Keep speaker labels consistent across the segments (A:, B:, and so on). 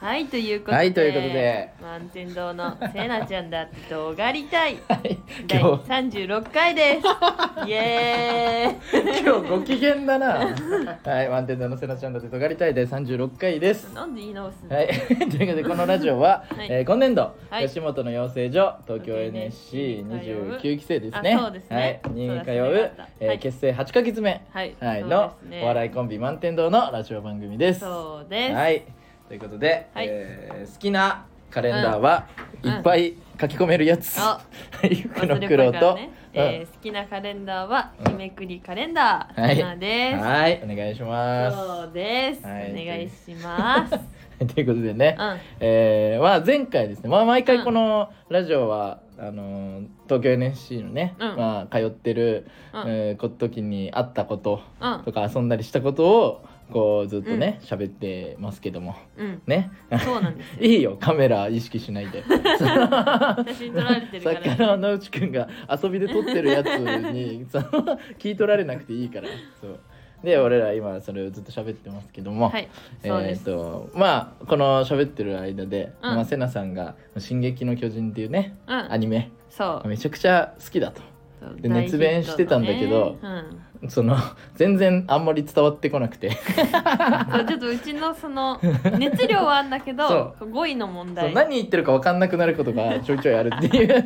A: はいということで,、
B: はいということで
A: 満天堂のせなちゃんだっておがりたい
B: はい
A: 第
B: 今
A: 36回です イエー
B: 日今日ご機嫌 だなはい満点堂のせなちゃんだってとがりたい第36回です
A: イなんで言い直すの、
B: はい、 ということでこのラジオは、
A: はい
B: えー今年度、
A: はい
B: 吉本の養成所東京
A: 東京 NSC
B: NSC29 期生ですね
A: あそうですね
B: はい、に
A: そうだ
B: 通う、
A: そうだった
B: えー
A: はい
B: 結成8か月目、
A: はい
B: はい、
A: そう
B: の
A: ですね
B: お笑いコンビ満天堂のラジオ番組です。
A: そうです、
B: はい、ということで、
A: はい
B: えー好きなカレンダーは、
A: うん
B: いっぱい書き込めるやつ。
A: あ
B: はい、服の
A: 忘れ
B: 苦労
A: っぱいから
B: と、
A: ね
B: うん
A: えー好きなカレンダーは日めくりカレンダー、
B: はい
A: なです、
B: はい、お願いしま
A: そうです、
B: はい
A: お願いします。うん、
B: す。 ということでね、
A: は
B: えーまあ、前回ですね、まあ、毎回このラジオは、あのー東京 NSC のね、
A: うん
B: まあ、通ってる、
A: うん
B: えーこ時にあったこと
A: うん
B: とか遊んだりしたことをこうずっとね喋、ってますけども
A: うん、
B: ね
A: そうなんですよ。
B: いいよカメラ意識 しないで
A: 写真撮られてる
B: さ
A: か
B: っき
A: ら、
B: の野内くんが遊びで撮ってるやつ にその聞い取られなくていいからそうで俺ら今それをずっと喋ってますけども、
A: はい、
B: え
A: そうで
B: ー
A: す。
B: とまあこの喋ってる間で、
A: うん
B: まあ、セナさんが「進撃の巨人」っていうね、
A: うん
B: アニメ
A: そう。
B: めちゃくちゃ好きだとで
A: 大
B: 熱弁してたんだけ
A: ヒ
B: ど
A: ットのねうん
B: その全然あんまり伝わってこなくて
A: そうちょっとうちのその熱量はあんだけど
B: そ
A: 語彙の問
B: そう
A: 題
B: 何言ってるか分かんなくなることがちょいちょいあるっていう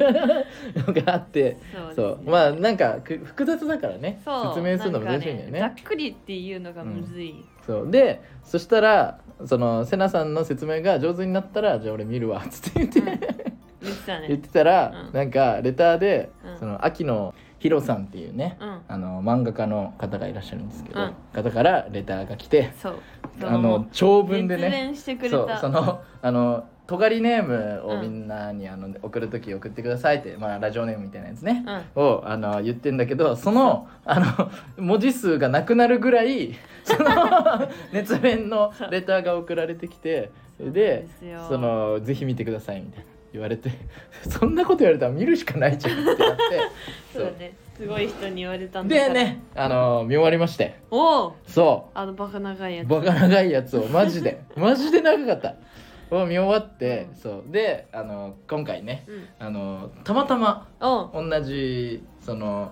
B: のがあって
A: そうですね
B: そうまあなんかく複雑だからね
A: そう
B: 説明するの難しいんだよ
A: なか
B: ね
A: ざっくりっていうのがむずい、
B: そうでそしたらそのセナさんの説明が上手になったら「じゃあ俺見るわ」っつって言って、
A: うん言ってた
B: 言っ
A: ね
B: てたら、
A: うん
B: なんかレターで、
A: うん
B: その秋野ひろさんっていうね、
A: うん
B: あの漫画家の方がいらっしゃるんですけど、
A: うん
B: 方からレターが来て
A: そうそ
B: あの長文で
A: 熱
B: ね
A: 弁してくれ
B: そう
A: た
B: そのあのとがりネームを
A: うん
B: みんなにあの送る時送ってくださいって、まあ、ラジオネームみたいなやつね、
A: うん
B: をあの言ってんだけどそのあの文字数がなくなるぐらいそ の熱弁のレターが送られてきて
A: そう
B: で
A: そうなんですよ
B: その「ぜひ見てください」みたいな言われて 「そんなこと言われたら見るしかないじゃん」ってなって
A: そうだねすごい人に言われたんだか
B: で
A: ら
B: ねあの見終わりまして
A: おお
B: そう
A: あのバカ長いやつ
B: バカ長いやつをマジで マジで長かったを見終わって、
A: うん
B: そうであの今回ね
A: うん
B: あのたまたま
A: おう
B: 同じその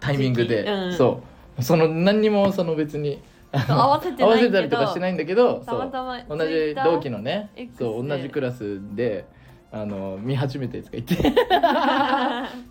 B: タイミング
A: 時
B: で、
A: 期うん
B: そうその何にもその別にあの
A: 合わせてないけど
B: 合わせたりとかしてないんだけど
A: たまたま
B: そう同じ同期のね
A: Twitter
B: そ
A: X
B: う同
A: で
B: じクラスであの見始めてとか言って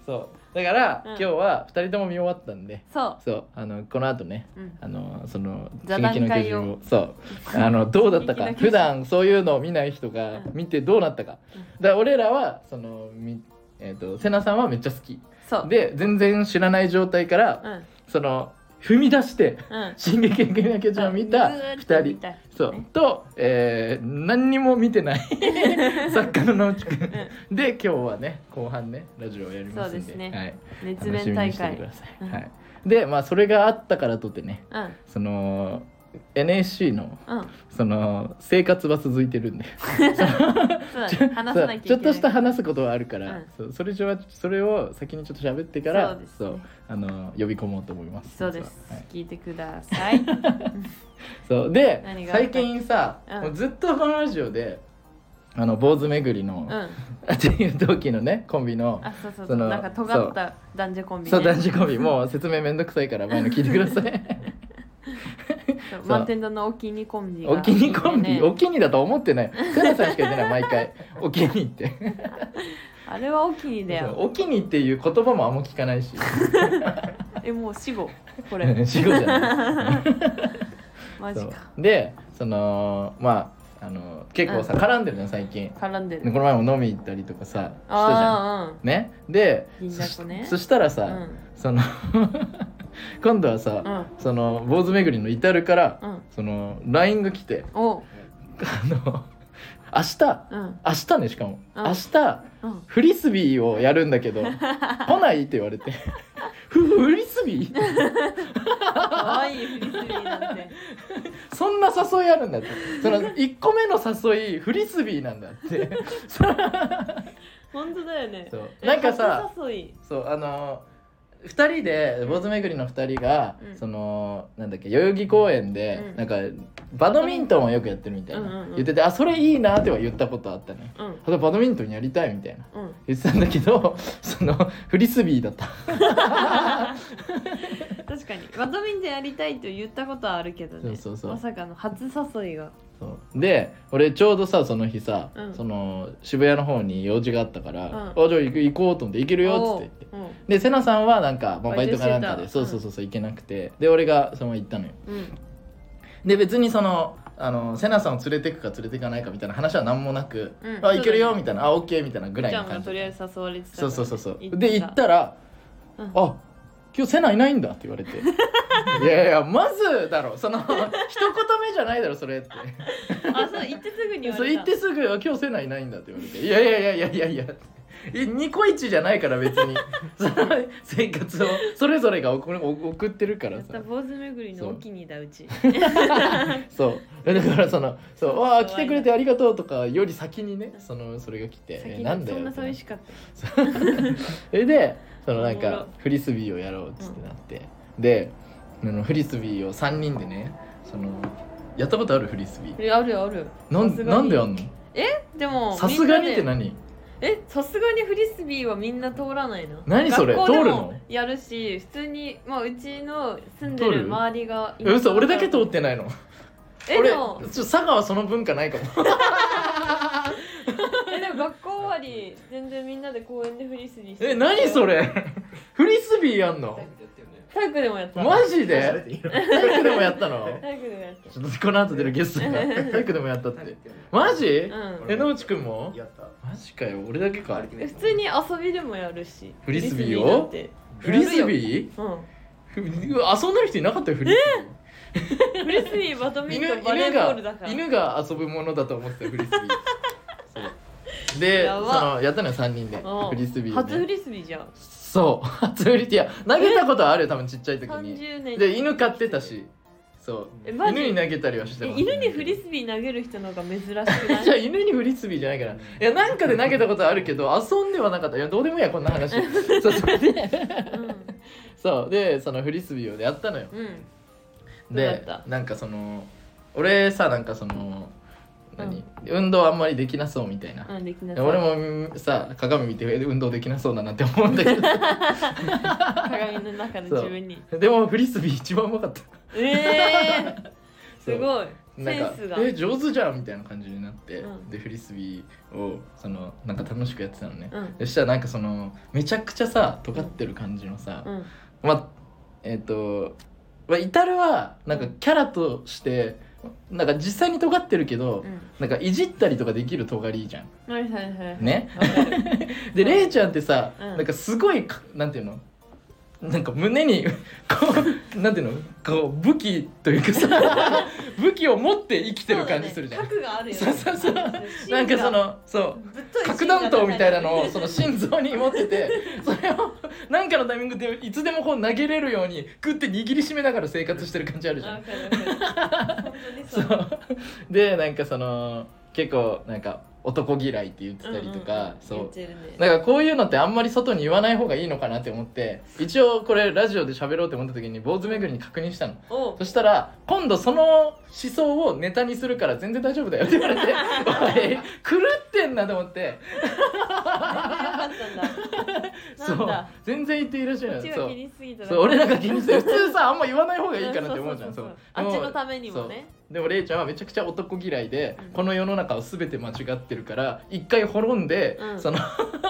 B: そうだから、
A: うん
B: 今日は2人とも見終わったんで
A: そ
B: そうあのこの後ね
A: う、うん、
B: あのその「
A: 座
B: 進
A: 談
B: 撃の巨
A: 会
B: 人
A: を
B: を」そうあのどうだった
A: 進撃の
B: か
A: 巨人
B: 普段そういうのを見ない人が
A: うん
B: 見てどうなったか、
A: うん
B: だから俺らはそのみえっ、と瀬名さんはめっちゃ好き
A: そう
B: で全然知らない状態から、
A: うん
B: その踏み 出して
A: うん
B: 「進撃の巨人」を見た
A: うんずーっ
B: 2
A: と見
B: 人
A: た
B: そうと、えー何にも見てない 作家の直樹君で今日はね後半ねラジオをやりますんで
A: そうですね
B: はい、
A: 熱
B: 楽し
A: 弁
B: み
A: 大
B: にしててく
A: 会
B: ださい、
A: うん
B: はい、でまあそれがあったからとってね
A: うん
B: その NSC の
A: うん
B: その生活は続いてるんで
A: そうだね話さなきゃいけない
B: そうちょっとした話すことはあるから、
A: うん
B: そうそれじゃそれを先にちょっと喋ってから
A: そうですね
B: あの呼び込もうと思います
A: そうです、
B: 実ははい
A: 聞いてくださ い
B: そうで
A: 何があった
B: 最近さ、
A: うん
B: もうずっとこのラジオであの坊主巡りの
A: う、ん
B: っていう同期のねコンビの
A: あそうそうそ
B: そうの
A: なんか尖った男女コンビね
B: そう男子コンビもう説明めんどくさいから前の聞いてください
A: そう
B: そう
A: 満天堂のお気に入りコンビが
B: お気に入りコン
A: いい
B: ビ
A: んだ
B: お
A: よね
B: 気に入りだと思ってないセナさんしか言ってない毎回お気に入りって
A: あれはお気に入りだ
B: そう
A: よ
B: お気にっていう言葉もあんま聞かないし
A: えもう死 後こ れ
B: 死後じゃない
A: マジ
B: そう
A: か
B: でそのまああの結構さ
A: うん
B: 絡んでるのよ最近
A: 絡んで
B: で
A: る
B: この前も飲み行ったりとかさしたじゃん
A: あ
B: ねで
A: 銀だこね
B: そしそしたら
A: あ
B: さ、
A: ーうん
B: その 今度はさ、
A: うん
B: その坊主巡りの至るから、
A: うんうん
B: その LINE が来て
A: お
B: あの明日
A: うん
B: 明日ねしかも、
A: うん
B: 明日
A: うん
B: フリスビーをやるん だけど来ないって言われてふフリスビー
A: 可愛いフリスビーなん て
B: そんな誘いあるんだってその1個目の誘いフリスビーなんだって
A: 本当だよね
B: そうなんかさ
A: 初誘い
B: そうあのー2人で坊主巡りの2人が、
A: うん
B: そのなんだっけ代々木公園で、
A: うん
B: なんかバドミントンをよくやってるみたいな、
A: うんうんうん
B: 言ってて「あそれいいな」っては言ったことあったね
A: うん
B: 「ただバドミントンやりたい」みたいな
A: うん
B: 言ってたんだけど そのフリスビーだった
A: 確かにバドミントンやりたいと言ったことはあるけどね
B: そうそうそう
A: まさかの初誘いが
B: そうで俺ちょうどさその日さ、
A: うん
B: その渋谷の方に用事があったから「
A: う
B: あじゃあ行く行こう」と思って「行けるよ」っつって言って。
A: おう
B: でセナさんはなんか、
A: バ
B: まあ、バ
A: イ
B: イ
A: ト
B: トかなんか
A: して
B: で
A: た
B: そうそうそうそう行けなくてで俺がその行ったのよ
A: うんうん
B: で別にそのあのセナさんを連れてくか連れていかないかみたいな話は何もなく「
A: うん
B: あ行
A: そ
B: ける
A: うだ
B: よ」
A: ね
B: みたいな「あオッケー」みたいなぐらい
A: ちゃ
B: の
A: んが
B: 感じ
A: とりあえず誘われてたか
B: そ
A: ら
B: う
A: ね
B: そうそうそうで行ったら「
A: うん
B: あ今日セナいないんだ」って言われ て「いやいやまずだろその一言目じゃないだろそれ」って
A: あそう行ってすぐに言わ
B: そう
A: れ
B: 言
A: た
B: ってすぐ「今日セナいないんだ」って言われて「いやいやいやいやいやいや」えニコイチじゃないから別に その生活をそれぞれが送る送ってるから
A: やっ
B: さ
A: た坊主巡りのお気に入りだうち
B: そうだからその「そう
A: 怖
B: わあ
A: いな
B: 来てくれてありがとう」とかより先にねそのそれが来て
A: 先
B: え
A: に
B: なんだ
A: そ
B: よ
A: んな寂
B: み
A: しかった
B: たいなそうそれでそのなん
A: おもろ
B: かフリスビーをやろうっつってなって、であのフリスビーを3人でねそのやったことあるフリスビー
A: えあるよあるよ
B: なん
A: さすがに
B: なんであん
A: でも
B: のさすがにって
A: みんなで
B: 何
A: えさすがにフリスビーはみんな通らないな
B: 何それ
A: 学校でも
B: 通るの
A: やるし普通にまあうちの住んで
B: 通
A: る
B: る
A: 周りが
B: え嘘俺だけ通ってないの
A: え
B: 俺
A: で
B: ち
A: も
B: ょっと佐賀はその文化ないかも
A: えでも学校終わり全然みんなで公園でフリスビーして
B: え何そ
A: れ
B: れフリスビーやんの
A: 体育でもやった
B: マジ
C: で
B: で体育でもやったの
A: 体育でもやった
B: ちょっとこの後出るゲストが体育でもやったってマジ
A: うん
B: え野内くんも
C: やった
B: マジかよ俺だけか
A: え普通に遊びでもやるし
B: フリスビーを
A: だって
B: フリス
A: やるよ
B: ビー
A: うん
B: ふうわ遊んでる人いなかったよフリス
A: フリスビーバド
B: ビー
A: ミン
B: 犬
A: トンバレー
B: 犬
A: ボールだ
B: が
A: から
B: 犬が遊ぶものだと思ってたフリ スビーそうで
A: や
B: そ
A: ば
B: のやったのよ3人で
A: うん
B: フリスビーをね
A: 初フリスビーじゃん
B: そう 初フリっていや投げたことはあるよ多分ちっちゃい時に
A: 30年
B: で犬飼ってたしそう
A: えマジ
B: 犬に投げたりはして
A: え
B: ます
A: 犬にフリスビー投げる人の方が珍しくない
B: じゃあ犬にフリスビーじゃないからいやなんかで投げたことはあるけど遊んではなかったいやどうでもいいやこん な話そうそれで
A: うん
B: そうでそのフリスビーをやったのよ
A: うんどうだっ
B: で
A: た
B: なんかその俺さなんかその
A: う
B: 何、運動あんまりできなそうみたいな、
A: うんできな
B: で
A: さ
B: 俺もさ鏡見てえ運動できなそうだなって思うんだけ
A: 鏡の中の自分に
B: どでもフリスビー一番うまかった
A: ええ
B: そ
A: す
B: う
A: ごい
B: なん
A: セ
B: か
A: ンスが
B: え上手じゃんみたいな感じになって、
A: うん
B: でフリスビーをそのなんか楽しくやってたのね、
A: うん
B: そしたらなんかそのめちゃくちゃさ尖ってる感じのさ、
A: うん
B: まあえっ、と、まあ、イタルはなんかキャラとしてなんか実際に尖ってるけど、
A: うん
B: なんかいじったりとかできる尖りじゃん
A: はいはいはい
B: ね
A: わかる
B: でレイちゃんってさ、
A: うん
B: なんかすごいかなんていうのなんか胸にこう なんていうのこう武器というかさ 武器を持って生きてる感じするじゃん
A: そうだね、核があるよね
B: そうそうそう
A: な
B: なんかそのそう核弾頭みたいなのをその心臓に持っててそれをなんかのタイミングでいつでもこう投げれるようにグッて握りしめながら生活してる感じあるじゃん。そ
A: そう
B: うでなんかその結構なんか男嫌いって言ってたりとか、そう
A: う
B: なんかこういうのってあんまり外に言わない方がいいのかなって思って一応これラジオで喋ろうって思った時に坊主巡りに確認したの
A: お
B: そしたら今度その思想をネタにするから全然大丈夫だよって言われておい狂ってんなと思って
A: あ な
B: そ
A: ん
B: う
A: だ
B: 全然言っていらっしゃ
A: よ
B: る
A: かったんだこっちが
B: のそ
A: 気
B: う
A: にしすぎただけ
B: そう俺なんか気にして普通さあんま言わない方がいいかなって思うじゃんそう
A: あっちの
B: でも
A: ためにもね
B: でもレイちゃんはめちゃくちゃ男嫌いで、
A: うん
B: この世の中を全て間違ってるから一回滅んで、
A: うん
B: その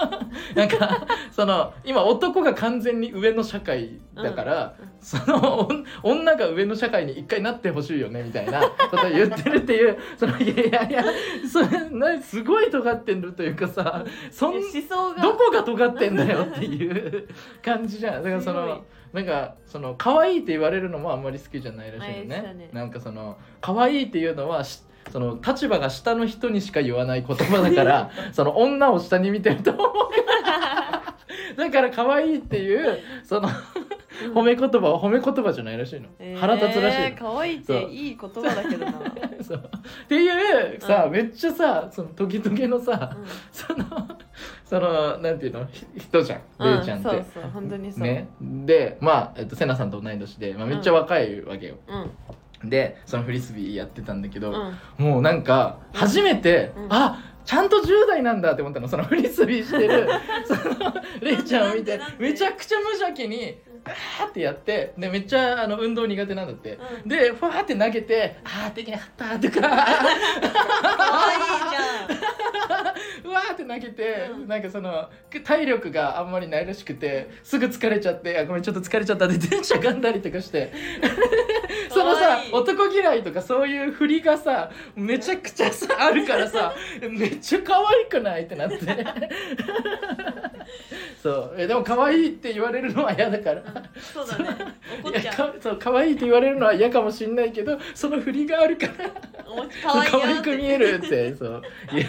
B: なんかその今男が完全に上の社会だから、
A: うんうん
B: そのおん女が上の社会に一回なってほしいよねみたいなことを言ってるっていうそのいやいやいやそなすごい尖ってるというかさそん
A: 思想が
B: どこが尖ってんだよっていう感じじ ゃんだからそ
A: 強い
B: のなんかその可愛いって言われるのもあんまり好きじゃないらしいの
A: あ言っ
B: ね
A: てたね
B: なんかその可愛いっていうのはしその立場が下の人にしか言わない言葉だから その女を下に見てると思う からだから可愛いっていうその褒め言葉は褒め言葉じゃないらしいの、
A: えー
B: 腹立つらしいの
A: 可愛いっていい言葉だけ どな
B: そうっていうさ、
A: うん
B: めっちゃさその時々のさ、
A: うん
B: そのそのなんていうのひ人じゃん
A: う
B: レイちゃんって、
A: そうそう本当にそう、
B: ね、でまあ、えっと、セナさんと同い年で、まあ、めっちゃ若いわけよ、
A: うん
B: でそのフリスビーやってたんだけ
A: う
B: ど、
A: ん
B: もうなんか初めて、
A: うん
B: あちゃんと10代なんだって思ったのそのフリスビーしてる そのレイちゃんを見て
A: なんでなんで
B: めちゃくちゃ無邪気にバーってやってでめっちゃあの運動苦手なんだって、
A: うん
B: でファーって投げて「あーできなかった」とか
A: かわいいじ
B: 「うわ」ーって投げて、
A: うん
B: なんかその体力があんまりないらしくてすぐ疲れちゃって「あごめんちょっと疲れちゃった」って電車がんだりと かして
A: ゃん
B: その
A: か
B: さ
A: わいい
B: 男嫌いとかそういう振りがさめちゃくちゃさあるからさめっちゃ可愛くないって なってそうえでも可愛いって言われるのは嫌だから。
A: うんそうだね怒
B: い
A: っち
B: や
A: ゃう
B: かそう可愛いって言われるのは嫌かもしんないけどその振りがあるから
A: お餅か
B: 可
A: わいいよ
B: 愛く見えるっ てそういや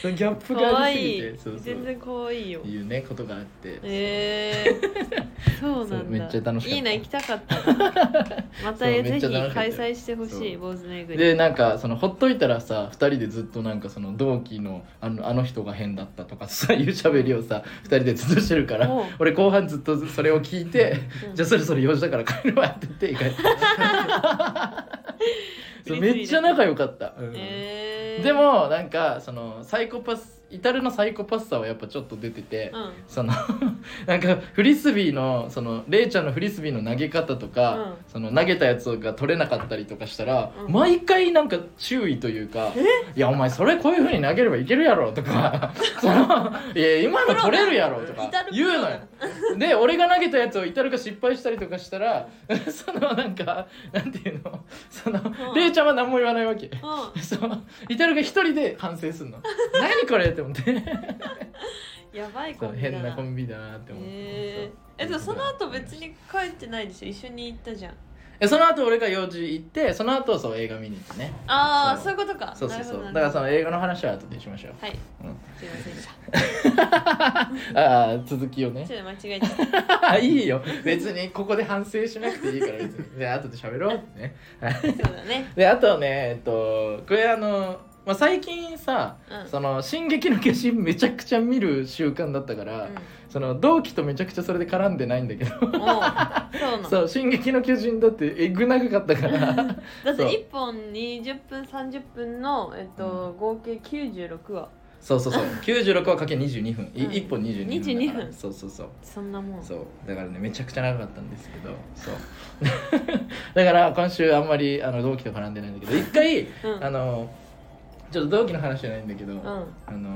B: そのギャップ
A: か
B: が
A: わ
B: ありすぎ
A: い
B: て
A: い
B: そうそう
A: 全然かわいいよ
B: いうねことがあって
A: えー、そうなんだ
B: そうめっちゃ楽しかった
A: いいな行きたかったまた
B: そう
A: ぜ
B: めっ
A: ひ
B: ちゃ楽しかった
A: 開催してほし
B: そ
A: いう坊主のえぐり
B: でなんかそのほっといたらさ2人でずっとなんかその同期のあのあの人が変だったとかさいうしゃべりをさ2人でずっとしてるから
A: おう
B: 俺後半ずっとそれを聞いて
A: うん
B: じゃあそろそろ用事だから帰るわって言って帰った そうめっちゃ仲良かった、うん
A: えー、
B: でもなんかそのサイコパス至るのサイコパスさはやっぱちょっと出てて、
A: うん
B: その なんかフリスビーのそのレイちゃんのフリスビーの投げ方とか、
A: うん
B: その投げたやつが取れなかったりとかしたら、
A: うん
B: 毎回なんか注意というか「いやお前それこういうふうに投げればいけるやろ」とか「そのいや今の取れるやろ」とか
A: 至る
B: 言うのよ。で俺が投げたやつをイタルが失敗したりとかしたら そのなんかなんていうのその、
A: うん
B: レイちゃんは何も言わないわけ。
A: うん
B: そうイタルが一人で反 省すんの何これって思って
A: やばい
B: そ
A: コ
B: う
A: ンビだ
B: 変なコ
A: ビ
B: ンビだなって思って、
A: えー、えでもその後別に帰ってないでしょ一緒に行ったじゃん
B: えその後俺が用事行ってその後そう映画見に行ってね
A: ああ
B: そ
A: そうういうことか
B: そうそうそ
A: な
B: うだ
A: るほど
B: からその映画の話は後でしま しょう
A: はい、
B: うん
A: すいませんでした
B: ああ続きをね
A: ちょっと間違えちゃった
B: いいよ別にここで反省しなくていいから別 にで後で喋ろうってね
A: そうだね
B: であとねえっとこれあの、まあ、最近さ、
A: うん
B: その「進撃の巨人」めちゃくちゃ見る習慣だったから、その同期とめちゃくちゃそれで絡んでないんだけど
A: うん、おうそうなの
B: そう「進撃の巨人」だってえぐ長かったから
A: だっ
B: そう
A: て一本20分30分の、えっと合計96話
B: そうそうそう96話かけ22分、い
A: うん
B: 1本22分だか
A: 22
B: ら
A: 分
B: そうそうそう
A: そんなもん
B: そうだからねめちゃくちゃ長かったんですけどそう だから今週あんまりあの同期と絡んでないんだけど一回
A: うん
B: あのちょっと同期の話じゃないんだけど、
A: うん
B: あの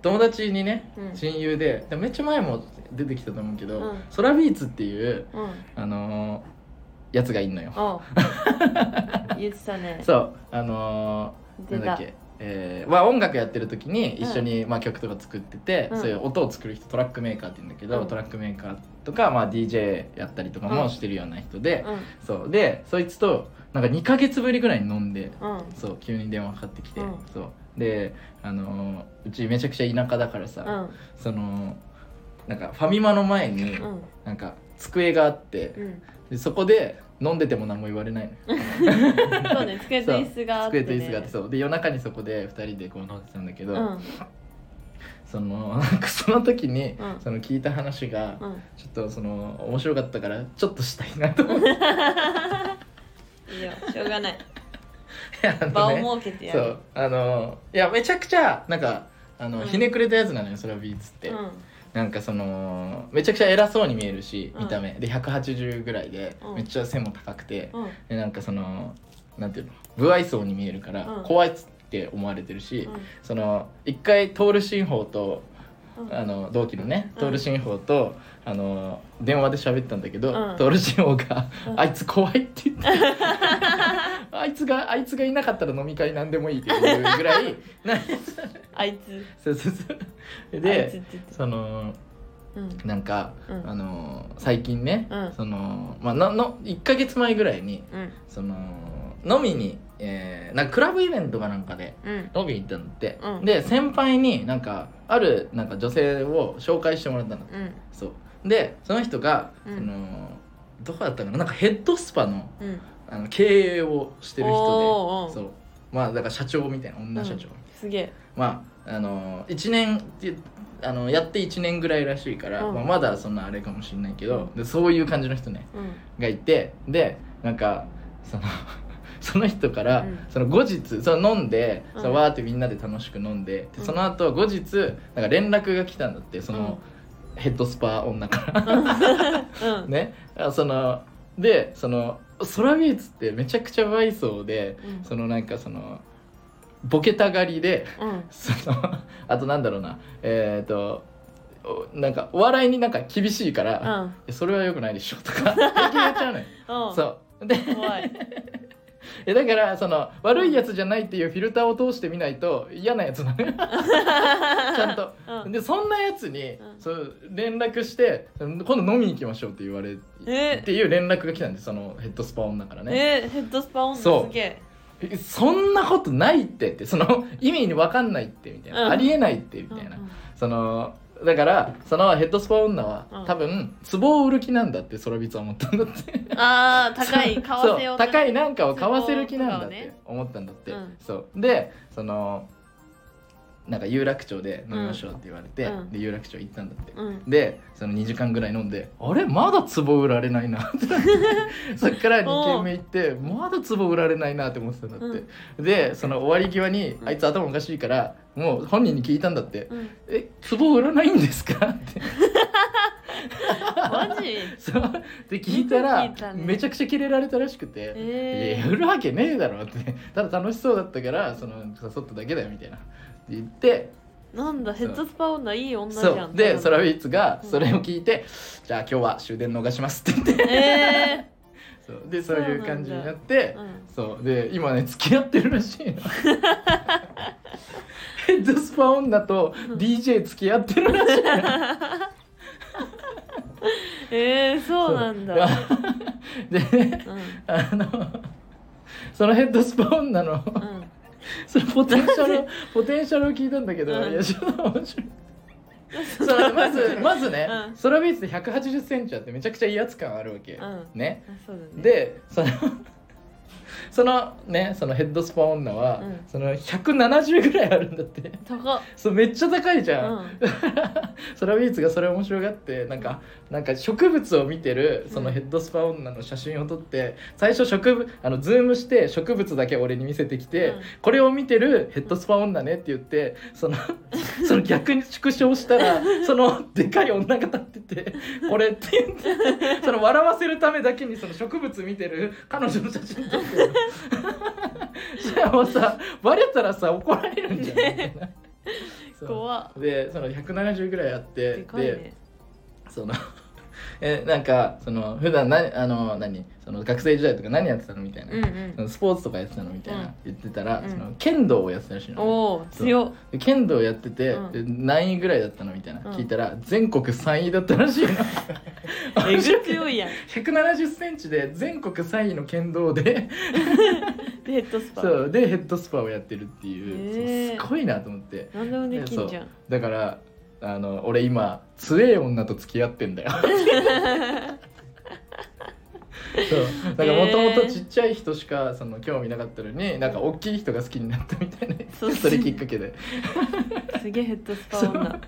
B: 友達にね
A: うん
B: 親友で,、でめっちゃ前も出てきたと思うけど、
A: うん
B: ソラビーツっていう
A: うん
B: あのやつがいんのよ
A: おう 言ってたね
B: そうあのー
A: 出
B: なんだ
A: た
B: っけ、えーまあ、音楽やってる時に一緒に、まあ、曲とか作ってて、
A: うん
B: そういう音を作る人トラックメーカーって言うんだけど、
A: うん
B: トラックメーカーとか、まあ、DJ やったりとかも
A: うん
B: してるような人で、
A: うん
B: そうでそいつとなんか2ヶ月ぶりぐらいに飲んで、
A: うん
B: そう急に電話かかってきて、
A: うん
B: そうで、あのーうちめちゃくちゃ田舎だからさ、
A: うん
B: そのなんかファミマの前に、
A: うん
B: なんか机があって、
A: うん
B: でそこで飲んでても何も言われないの
A: そうね机と椅子があって、
B: 机
A: ね、
B: と椅子があってそうで夜中にそこで2人でこう飲んでたんだけど、
A: うん
B: そのなんかその時に、
A: うん
B: その聞いた話が、
A: うん
B: ちょっとその面白かったからちょっとしたいなと思って
A: いいよしょうが ない
B: あ
A: 場
B: の、ね、
A: を設けてや
B: そ
A: る
B: うあのいやめちゃくちゃなんかあの、
A: うん
B: ひねくれたやつなのよそれはビーツって、
A: うん
B: なんかそのめちゃくちゃ偉そうに見えるし
A: うん
B: 見た目、で180ぐらいで、
A: うん
B: めっちゃ背も高くて、
A: うん
B: でなんかそのなんていうの不愛想に見えるから、
A: うん
B: 怖いって思われてるし、その一回トール新法と
A: うん
B: あの同期のね
A: うん
B: トール新法と、あの電話で喋ったんだけど、
A: うん
B: トール新法が、
A: うん
B: あいつ怖い」って言って あいつがあいつがいなかったら飲み会なんでもいい」っていうぐ らいな
A: あいつ
B: そうそうそう
A: あいつっ
B: で
A: て言って
B: その
A: うん
B: なんか、
A: うん
B: あの最近ね、
A: うん
B: そのまあのの1ヶ月前ぐらいに
A: うん
B: その飲みに、えーなんかクラブイベントかなんかで
A: うん
B: 飲みに行ったんだって、
A: うん
B: で先輩になんかあるなんか女性を紹介してもらったの
A: うん
B: そうでその人が、
A: うん
B: そのどこだったかななんかヘッドスパの
A: うん
B: あの経営をしてる人
A: おーお
B: で
A: ー
B: そうまあだから社長みたいな女社長、
A: すげえ
B: まああの1年ってあのやって1年ぐらいらしいから、
A: うん
B: まあ、まだそんなあれかもしれないけどでそういう感じの人ね
A: うん
B: がいてでなんかその その人から、
A: うん
B: その後日その飲んで、
A: うん
B: そのわーってみんなで楽しく飲んで
A: う
B: で
A: ん
B: その後後日なんか連絡が来たんだってその、ヘッドスパ女から
A: うんうん
B: ねあそのでそのソラビーツってめちゃくちゃ倍層で
A: うん
B: そのなんかそのボケたがりで
A: うん
B: その あとなんだろうなえっ、ー、とおなんかお笑いになんか厳しいか
A: う
B: ら、
A: ん
B: いやそれはよくないでしょと か平気で言っちゃうのよ。
A: うん
B: そうで
A: 怖い
B: えだからその悪いやつじゃないっていうフィルターを通して見ないと嫌なやつな のよちゃんと。
A: うん
B: でそんなやつに、
A: うん
B: そう連絡して「今度飲みに行きましょう」って言われ
A: え
B: っていう連絡が来たんでそのヘッドスパ女からね
A: えーヘッドスパ女
B: そう
A: すげえ
B: 「えそんなことないって」ってその意味に分かんないってみたいな、
A: うん
B: ありえないってみたいな、
A: うんうん
B: そのだからそのヘッドスパ女は、
A: うん
B: 多分壺を売る気なんだってソラビツは思ったんだって
A: ああ高い為替
B: そ
A: を
B: う高いなんかを買わせる気なんだっ
A: そう
B: て
A: ね
B: 思ったんだって、
A: うん
B: そうでそのなんか有楽町で飲みましょうって言われて、
A: うん
B: で有楽町行ったんだって、
A: うん
B: でその2時間ぐらい飲んであれまだ壺売られないなって そっから2軒目行ってまだ壺売られないなって思ってたんだって、でその終わり際に
A: うん
B: あいつ頭おかしいからもう本人に聞いたんだって
A: うん
B: 「え壺売らないんですか?」って
A: マジ
B: そうで聞いた
A: 聞
B: ら
A: いたね
B: めちゃくちゃキレられたらしくて、
A: ええ
B: いや売るわけねえだろってただ楽しそうだったからその誘っただけだよみたいなって言って
A: なんだヘッドスパ女いい女じ
B: そ
A: ゃ
B: うんでソ
A: それ
B: ラウィッツが
A: うん
B: それを聞いて、じゃあ今日は終電逃しますって言って
A: え
B: そうでそういう感じになっ
A: え
B: て
A: ーうん
B: そうで今ね付き合ってるらしい のヘッドスパ女と DJ 付き合ってるらしいの
A: えー、そうなんだ。
B: でね
A: うん
B: あのそのヘッドスパ女の
A: うん
B: それポテンシャルポテンシャルを聞いたんだけど、
A: うん
B: いやちょっと面白い。その まずまずね、
A: うん
B: ソラビーツで1 8 0センチあってめちゃくちゃ威圧感あるわけ、
A: うん
B: ね
A: あそうだね。
B: でそのそのねそのヘッドスパ女は、
A: うん
B: その170ぐらいあるんだって
A: 高っ。
B: そうめっちゃ高いじ
A: う
B: ゃん、
A: ん。
B: ソラビーツがそれ面白がってなんかなんか植物を見てるそうの
A: ん
B: ヘッドスパ女の写真を撮って最初植物あのズームして植物だけ俺に見せてきて、
A: うん
B: これを見てるヘッドスパ女ねって言ってその その逆に縮小したらそのでかい女が立ってて「これ」って言ってその笑わせるためだけにその植物見てる彼女の写真撮ってるじゃあも うさバレたらさ怒られるんじゃないみたいな。そう
A: 怖っ。
B: でその170ぐらいあって
A: でかいね。
B: その えなんかその普段なあの何その学生時代とか何やってたのみたいな、
A: うんうん
B: そ。のスポーツとかやってたのみたいな、
A: うん
B: 言ってたら、
A: うん
B: その剣道をやってたらしいの、
A: おお強っ
B: で剣道やってて、
A: うん
B: で何位ぐらいだったのみたいな、
A: うん
B: 聞いたら全国3位だったらし いの
A: えぐ強いやん
B: 1 7 0ンチで全国3位の剣道 で
A: でヘッドスパ
B: そうでヘッドスパをやってるっていう、
A: へー
B: そうすごいなと思って
A: なんでもできんじ ゃん
B: だからあの俺今強え女と付き合ってんだよそうだからもともとちっちゃい人しかその興味なかったのになんか大きい人が好きになったみたいな
A: そう
B: それきっかけです
A: げえヘッドスパ女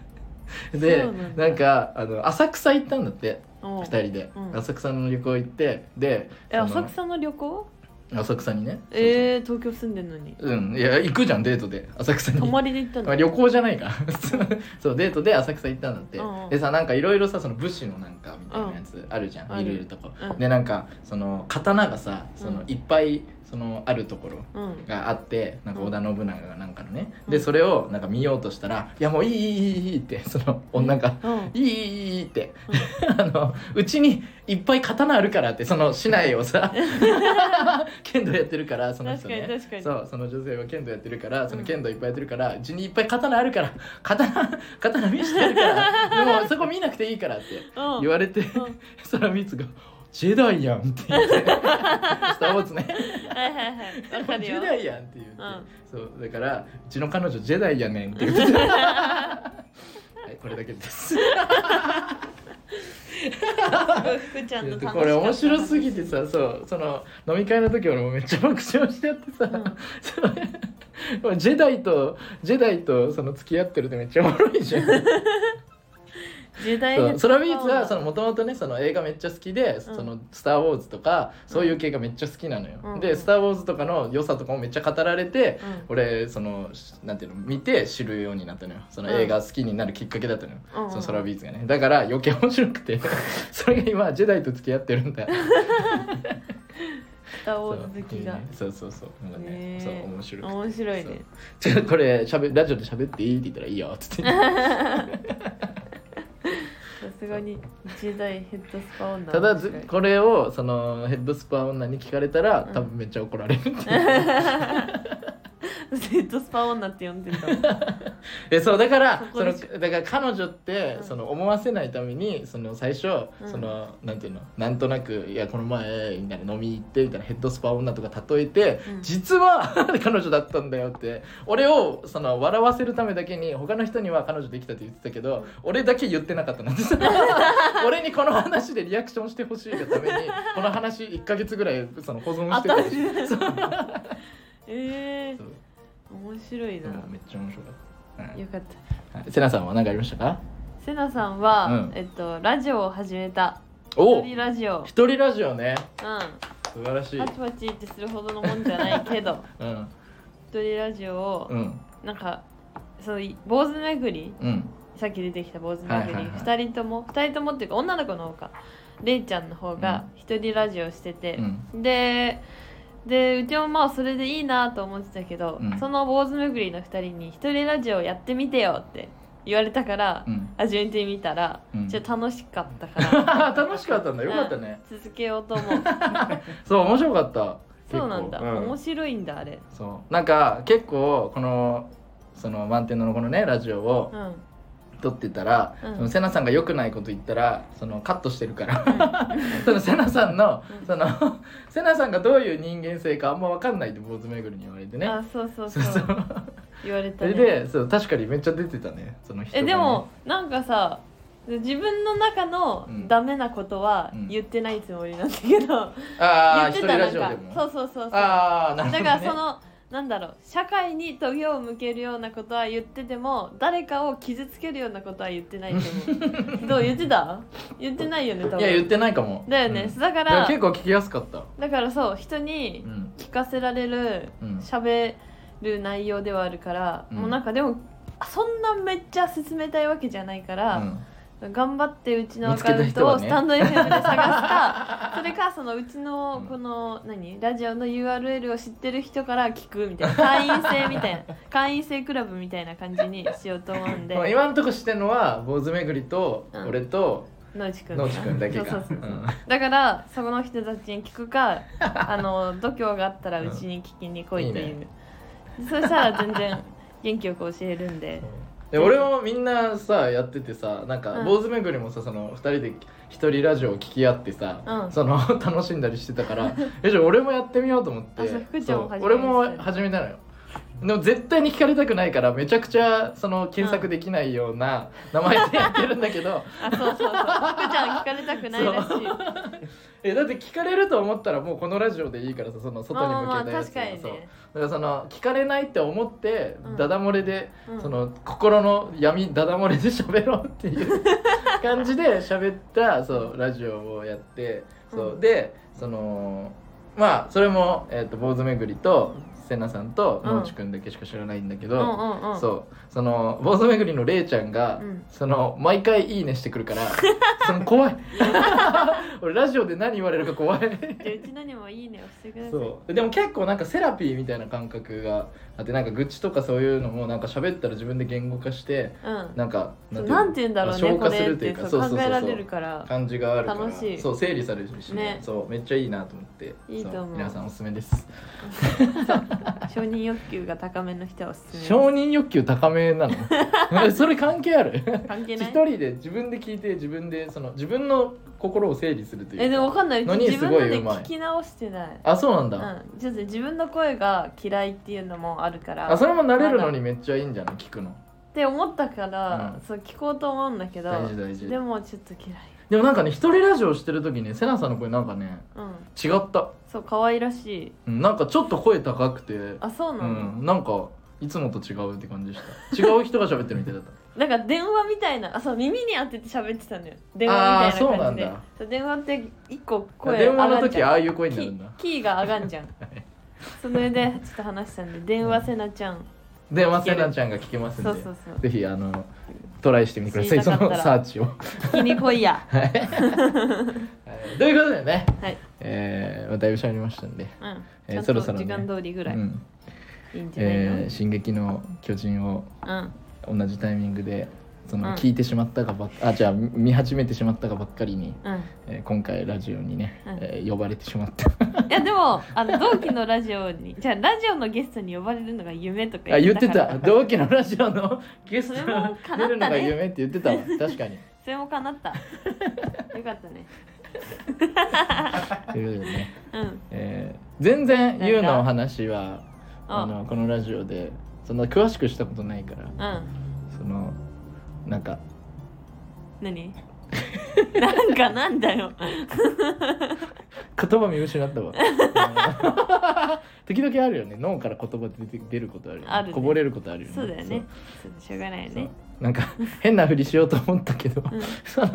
B: で
A: そうなんだ
B: なんかあの浅草行ったんだって
A: おう
B: 2人で、
A: うん
B: 浅草の旅行行ってで
A: え
B: その
A: 浅草の旅行
B: 浅草にね
A: えー東京住んでんのに
B: そうそううんいや行くじゃんデートで浅草に
A: 泊まりで行ったん
B: まあ、
A: だ
B: 旅行じゃないから そうデートで浅草行ったんだって、
A: うんうん
B: でさなんかいろいろさその武士のなんかみたいなやつあるじゃん、
A: ある
B: いろいろとこ、
A: うん
B: でなんかその刀がさその
A: うん
B: いっぱいそのあるところ
A: うん
B: があってなんか織田信長がなんかのね、
A: うん
B: でそれをなんか見ようとしたら「いやもういいいいいいいい」って その女が
A: う
B: 「
A: ん
B: いいいいいい」って、 あのうちにいっぱい刀あるからってその市内 をさ剣道やってるからその人ね
A: 確かに確かに
B: そうその女性は剣道やってるからその剣道いっぱいやってるからうち、にいっぱい刀あるから刀刀見してるからでもそこ見なくていいからって
A: うん
B: 言われて、
A: うん
B: そのミツが「ジェダイやん」って 言ってスター・ウォーズね
A: はいはいはいわかる
B: ジ
A: よ
B: ェダイやんって言って、
A: うん
B: そうだからうちの彼女ジェダイやね んって言ってはいこれだけです
A: 福ちゃんの楽しかった
B: これ面白すぎてさそうその飲み会の時俺もめっちゃ爆笑しちゃってさ、
A: うん
B: それ ジェダイとジェダイとその付き合ってるってめっちゃおもろいじゃん。
A: 時代
B: そうソラビーツは
A: その
B: もともとねその映画めっちゃ好きで「
A: うん
B: そのスター・ウォーズ」とかそういう系がめっちゃ好きなのよ。
A: うん
B: で「スター・ウォーズ」とかの良さとかもめっちゃ語られて俺そのなんていうの見て知るようになったのよその映画好きになるきっかけだったのよ、
A: うん
B: そのソラビーツがねだから余計面白くて それが今ジェダイと付き合ってるんだ
A: スターウォーズ好きが
B: そうそうそうそうなんかね
A: ねえ
B: そう面白くて
A: 面白いね
B: ちょこれしゃべラジオで喋っていいって言ったらいいよっ つって
A: さすがに時代ヘッドスパ女
B: ただずこれをそのヘッドスパ女に聞かれたら
A: うん
B: 多分めっちゃ怒られるっていう
A: ヘッドスパ女って呼んでたの
B: えそうだから
A: そ
B: そ
A: こ
B: の
A: でしょ
B: だから彼女って、
A: うん
B: その思わせないためにその最初、
A: うん
B: そのなんていうのなんとなく「いやこの前みたいな飲み行って」みたいなヘッドスパ女とか例えて、
A: うん
B: 実は 彼女だったんだよって俺をその笑わせるためだけに他の人には彼女できたって言ってたけど、俺だけ言ってなかっ たなんて俺にこの話でリアクションしてほしいがためにこの話1か月ぐらいその保存してたらしい
A: あった
B: そう
A: ええ
B: そう
A: 面白いな
B: うんめっちゃ面白かった。うん
A: よかった
B: はいセナさんは何かありましたか
A: セナさんは、
B: うん
A: えっとラジオを始めた
B: お
A: 一人ラジオ
B: 一人ラジオね
A: うん
B: 素晴らしい
A: パチパチってするほどのもんじゃないけ ど
B: うん
A: 一人ラジオを、
B: うん
A: なんかその坊主めぐり
B: うん
A: さっき出てきた坊主めぐ
B: はい
A: り、
B: はいはい
A: 二人とも二人ともっていうか女の子の方かれいちゃんの方が一人ラジオしてて
B: う、ん
A: ででうちもまあそれでいいなと思ってたけど、
B: うん
A: その坊主めぐりの二人に「一人ラジオやってみてよ」って言われたから、
B: うん
A: 始めてみたら、
B: うん
A: ちょっと楽しかったから。
B: 楽しかったんだよかったね
A: うん続けようと 思う
B: そう面白かった
A: そうなんだ、
B: 結構
A: 面白いんだあれ
B: そうなんか結構このその満点のこのねラジオを
A: うん、うん、
B: 撮ってたら、
A: うん
B: そのセナさんが良くないこと言ったらそのカットしてるから そのセナさんの
A: うん
B: そのセナさんがどういう人間性かあんま分かんないって坊主めぐりに言われてね
A: あそうそうそ
B: そううそう
A: 言われ
B: そ
A: た、ね、
B: れでそう確かにめっちゃ出てたねその人が
A: え
B: ね
A: でもなんかさ自分の中の
B: うん
A: ダメなことは
B: うん
A: 言ってないつもりなんだけど、
B: ああ
A: 言っ
B: 一
A: て
B: 人
A: た
B: ラ
A: なん
B: ジオで
A: か
B: も
A: そうそうそうそうだ
B: ああなるほど、ね、
A: からそのなんだろう社会に棘を向けるようなことは言ってても誰かを傷つけるようなことは言ってないと 思うどう言ってた言ってないよね多分
B: いや言ってないかも
A: だよね、
B: うん
A: だか
B: いや
A: ら
B: 結構聞きやすかった
A: だからそう人に
B: うん
A: 聞かせられる
B: うん
A: 喋る内容ではあるから、
B: うん
A: もうなんかでもそんなめっちゃ進めたいわけじゃないから、
B: うん
A: 頑張ってうちのア
B: 見つけ
A: カウ
B: た
A: ン
B: 人
A: ト
B: は
A: を
B: ね
A: スタンド FM で探したそれかそのうちのこの何ラジオの URL を知ってる人から聞くみたいな会員制みたいな会員制クラブみたいな感じにしようと思うんで
B: まあ今のとこしてんのは坊主めぐりと
A: うん
B: 俺と
A: 野内くん
B: 野内くんだけ
A: そ
B: か
A: うそうそうそう
B: うん
A: だからそこの人たちに聞く かあの度胸があったらうちに聞きに来いという、
B: いいね
A: そしたら全然元気よく教えるんで
B: で俺もみんなさやっててさなん
A: う
B: か
A: ん
B: 坊主めぐりもさその2人で一人ラジオを聞き合ってさ、
A: うん
B: その 楽しんだりしてたからえじゃあ俺もやってみようと思って
A: あそう福ちゃんも
B: そう
A: 始め
B: 俺
A: ました
B: も始めたのよでも絶対に聞かれたくないからめちゃくちゃその検索できないような名前でやってるんだけど
A: あそうそうそう福ちゃん聞かれたくないらしい
B: えだって聞かれると思ったらもうこのラジオでいいからさその外に
A: まあまあ
B: 向け
A: まあ
B: たや
A: 確
B: つ
A: かに
B: そう
A: ね、
B: だからその聞かれないって思って、
A: うん
B: ダダ漏れで、
A: うん
B: その心の闇ダダ漏れで喋ろうっていう 感じで喋ったそうラジオをやってそう、
A: うん
B: でそのまあそれも、えー、と坊主めぐりと瀬名さんと
A: うん
B: 野内くんだけしか知らないんだけ
A: う
B: ど、
A: んうんうん
B: そうその坊主めぐりのれいちゃんが、
A: うん
B: その毎回「いいね」してくるから その怖い 俺ラジオで何言われるか怖い。
A: じゃあうちのにもいいねをしてください。
B: そうでも結構なんかセラピーみたいな感覚があってなんか愚痴とかそういうのもなんか喋ったら自分で言語化して
A: うん。
B: なんか
A: そう
B: いうの
A: なんて言うんだろうね
B: 消
A: こ
B: 化す
A: れっ
B: るとい
A: て
B: うか
A: そう
B: そうそ
A: 考
B: うそう
A: えられるから。
B: 感じがあるから
A: 楽しい
B: そう整理されるし、
A: ね
B: そうめっちゃいいなと思って
A: いいと思う
B: そ皆さんおすすめです
A: 承認欲求が高めの人はおすすめです。
B: 承認欲求高めなの えそれ関係ある
A: 関係
B: 一
A: ない。
B: 人で自分で聞いて自分でその自分の心を整理するというか
A: えでもわかんない。うち
B: のに
A: 自
B: す
A: 分
B: ご
A: の
B: い
A: で
B: うまい
A: 聞き直してない。
B: あそうなん
A: う
B: だ、
A: ん。ちょっと自分の声が嫌いっていうのもあるから。
B: あそ
A: っ
B: れも慣れるのにめっちゃいいんじゃない聞くの
A: て思ったから
B: うん
A: そう聞こうと思うんだけど
B: 大。事大事
A: でもちょっと嫌い。
B: でもなんかね一人ラジオしてる時ねセナさんの声なんかね
A: うん
B: 違った
A: そう可愛らしい
B: うんなんかちょっと声高くて
A: あそうな
B: う
A: の、
B: んなんかいつもと違うって感じでした違う人が喋ってるみたいだった
A: なんか電話みたいなあそう耳に当てて喋ってたのよ電話みたいな感じで
B: あーそうなんだ
A: そう電話って一個 声
B: 電話の
A: 上がんじ
B: 時
A: ゃん
B: ああいう声になるんだ
A: キーキーが上がんじ ゃんそれでちょっと話したんで電話せなちゃん
B: 電話セナちゃんが聞けますんで
A: そうそうそう
B: ぜひあのトライしてみてくださ
A: 知
B: い
A: り
B: そ
A: たか
B: の
A: ったら
B: サーチを。
A: 聞きに来いや
B: はいということでね、
A: はい
B: えーまあ、だいぶ喋りましたんで、
A: うん
B: えー
A: ちゃん
B: そ
A: と
B: ろそろね
A: 時間通りぐらい、
B: うん
A: いいんじゃないの、
B: えー進撃の巨人」を
A: うん
B: 同じタイミングでその
A: うん
B: 聞いてしまったかばっ、あじゃあ見見始めてしまったかばっかりに、
A: うん
B: えー今回ラジオにね、
A: うん
B: えー呼ばれてしまった
A: いやでもあの同期のラジオにじゃあラジオのゲストに呼ばれるのが夢とか
B: あ言って
A: から
B: た同期のラジオのゲスト
A: それも叶ったね
B: 出るのが夢って言ってたわ確かに。
A: それも叶ったよかったね
B: ということでね、
A: うん
B: えー全然ユウのお話はあ
A: あ
B: のこのラジオでそんな詳しくしたことないから
A: うん
B: そのなんか
A: 何なんかなんだよ
B: 言葉見失っ たわあの時々あるよね脳から言葉出て出ることあるよね
A: あるね
B: こぼれることあるよね
A: そうだよねそうしょうがないよ
B: そう
A: ね
B: そうなんか変なふりしようと思ったけど、
A: うん
B: その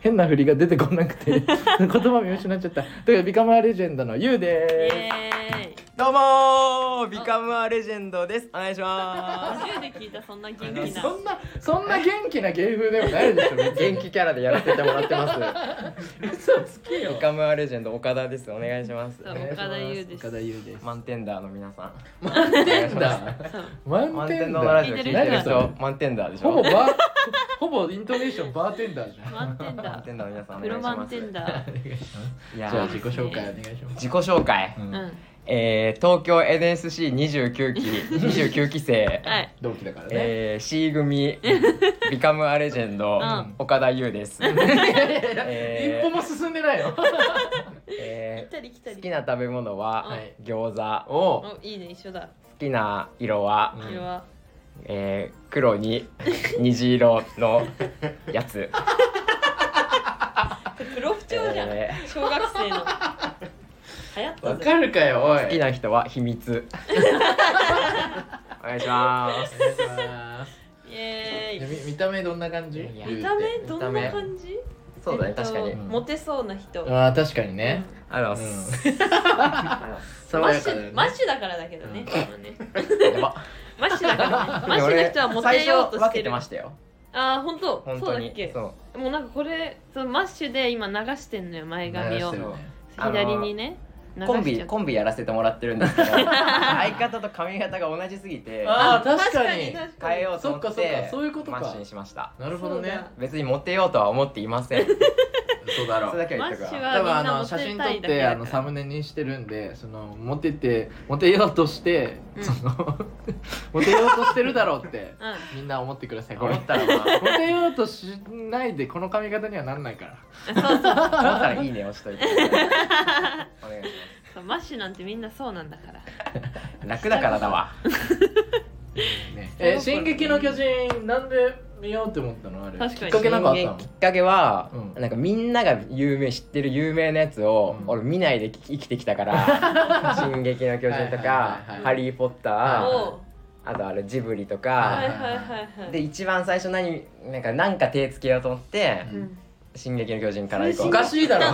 B: 変なふりが出てこなく て言葉見失っちゃったというかビカマーレジェンドのユウ
A: イ
B: で
A: エーイ
C: どうもービカムアレジェンドですお願いしま
A: 初めて聞いたそんな元気
B: す
A: な
B: そんなそんな元気な芸風でもないでしょ
C: す元気キャラでやらせてもらってます
B: 嘘つけよ
C: ビカムアレジェンド岡田ですお願いします
A: そう岡田優です
B: 岡田優です
C: 満点ダーの皆さん
B: 満点だ
A: そう
B: 満
C: 満
B: 点
C: 点のラ
B: だ
C: ジオ聞いて
B: 何
C: る
B: それ
C: 人満点ダーでしょ
B: ほぼバーほぼイントネーションバーテンダーじゃん
A: 満点
C: 満
A: だ
C: 点ダーの皆さん
A: プロ
C: お願い
A: 満
C: します
A: 点だ
C: い
B: じ
C: や
B: ゃあ
C: ー
B: 自己紹介お願いします
C: 自己紹介、
B: う
A: うんん
C: えー、東京 NSC29 期29期生、
A: はい
B: 同期だからね
C: えー、C 組ビカムアレジェンド、
A: うん
C: 岡田優です、
B: 一
C: え
B: 歩も進んでないよ
C: ーえ
A: 来たり来た
C: ー
A: り
C: 好きな食べ物は、
B: はい
C: 餃子好
B: おう
A: おいいね一緒だ
C: きな色は、
B: うん
A: 色は
C: えー黒に虹色のやつ、
A: プロ不調じゃん
C: え
A: 小学生の流行っ
B: わ
A: たぜ
B: かるかよおい
C: ー好きな人は 秘密お願いします
B: お願いします
A: イエーイ
B: み見た目どんな感じ
C: いや
B: ゆう
A: 見
B: った
A: 目
B: て
A: どんな感じ
C: そうだね
A: えっと
C: 確かに
A: モテそうな人
B: あー確かにね
C: あの、
B: うん
A: マッ
B: 爽や
A: シ
B: かだよ
A: ュ
B: ね
A: マッシュだからだけどね多分ね
C: やば
A: マッシュだからね マッシュの人はモテようと
C: 最初
A: し
C: 分け
A: て
C: て
A: る
C: ましたよ
A: あー本当
C: 本
A: そう
C: 当
A: だ
C: に
A: っけ
C: そう
A: もうなんかこれそのマッシュで今流してんのよ前髪
B: 流し
A: を
B: てるね
C: あの
A: 左にね流し
C: コン
A: ち
C: ビ
A: ゃっ
C: コンビやらせてもらってるん ですけど相方と髪型が同じすぎて
B: あー
A: た
B: 確かに
A: 確か
C: 変え
A: に
C: ようと思って
B: そっかそっかそういうことか
C: マッシュにしました
B: なるほど
A: そう
B: ね
A: だ
C: 別にモテようとは思っていません
B: そうだろ
C: それだけは
A: マ
C: 言
A: ッ
C: っと
A: シュ
C: くわ
B: 多分
A: はみん
B: あ
A: な
B: の
A: モ
B: 写
A: テ
B: 真
A: た
B: 撮っ
A: いだけ
B: てあの
A: だ
B: サ
A: か
B: ムネにしてるんでそのモテてモテようとして、
A: うん
B: その モテようとしてるだろうって
A: ら
B: みんな思ってくださいこれ
C: 思
B: モ
C: ったらまあ
B: テようとしないでこの髪型にはなんないから
C: 思ったらいいね押しとい てお願いし
A: うんマッシュなんてみんなそうなんだから
C: ます楽だからだわ
B: ねえー進撃の巨人」なんで見ようって思ったのあれ
A: 確かに
B: きっかけなんかあったの
C: 人間きっかけは、
B: うん
C: なんかみんなが有名知ってる有名なやつを、
B: うん
C: 俺見ないで生きてきたから「進撃の巨人」と
B: は
C: か
B: いはいはいはい
C: 「ハリー・ポッ
B: あ
C: ター」
A: おう
C: あとあれジブリと
A: はい
B: い
C: か、
A: はいはいはい
C: で一番最初何なんかなんか手つけようと思って
A: う
B: うん
C: 「進撃の巨人」から行こ
B: お
C: う
B: かしいだろ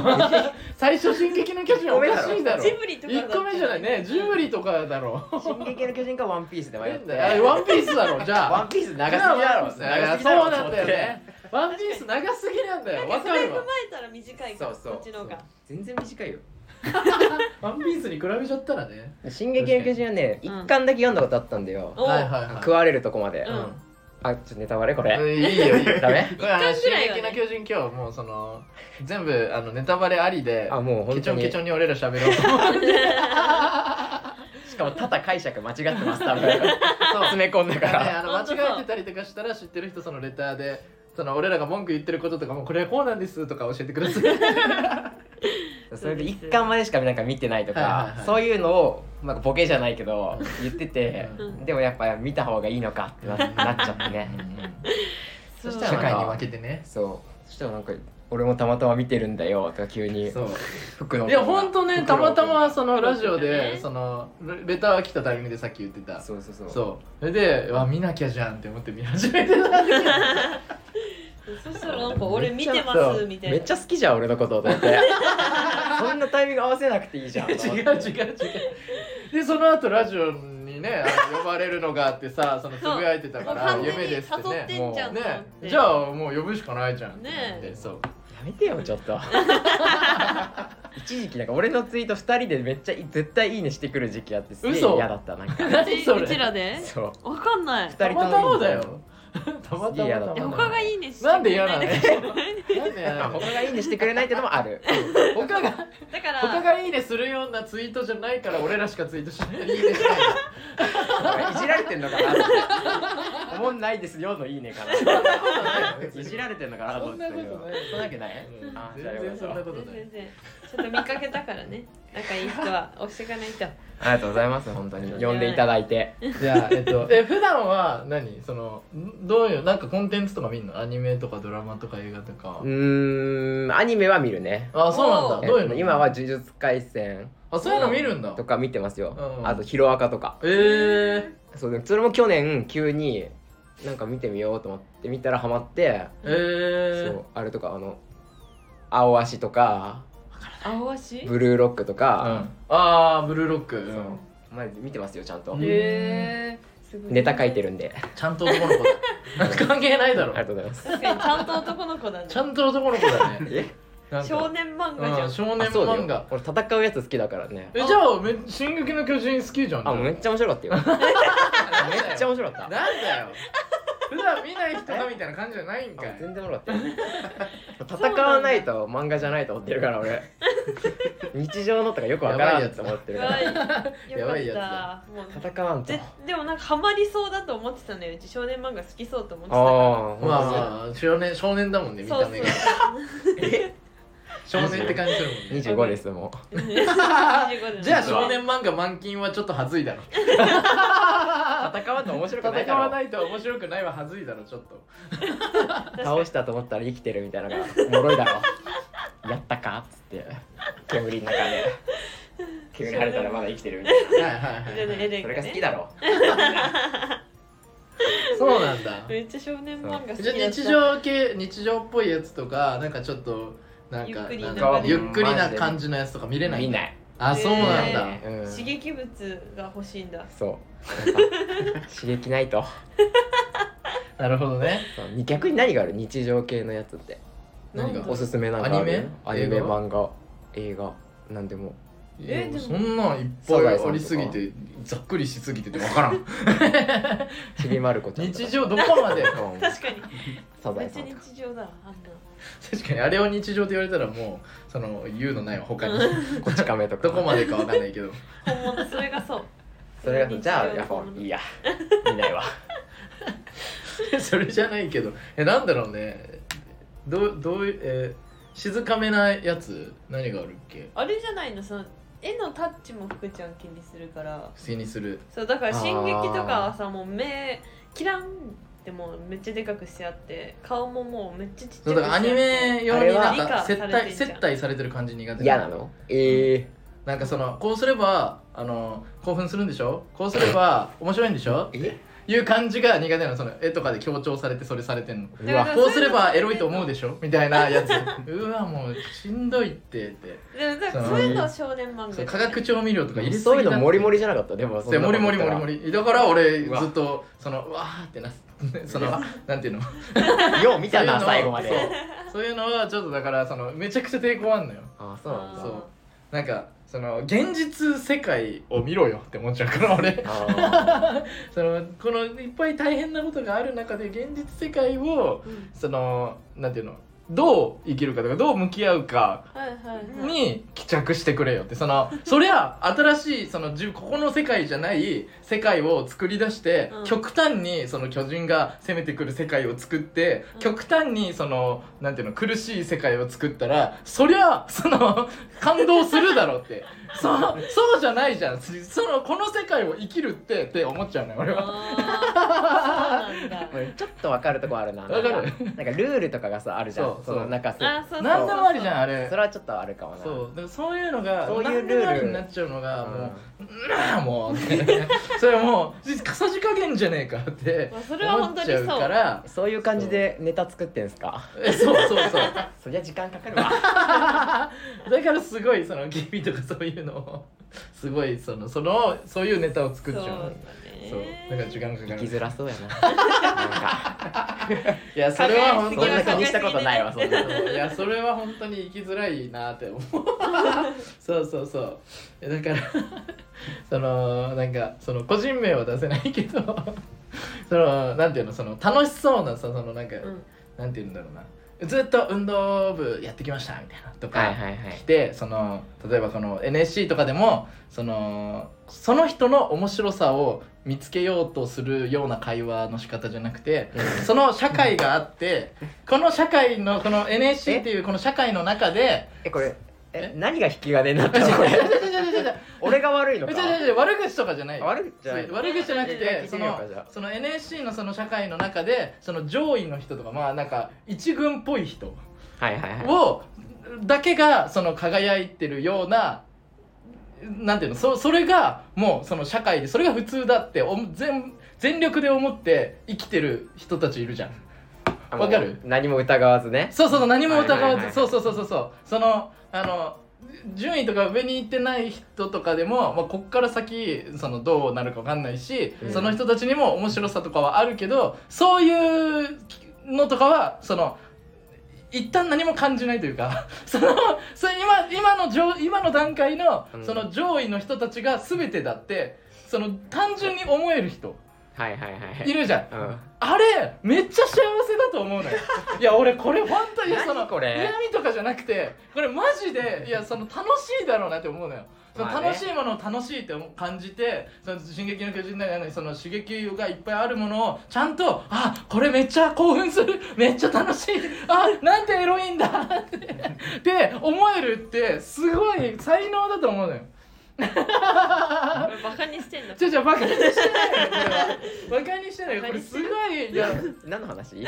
B: 最初「進撃の巨人」おかしいだろ
A: ジブリとかだっ
B: 1
A: た
B: 個目じゃないねジブリとかだろ
C: 「進撃の巨人」か「ワンピース」で迷って
B: あれワンピースだろじゃあ
C: ワンピース長すぎだろ
B: 長すぎだろそうなんだよねワンピース長すぎなん だよわ
A: そ
B: か
A: れ
B: る
A: 踏
B: わ
A: まえたら短いか
C: そ
A: ら
C: うそう
A: こっちの方が
C: 全然短いよ
B: ワンピースに比べちゃったらね
C: 「進撃の巨人」はね一巻だけ読んだことあったんだよ、
A: お
B: は
A: う
B: いはいはい
C: 食われるとこまで、
A: うん
C: あちょっとネタバレこれ、
B: うんいいよいいよ
C: ダメ
B: これあの
A: 一巻ぐ
B: 進
A: らいはね
B: 撃の巨人」今日もうその全部あのネタバレありで
C: あもう
B: ケ
C: 本
B: チ
C: 当
B: ョン
C: に
B: ケチョンに俺ら喋ろうと思って
C: しかもただ解釈間違ってます 多分詰め込んだか
B: だからね
C: ら
B: あの間違えてたりとかしたら知ってる人そのレターでその俺らが文句言ってることとかもこれはこうなんですとか教えてください
C: それで一巻までしかなんか見てないとか、
B: はいはいはい
C: そういうのをなんかボケじゃないけど言ってて、
A: うん
C: でもやっぱ見た方がいいのかってななっちゃって ね
B: うん
A: そう
C: そし
B: 社
C: たら
B: 会に負けてね
C: そうそしたらなんか俺もたまたま見てるんだよとか急に
B: そう
C: 服の
B: いや本当ねたまたまそのラジオ
A: 袋とか
B: で
A: ね
B: そのレレター来たタイミングでさっき言ってた
C: そうそうそう
B: そうそれでうわ見なきゃじゃんって思って見始めてた
A: そしたらなんか俺見てま
C: めっちゃそ
A: す
C: う
A: みたいな
C: めっちゃ好きじゃん俺のことと思って そんなタイミング合わせなくていいじゃ ん
B: 違う違う違うでその後ラジオにねあの呼ばれるのがあってさそのつぶやいてたか
A: もう
B: ら
A: 完全
B: 夢
A: に誘
B: ですって
A: っ
B: ね
A: てんじゃんと思っ
B: ね
A: て、
B: じゃあもう呼ぶしかないじゃんって
A: ね
B: でそう
C: やめてよちょっと 一時期なんか俺のツイート2人でめっちゃい絶対いいねしてくる時期あってすげえ
B: 嘘
C: 嫌だったなんか
A: うち
B: 何それ
A: うちらで
C: そう
A: わかんない
C: 二
B: た
C: 人
B: ま
C: と
B: た
C: も
B: ま
C: いいね
B: だよ たま
C: いや
B: た
C: だ
A: い
B: ま
A: や
B: たま
A: 他がいいねし
B: なんで嫌なの
A: だけど
B: なんでや
C: ま
B: な
C: あ
B: の
C: 他がいいねしてくれないってのもある
B: 他が
A: だから
B: 他がいいねするようなツイートじゃないから俺らしかツイートしないいいねしない
C: いじられてんのかなおもんないですよのいいねかない じられてんのかなと
B: そ
C: 思っ
B: ん
C: て
B: な
C: た
B: こ
C: け
B: と
C: ど
B: ない
C: そんなわけない
B: うん
C: あーじゃあ
B: 全
C: よか
B: 然
C: った
B: そんなことない
A: 全然ちょっと見かけたからね仲いい人 は押していかないと
C: ありがとうございます本当に呼んでいただいて
B: じゃあえっとえ普段は何そのんどういうなんかコンテンツとか見んのアニメとかドラマとか映画とか
C: うーんアニメは見るね
B: あそうなん
A: お
B: だ
A: ー
B: どういう
C: えっ
B: の
C: と今は呪術廻戦
B: あそういうの見るんだ
C: とか見てますよ、
B: うん
C: あとヒロアカとか
B: え
C: そうでもそれも去年急になんか見てみようと思って見たらハマって、
B: ー、え
C: そうあれとかあの「青足」とか
A: 青
C: 「
A: 足
C: ブルーロック」と
B: ーう
C: か、
B: ん、あーブルーロック、
C: そう
B: うん
C: まあ見てますよちゃんと、
B: うん
A: へえすごい
C: ネタ書いてるんで
B: ちゃんと男の子 だ関係ないだ
C: あ
B: ろ
C: りがとうございます
A: 確かにちゃんと男の子だね
B: ちゃんと男の子だ ね
C: え
B: なんか
A: 少年漫画じゃ
B: うんん、少年
C: あそうだ
B: 漫
C: よ
B: 画
C: 俺戦うやつ好きだからね
B: えじゃあめ「進撃の巨人」好きじゃん
C: あめっちゃ面白かったよめっちゃ面白か
B: な
C: った
B: んだ よ普段見ない人だみたいな感じじゃないんか
C: あ
B: い
C: 全然面白 かったよ戦わないと漫画じゃないと思ってるか ら俺日常のとかよくわからんと思ってる
A: や
C: か
A: ば
C: ら
A: いよか
B: やばいやつ
A: った
B: だ
A: もう
C: 戦わんと
A: ぜでもなんかハマりそうだと思ってたのようち少年漫画好きそうと思ってたか
C: ああ
B: まあまあ少年少年だもんね
A: ら
B: 見
A: そう
B: た
A: そう
B: 目が少年って感じするもんね
C: 25ですも
A: 25
B: じゃあ少年漫画満金はちょっとはずいだろ
C: う戦わんと面白くない
B: 戦
C: だろ
B: わないと面白くないははずいだろちょっと
C: 倒したと思ったら生きてるみたいなのが脆いだろ やったかっつって煙の中で煙晴れたらまだ生きてるみたい
B: はいはい
A: じゃあねエレン
C: なそ
A: が
C: れが好き
A: ね
C: だろ
B: そうなんだ
A: めっちゃ少年漫画好きだった
B: じゃあ日常系日常っぽいやつとかなんかちょっとなんか
A: ゆっくりな
B: なんかゆっくりな感じのやつとか見れない
C: 見ない
B: あそうなんだ、
A: へ
C: うん
A: 刺激物が欲しいんだ
C: そうやっぱ刺激ないと
B: なるほどね
C: そう逆に何がある日常系のやつって
B: 何
A: なん
B: が
A: だ
C: おすすめなんかある
B: アニメ
C: アニメ
B: 映画
C: 漫画映画なんでも
B: い
A: え
B: や
A: でも
B: そんなんいっぱいありすぎてざっくりしすぎてて分から ん
C: ちびまる子ちゃんとか
B: 日常どこまで
C: うん
A: 確かに
C: サザ
A: め
C: エ
A: っち
C: さ
A: ゃ
C: んとか
A: 日常だあんな
B: 確かにあれを日常って言われたらもうその言うのないわ他に
C: こち亀とか
B: どこまでか分かんないけど
A: 本物それがそう
C: それがじゃあやっぱいいや見ないわ
B: それじゃないけどえなんだろうねどうどういうえー静かめなやつ何があるっけ
A: あれじゃないのその絵のタッチも福ちゃん気にするから
B: 不正にする
A: そうだから「進撃」とかはさもう目キランってもうめっちゃでかくしてあって顔ももうめっちゃちっちゃくして
B: そうだからアニメ
C: あ
B: 用
C: れ
B: に
C: は
B: なんか接
A: 理解され
B: 待
A: てんじゃん
B: 接待されてる感じ苦手
C: 嫌なのええ
B: なんかそのこうすればあの興奮するんでしょこうすれば面白いんでしょ
C: え
B: いう感じが苦手なのその絵とかで強調されてそれされてんの
C: うわ
A: だから
B: こうすればエロいと思うでしょみたいなやつうわもうしんどいってって
A: でもだからそういうのは少年漫
B: そう
A: 画
B: 化学調味料とか入れすぎ
C: そういうのモリモ
B: リ
C: リじゃなかったでもそん
B: で
C: なこ
B: モ
C: と
B: リモリ
C: 言ったら
B: モリモリだから俺ず
C: うわ
B: っとそのうわーってな そのなんていうの
C: よう見たな
B: そうい
C: 最
B: う
C: 後
B: の
C: まで
B: そういうのはちょっとだからそのめちゃくちゃ抵抗あんのよ
C: あそうなん
B: そ
C: だ
A: そうう
B: なんかその現実世界を見ろよって思っちゃうから俺
C: あ
B: そのこのいっぱい大変なことがある中で現実世界を
A: うん
B: そのなんていうのどう生きるかとかどう向き合うか
A: はいはいはい
B: に帰着してくれよってそのそりゃ新しいその自ここの世界じゃない世界を作り出して、
A: うん
B: 極端にその巨人が攻めてくる世界を作って、
A: うん
B: 極端にその なんていうの苦しい世界を作ったらそりゃその感動するだろうってそそうじゃないじゃんそのこの世界を生きるってって思っちゃうね俺は
A: あーそうなんだ
C: ちょっとわかるとこあるな
B: わかる
C: なんなんかルールとかがさあるじゃ
B: そ
C: ん
B: う
C: その
B: そう
C: なんか
A: あそうそう
B: 何でもありじゃんあれ
C: それはちょっとあるかもな
B: そうでもそういうのが
C: そういうルー
B: 何
C: ル
B: でもありになっちゃうのが
C: うん
B: もう「なあ もう」それはもうかさじ加減じゃねえかって
A: まあそれは
B: 思
A: 本当
B: っ
A: に
B: ち
A: そう
B: ゃうから
C: そういう感じでネタ作ってんすか
B: えそうそうそう
C: そりゃ時間かかるわ
B: だからすごいそのギビとかそういうのをすごいそのそのそういうネタを作っちゃうのそうだから時間かか
C: 生き
B: る
C: づらそうやななんか
B: いやそれは本
C: そ
B: 当
C: ん
B: に
C: な気にしたことないわそんなの
B: いやそれは本当に生きづらいなって思うそうそうそういやだから そのなんかその個人名は出せないけどそのなんていうのその楽しそうなさそのなんか、
A: うん
B: なんていうんだろうなずっと運動部やってきましたみたいなとか、
C: はいはいはい
B: 来てその例えばこの NSC とかでもそのその人の面白さを見つけようとするような会話の仕方じゃなくてその社会があってこの社会のこの NSC っていうこの社会の中で
C: えこれえ
B: え
C: 何が引き金になったの
B: 違う
C: こ れ
B: 違う違う違う違う
C: 俺が悪いのか
B: 違う違う悪口とかじゃない
C: 悪いじゃないの
B: 悪口じゃなく
C: え
B: て
C: じ
B: そ
C: ゃあ
B: の
C: 聞いてみようかじゃあ
B: その NSC のその社会の中でその上位の人とかまあなんか一軍っぽい人
C: はいはいはい
B: をだけがその輝いてるようななんていうのそそれがもうその社会でそれが普通だってお全全力で思って生きてる人たちいるじゃん
C: あもう
B: わかる
C: 何も疑わずね
B: そうそうそう何も疑
C: はい
B: わ
C: はいは
B: ず
C: い
B: そうそうそうそうそうそのあの順位とか上に行ってない人とかでも、まあ、こっから先そのどうなるか分かんないし、
C: うん
B: その人たちにも面白さとかはあるけどそういうのとかはその一旦何も感じないというか そのそれ今今の上今の段階の
C: うん
B: その上位の人たちが全てだってその単純に思える人
C: はいはいはいはい
B: いるじゃん。
C: うん
B: あれめっちゃ幸せだと思うのよいや俺これ本当にその
C: 何これ
B: 嫌味とかじゃなくてこれマジでいやその楽しいだろうなって思うのよそ
C: まあ
B: の
C: ね
B: 楽しいものを楽しいって感じて「その進撃の巨人」ならないその刺激がいっぱいあるものをちゃんと「あこれめっちゃ興奮するめっちゃ楽しいあなんてエロいんだ」ってって思えるってすごい才能だと思うのよ。
A: バカにしてんの
B: じゃじゃバカにしてないよこれはバカにしてないよこれすごいいや
C: 何の 話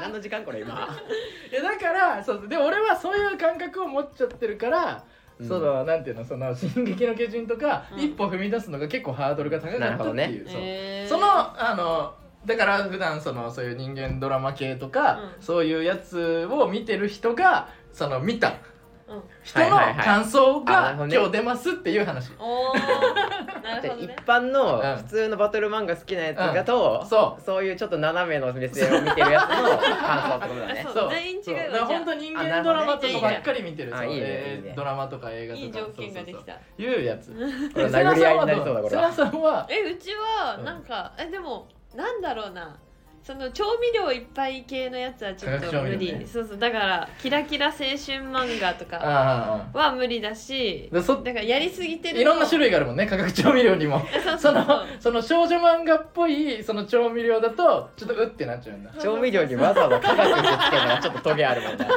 C: 何の時間これ今
B: いやだからそうで俺はそういう感覚を持っちゃってるから、
C: うん
B: そのなんていうのその「進撃の巨人」とか、
A: うん
B: 一歩踏み出すのが結構ハードルが高
C: な
B: か
C: る
B: っ
C: ほ
B: た
C: ど
B: っ
C: ね
B: ていう、そう
A: えー
B: そのあのだから普段そのそういう人間ドラマ系とか、
A: うん
B: そういうやつを見てる人がその見た
A: うん
B: 人の
C: はいはいはい
B: 感想
C: あなる
B: が
C: ほどね
B: 今日出ますっていう話、
A: おお なる
C: で
A: ほど
C: 一
A: ね
C: 般の
B: うん
C: 普通のバトル漫画好きなやつがと、
B: そう
C: そういうちょっと斜めの目線を見てるやつの 感想ってことだね
A: そう
B: そう
A: 全員違うわ
B: そうだから
A: じゃあ
B: 本当人間ドラマとかばっかり見てる
C: あ
B: そう
C: いいね
B: え
C: いいね
B: ードラマとか映画とか
A: いい条件がで
B: そう
A: きた
B: そうそういうやつ
C: これ殴り合いになりそうだこれ
B: セ
C: は
B: ラさんは
A: えうちはなんかえでもなんだろうなその調味料いっぱい系のやつはちょっ
B: 化学調
A: と無
B: 味
A: 理、
B: 料ね
A: そうそうだからキラキラ青春漫画と
B: あ
A: か
B: あああ
A: は無理だし
B: でそ
A: だからやりすぎてる
B: いろんな種
A: 類
B: 類があるもんね化学調味料 にも
A: そうそうそ
B: そうのその少女漫画っぽいその調味料だとちょっとうってなっちゃうんだ
C: 調味料にわざわざ化学ってつけるのがちょっとトゲあるもんね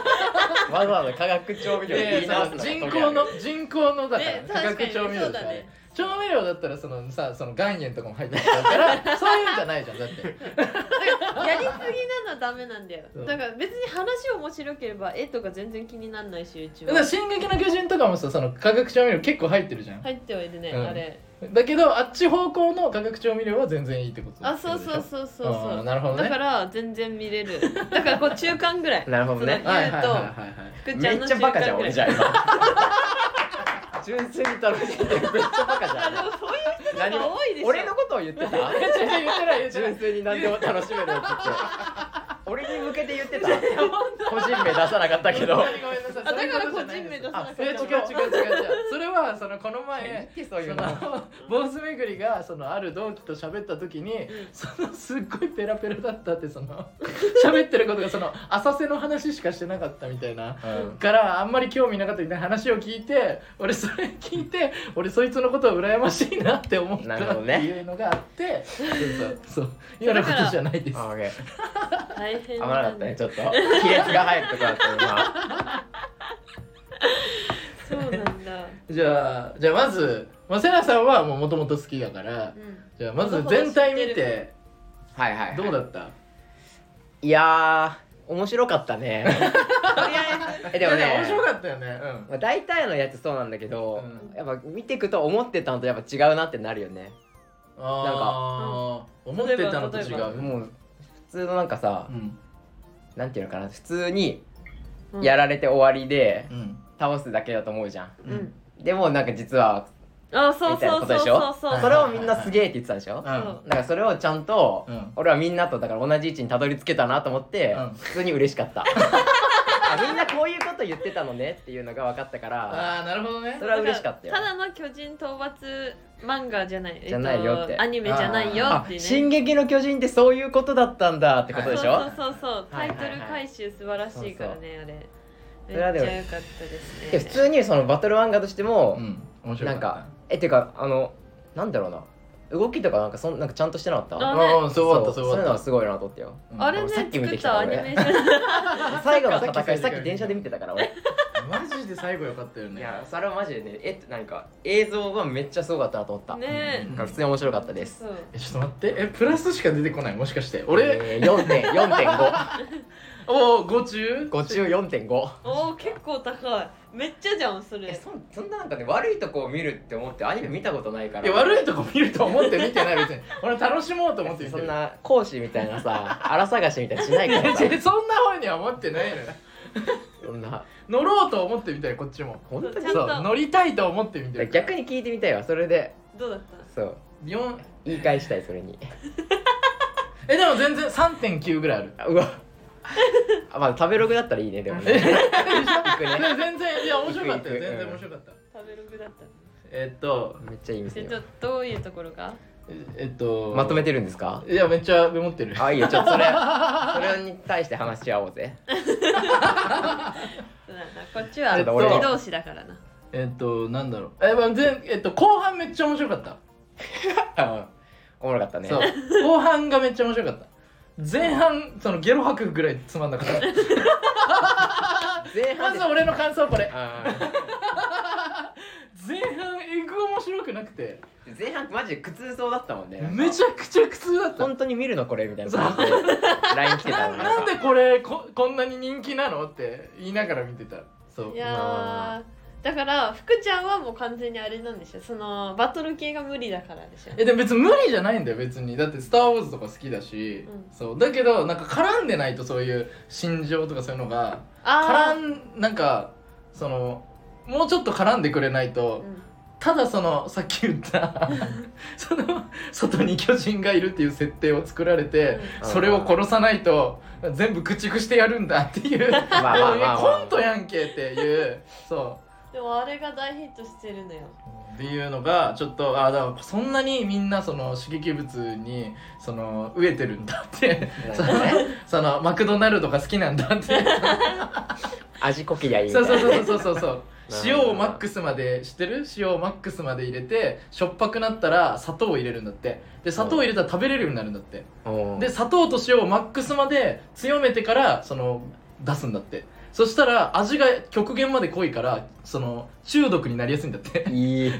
C: わざわざ化学調味料って言
B: で
C: い
B: そ
C: 直
B: の
C: すのがトゲある
B: 人工の人工のだから、
A: ね
B: 化
A: 確か
B: 学
A: に
B: 調味料
A: そうだ
B: だからね
A: ね
B: 調味料だったらそのさその岩塩とかも入ってる からそういうんじゃないじゃんだって
A: やりすぎなのはダメなんだよ
B: そう
A: だから別に話面白ければ絵とか全然気にならないしうち
B: だから「
A: は
B: 進撃の巨人」とかもさその化学調味料結構入ってるじゃん、
A: 入ってはいるね、
B: うん
A: あれ
B: だけどあっち方向の化学調味料は全然いいってこと
A: あそうそうそうそう
B: あ
A: そ
B: ー
A: う
B: なるほどね
A: だから全然見れるだからこう中間ぐらい
C: なるほどね
A: その
B: はい
A: 言
B: は
A: う
B: いはい
A: と、
B: はいはい
A: 福ちゃ
C: め
A: ん
C: っ
A: の
C: ちゃ
A: 中
C: バ
A: 間ぐ
C: カじゃん
A: ら
C: 俺
A: い
C: じゃん今純粋に楽しんでるめっちゃバカじゃん
A: でもそういう人
C: 何も
A: が多いでしょ
C: 俺のことを言っ てた
B: 言ってない言ってない言ってない
C: 純粋に何でも楽しめるやつって俺に向けて言ってた個人名出さなかったけど
B: 本当にごめんなさい
A: あだ
B: そうい
A: か
B: うこ
A: ら
B: と
A: 個
B: じゃ
A: 人
B: ないんで
A: 名出さな
B: す
A: かった
B: え違う違う違う違うそれはそのこの前
C: いいって
B: そ
C: そういうの
B: の坊主めぐりがそのある同期と喋った時にそのすっごいペラペラだったって その喋ってることがその浅瀬の話しかしてなかったみたいな
C: うん
B: からあんまり興味なかったみたいな話を聞いて俺それ聞いて俺そいつのことを羨ましいなって思った
C: な
B: っ
C: るほど
B: て
C: ね
B: いうのがあってそうそうそう今のことじゃないです
C: あオッケ
A: 大変
C: ー危
A: な
C: な
A: だ
C: んかったねちょっと亀裂が入るとこだった今
A: そうなんだ
B: じゃあじゃあまず、まあ、セナさんはもともと好きだから
A: うん
B: じゃあまず全体見て
C: はいはい、はい、
B: どうだった
C: いやー面白かったね
A: とりあえず
C: えでも
B: いや
C: ね
B: 面白かったよね
C: まあ、大体のやつそうなんだけど、
B: うん
C: やっぱ見ていくと思ってたのとやっぱ違うなってなるよね
B: うんああ思ってたのと違
A: 例えば
B: う
C: もう普通のなんかさ、
B: うん
C: なんていうのかな普通に
A: うん
C: やられて終わりで
B: うん
C: 倒すだけだと思うじゃん、
A: う
B: うん
A: ん
C: でもなんか実は
A: あそう
C: みたい
A: そ
C: な
A: う
C: こ
A: そ
C: と
A: う
C: で
A: そう
C: し
A: そう
C: ょ
A: そう
C: それをみんなすげえって言ってたでし
B: う
C: ょ
A: そ
B: ん
C: だからそれをちゃんと、
B: うん
C: 俺はみんなとだから同じ位置にたどり着けたなと思って、
B: うん
C: 普通に嬉しかった あみんなこういうこと言ってたのねっていうのが分かったから
B: ああなるほどね
C: それは嬉しかったよ
A: ただの巨人討伐漫画じゃない
C: じゃないよって
A: えとアニメじゃないよ
C: あ
A: ってね
C: 進撃の巨人」ってそういうことだったんだってことでしょ、
A: そうそうそうそうタイトル回収素晴らしいからね
C: そうそう
A: あれめっちゃ良かったですね
C: いや普通にそのバトル漫画としても、
B: うん面白かっ
C: なん
B: た
C: かえっていうかあのなんだろうな動きとかなんかそんなんかちゃんとしてなかった
A: あ
B: うんうんそうだった
C: そう
B: そうだっ
C: いうの
B: た
C: はすごいなと思ってよ
B: うん
A: あれね
C: さっき見
A: 作
C: て
A: っ
C: きた
A: たア
C: わ
A: ニ
C: 俺
A: メーション
C: 最後の戦
B: さ
C: いさ
B: っき
C: っき電車で見てたから俺
B: マジで最後良かったよね
C: いやそれはマジでねえなんか映像がめっちゃすごかったなと思った、
A: ね
C: なんか普通に面白かった です
A: そう
B: えちょっと待ってえプラスしか出てこないもしかして俺
C: えー、4.4.5
B: おお5中
C: 5中4.5
A: おお結構高いめっちゃじゃんそ
C: え
A: れ
C: そんそんななんかね悪いとこを見るって思ってアニメ見たことないから
B: いや悪いとこ見ると思って見てない別に俺楽しもうと思って見て
C: そ
B: る
C: んな講師みたいなさ 荒探しみたいなのしないから さ
B: いや違 うそんな方には思ってないのよ
C: そんな
B: 乗ろうと思ってみたいこっちも
C: 本当に
A: ちゃん
B: そ
A: と
B: う乗りたいと思ってみてる
C: 逆に聞いてみたいわそれで
A: どうだった
C: そう
B: 4
C: 言い返したいそれに
B: えでも全然3.9ぐらいある
C: あうわ あまあ食べログだったらいいねでもね 行くね
B: で全然いや面白かったよ
C: いくいく
B: 全然面白かった
A: 食べログだった
B: えっと
C: めっちゃいい
A: え
C: 店
A: っと
C: よ
A: どういうところが
B: ええっと
C: まとめてるんですか
B: いやめっちゃメモってる
C: あいいよちょっとそれそれに対して話し合お うぜ
A: そうだなこっちは
B: えっと
A: 鬼同士だからな
B: えっとなんだろうえまあ全えっと後半めっちゃ面白かった
C: うんおもろかったね
B: そう後半がめっちゃ面白かった前半そのゲロ吐くぐらいつまんなかった
C: 前
B: ま
C: 半で
B: ず俺の感想これ
C: あー
B: 前半エグ面白くなくて
C: 前半マジで苦痛そうだったもんね
B: めちゃくちゃ苦痛だった
C: 本当に見るのこれみたいな感じで LINE 来てた の
B: ななんでこれここんなに人気なのって言いながら見てたそう
A: いやーだから福ちゃんはもう完全にあれなんでしょそのバトル系が無理だからでしょ
B: えでも別に無理じゃないんだよ別にだって「スター・ウォーズ」とか好きだし、
A: うん
B: そうだけどなんか絡んでないとそういう心情とかそういうのが絡
A: あー
B: んなんかそのもうちょっと絡んでくれないと、
A: うん
B: ただそのさっき言ったその外に巨人がいるっていう設定を作られて、
C: うん
B: それを殺さないと全部駆逐してやるんだっていう
C: ま あまあまあまあ
B: コントやんけっていうそ
A: でもあれが大ヒットしてるのよ
B: うっていうのがちょっとああだからそんなにみんなその刺激物にその飢えてるんだって その そのマクドナルドが好きなんだって
C: 味こきりゃいいみた
B: そ
C: いうな
B: そうそうそうそうそう
C: なる
B: 塩
C: ほど
B: をマックスまで知ってる塩をマックスまで入れてしょっぱくなったら砂糖を入れるんだってで砂糖を入れたら食べれるようになるんだって
C: うん
B: で砂糖と塩をマックスまで強めてからその出すんだってそしたら味が極限まで濃いからその中毒になりやすいんだって
C: いい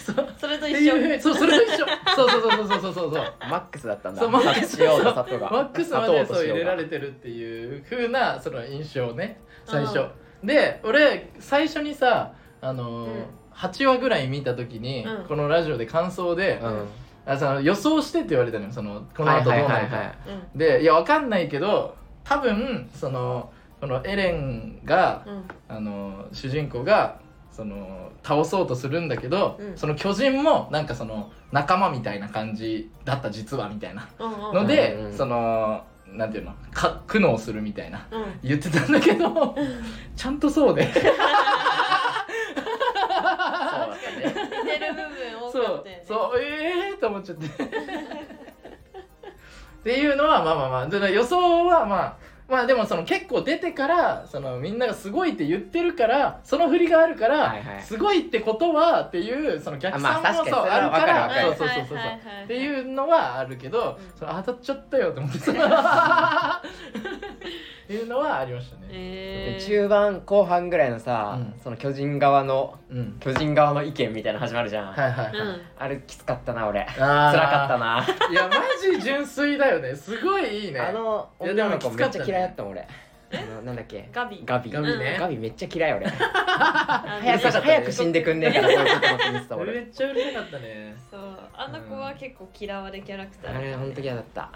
B: そう
A: それと
B: って
A: 一緒
B: いうそうそれと一緒そうそうそうそうそうそうそう
C: マックスだったんだ
B: そうマックス
C: 塩と砂糖が
B: マックスまで
C: 砂
B: そ
C: 糖と
B: う入
C: 塩
B: れ
C: が
B: られてるっていう風なその印象ね最初で俺最初にさあのー
A: うん
B: 8話ぐらい見た時に、
A: うん
B: このラジオで感想で、
C: うん
B: あその予想してって言われたのよそのこの後どうなるか、
C: はいはいはいはい
A: うん
B: でいやわかんないけど多分そのこのエレンが
A: うん
B: あの主人公がその倒そうとするんだけど、
A: うん
B: その巨人もなんかその仲間みたいな感じだった実はみたいな
A: うんうんうん
B: ので、
C: うん
B: そのなんていうのか苦悩するみたいな
A: うん
B: 言ってたんだけ どちゃんとそうで
C: そうだったね
A: 似てる部分多
B: そ
A: かっ
B: う
A: たよね
B: そうええー、と思っちゃってっていうのはまあまあまあだから予想はまあまあでもその結構出てからそのみんながすごいって言ってるからその振りがあるから、
C: はいはい
B: すごいってことはっていうその逆
C: あ
B: 算
C: まあ
B: も
C: 確
B: そ
C: か
B: う
C: にそれ
B: ある
C: は
B: か
C: わかる
B: ら
C: わ
B: そう
C: か
B: そうそうそうそう
A: っ
B: って
A: う
B: いうのはあるけど、
A: うん
B: その当たっちゃったよと思ってそのいうのはありましたね。
A: えー、
C: 中盤後半ぐらいのさ、
B: うん
C: その巨人側の
B: うん。
C: 巨人側の意見みたいなの始まるじゃん、
B: はいはい、はい。
A: うん
C: あれきつかったな俺
B: 辛
C: 辛かったな
B: たいやマジ純粋だよねすごいいいね
C: あの
B: いやで
C: 女
B: も
C: の子めっちゃ嫌いだ
B: き
C: ったもん俺あのなんだっけ
A: ガビ
C: ガビ
B: ガビね
C: ガビめっちゃ嫌い俺
A: あの
C: 早く
B: そう
C: 早く死んでくんねえからそういうこと思って見てた
B: め
C: 俺
B: っちゃうるさかったね
A: そうあの子は結構嫌われキャラクターだ
C: あ
A: から
C: れ
A: ね
C: 本当嫌だった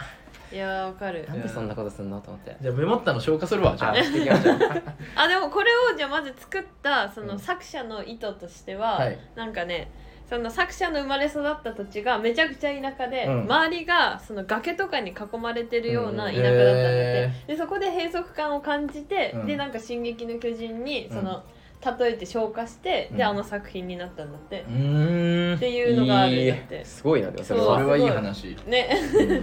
A: いやーわかる
C: なんでそんなことすんのと思って
B: じゃあメモったの消化するわじゃ
C: あしてきましょう
A: あでもこれをじゃあまず作ったそ
B: うん
A: の作者の意図として
B: あ
A: は、
B: はい
A: なんかねその作者の生まれ育った土地がめちゃくちゃ田舎で、
B: うん
A: 周りがその崖とかに囲まれてるような
C: うん
A: 田舎だったんだって、
B: へ
A: でそこで閉塞感を感じて、
B: うん
A: でなんか「進撃の巨人に」
B: うん
A: その例えて消化して、
B: うん
A: であの作品になったんだって、
B: うーん
A: っていうのがあるんだって。
C: いいすごいなでもそれ
A: そう
B: それ
C: は
B: はいい話
A: ね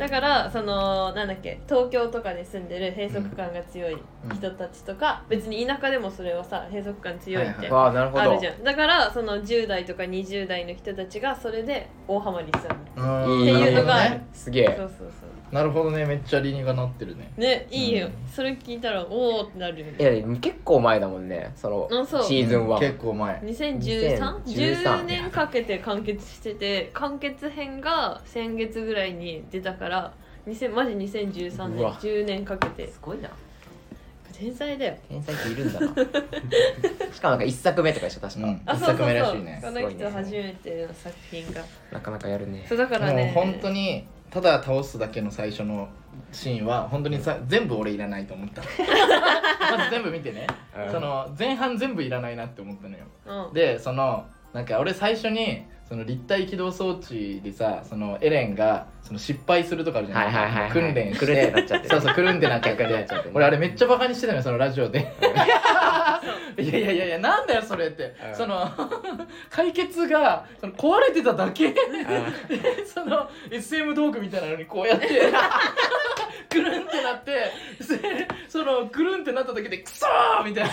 A: だからそのなんだっけ東京とかに住んでる閉塞感が強い人たちとか、別に田舎でもそれはさ閉塞感強いっ
B: はい
A: て
B: は
A: あ
C: わあなるほど
A: るじゃん、だからその10代とか20代の人たちがそれで大ハマりしちゃうの
B: って
A: いっていうのがある
C: すげ
A: そ
C: え
A: うそうそ
B: なるほどねめっちゃ理にがなってるね
A: うねいいよ、
B: うん
A: それ聞いたらおおってなるよね
C: いやでも結構前だもんねその
A: うんそう
C: シーズン
B: 結
C: 1
B: 構前
A: 2013?
C: 2013
A: 10年かけて完結してて完結編が先月ぐらいに出たから2000マジ2013年
C: うわ
A: 10年かけて
C: すごいな
A: 天才だよ
C: 天才っているんだなしかもなんか1作目とかでしょ確か、
B: うん
A: あ
B: 一
A: そう
B: 作
A: そうそ
B: 目らし
A: う
B: いね
A: この人初めての作品が
C: なかなかやるね
A: そうだから
B: もう
A: ね
B: 本当にただ倒すだけの最初のシーンは本当にさ全部俺いらないと思った まず全部見てね、
C: うん
B: その前半全部いらないなって思ったのよ
A: うん
B: でそのなんか俺最初にその立体起動装置でさそのエレンがその失敗するとかあるじゃ
C: は
B: ないい,、
C: はいはい、はい、
B: 訓練し
C: 狂って
B: て
C: なっちゃって
B: そうそうくるんでなっちゃって
C: 狂ってなっちゃってね
B: 俺あれめっちゃバカにしてたのよそのラジオでいやいやいやいやなんだよそれって
C: うん
B: その 解決がその壊れてただけ
C: う
B: その SM 道具みたいなのにこうやって くるんってなってでそのくるんってなっただけでクソーみたいな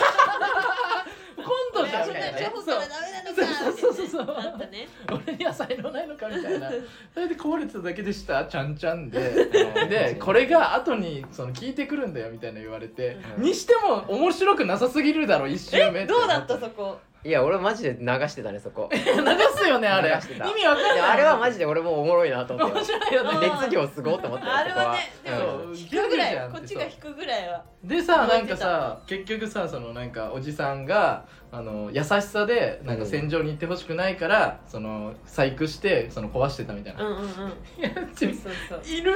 B: 今度じゃんみたいなね
A: 情報からダメなのか
B: そう そうそうそう
A: あったね
B: 俺には才能ないのかみたいな それで壊れてただけでしたちゃんちゃんで
C: ん
B: でこれが後にその聞いてくるんだよみたいな言われて、
C: うん
B: にしても面白くなさすぎるだろ一周目
A: どうだったそこ
C: いや俺マジで流してたねそこ
B: 流すよねあれ意
C: 流してた
B: 味わかんない
C: いやあれはマジで俺もおもろいなと思って
B: 面白いよね
A: うん
C: 熱量すごいと思って
A: あれはね
C: そ
A: で
C: こ
A: も
B: うん
A: 引くぐら
B: ギャグじゃん
A: い
B: って
A: こっちが引くぐらいは
B: でさ
A: 覚
B: な
A: え
B: ん
A: て
B: か
A: た
B: さ結局さそのなんかおじさんがあの優しさでなんか戦場に行ってほしくないから、その細工してその壊してたみたいな、
A: うんうんうん そう
B: いやち
A: そうそう
B: いる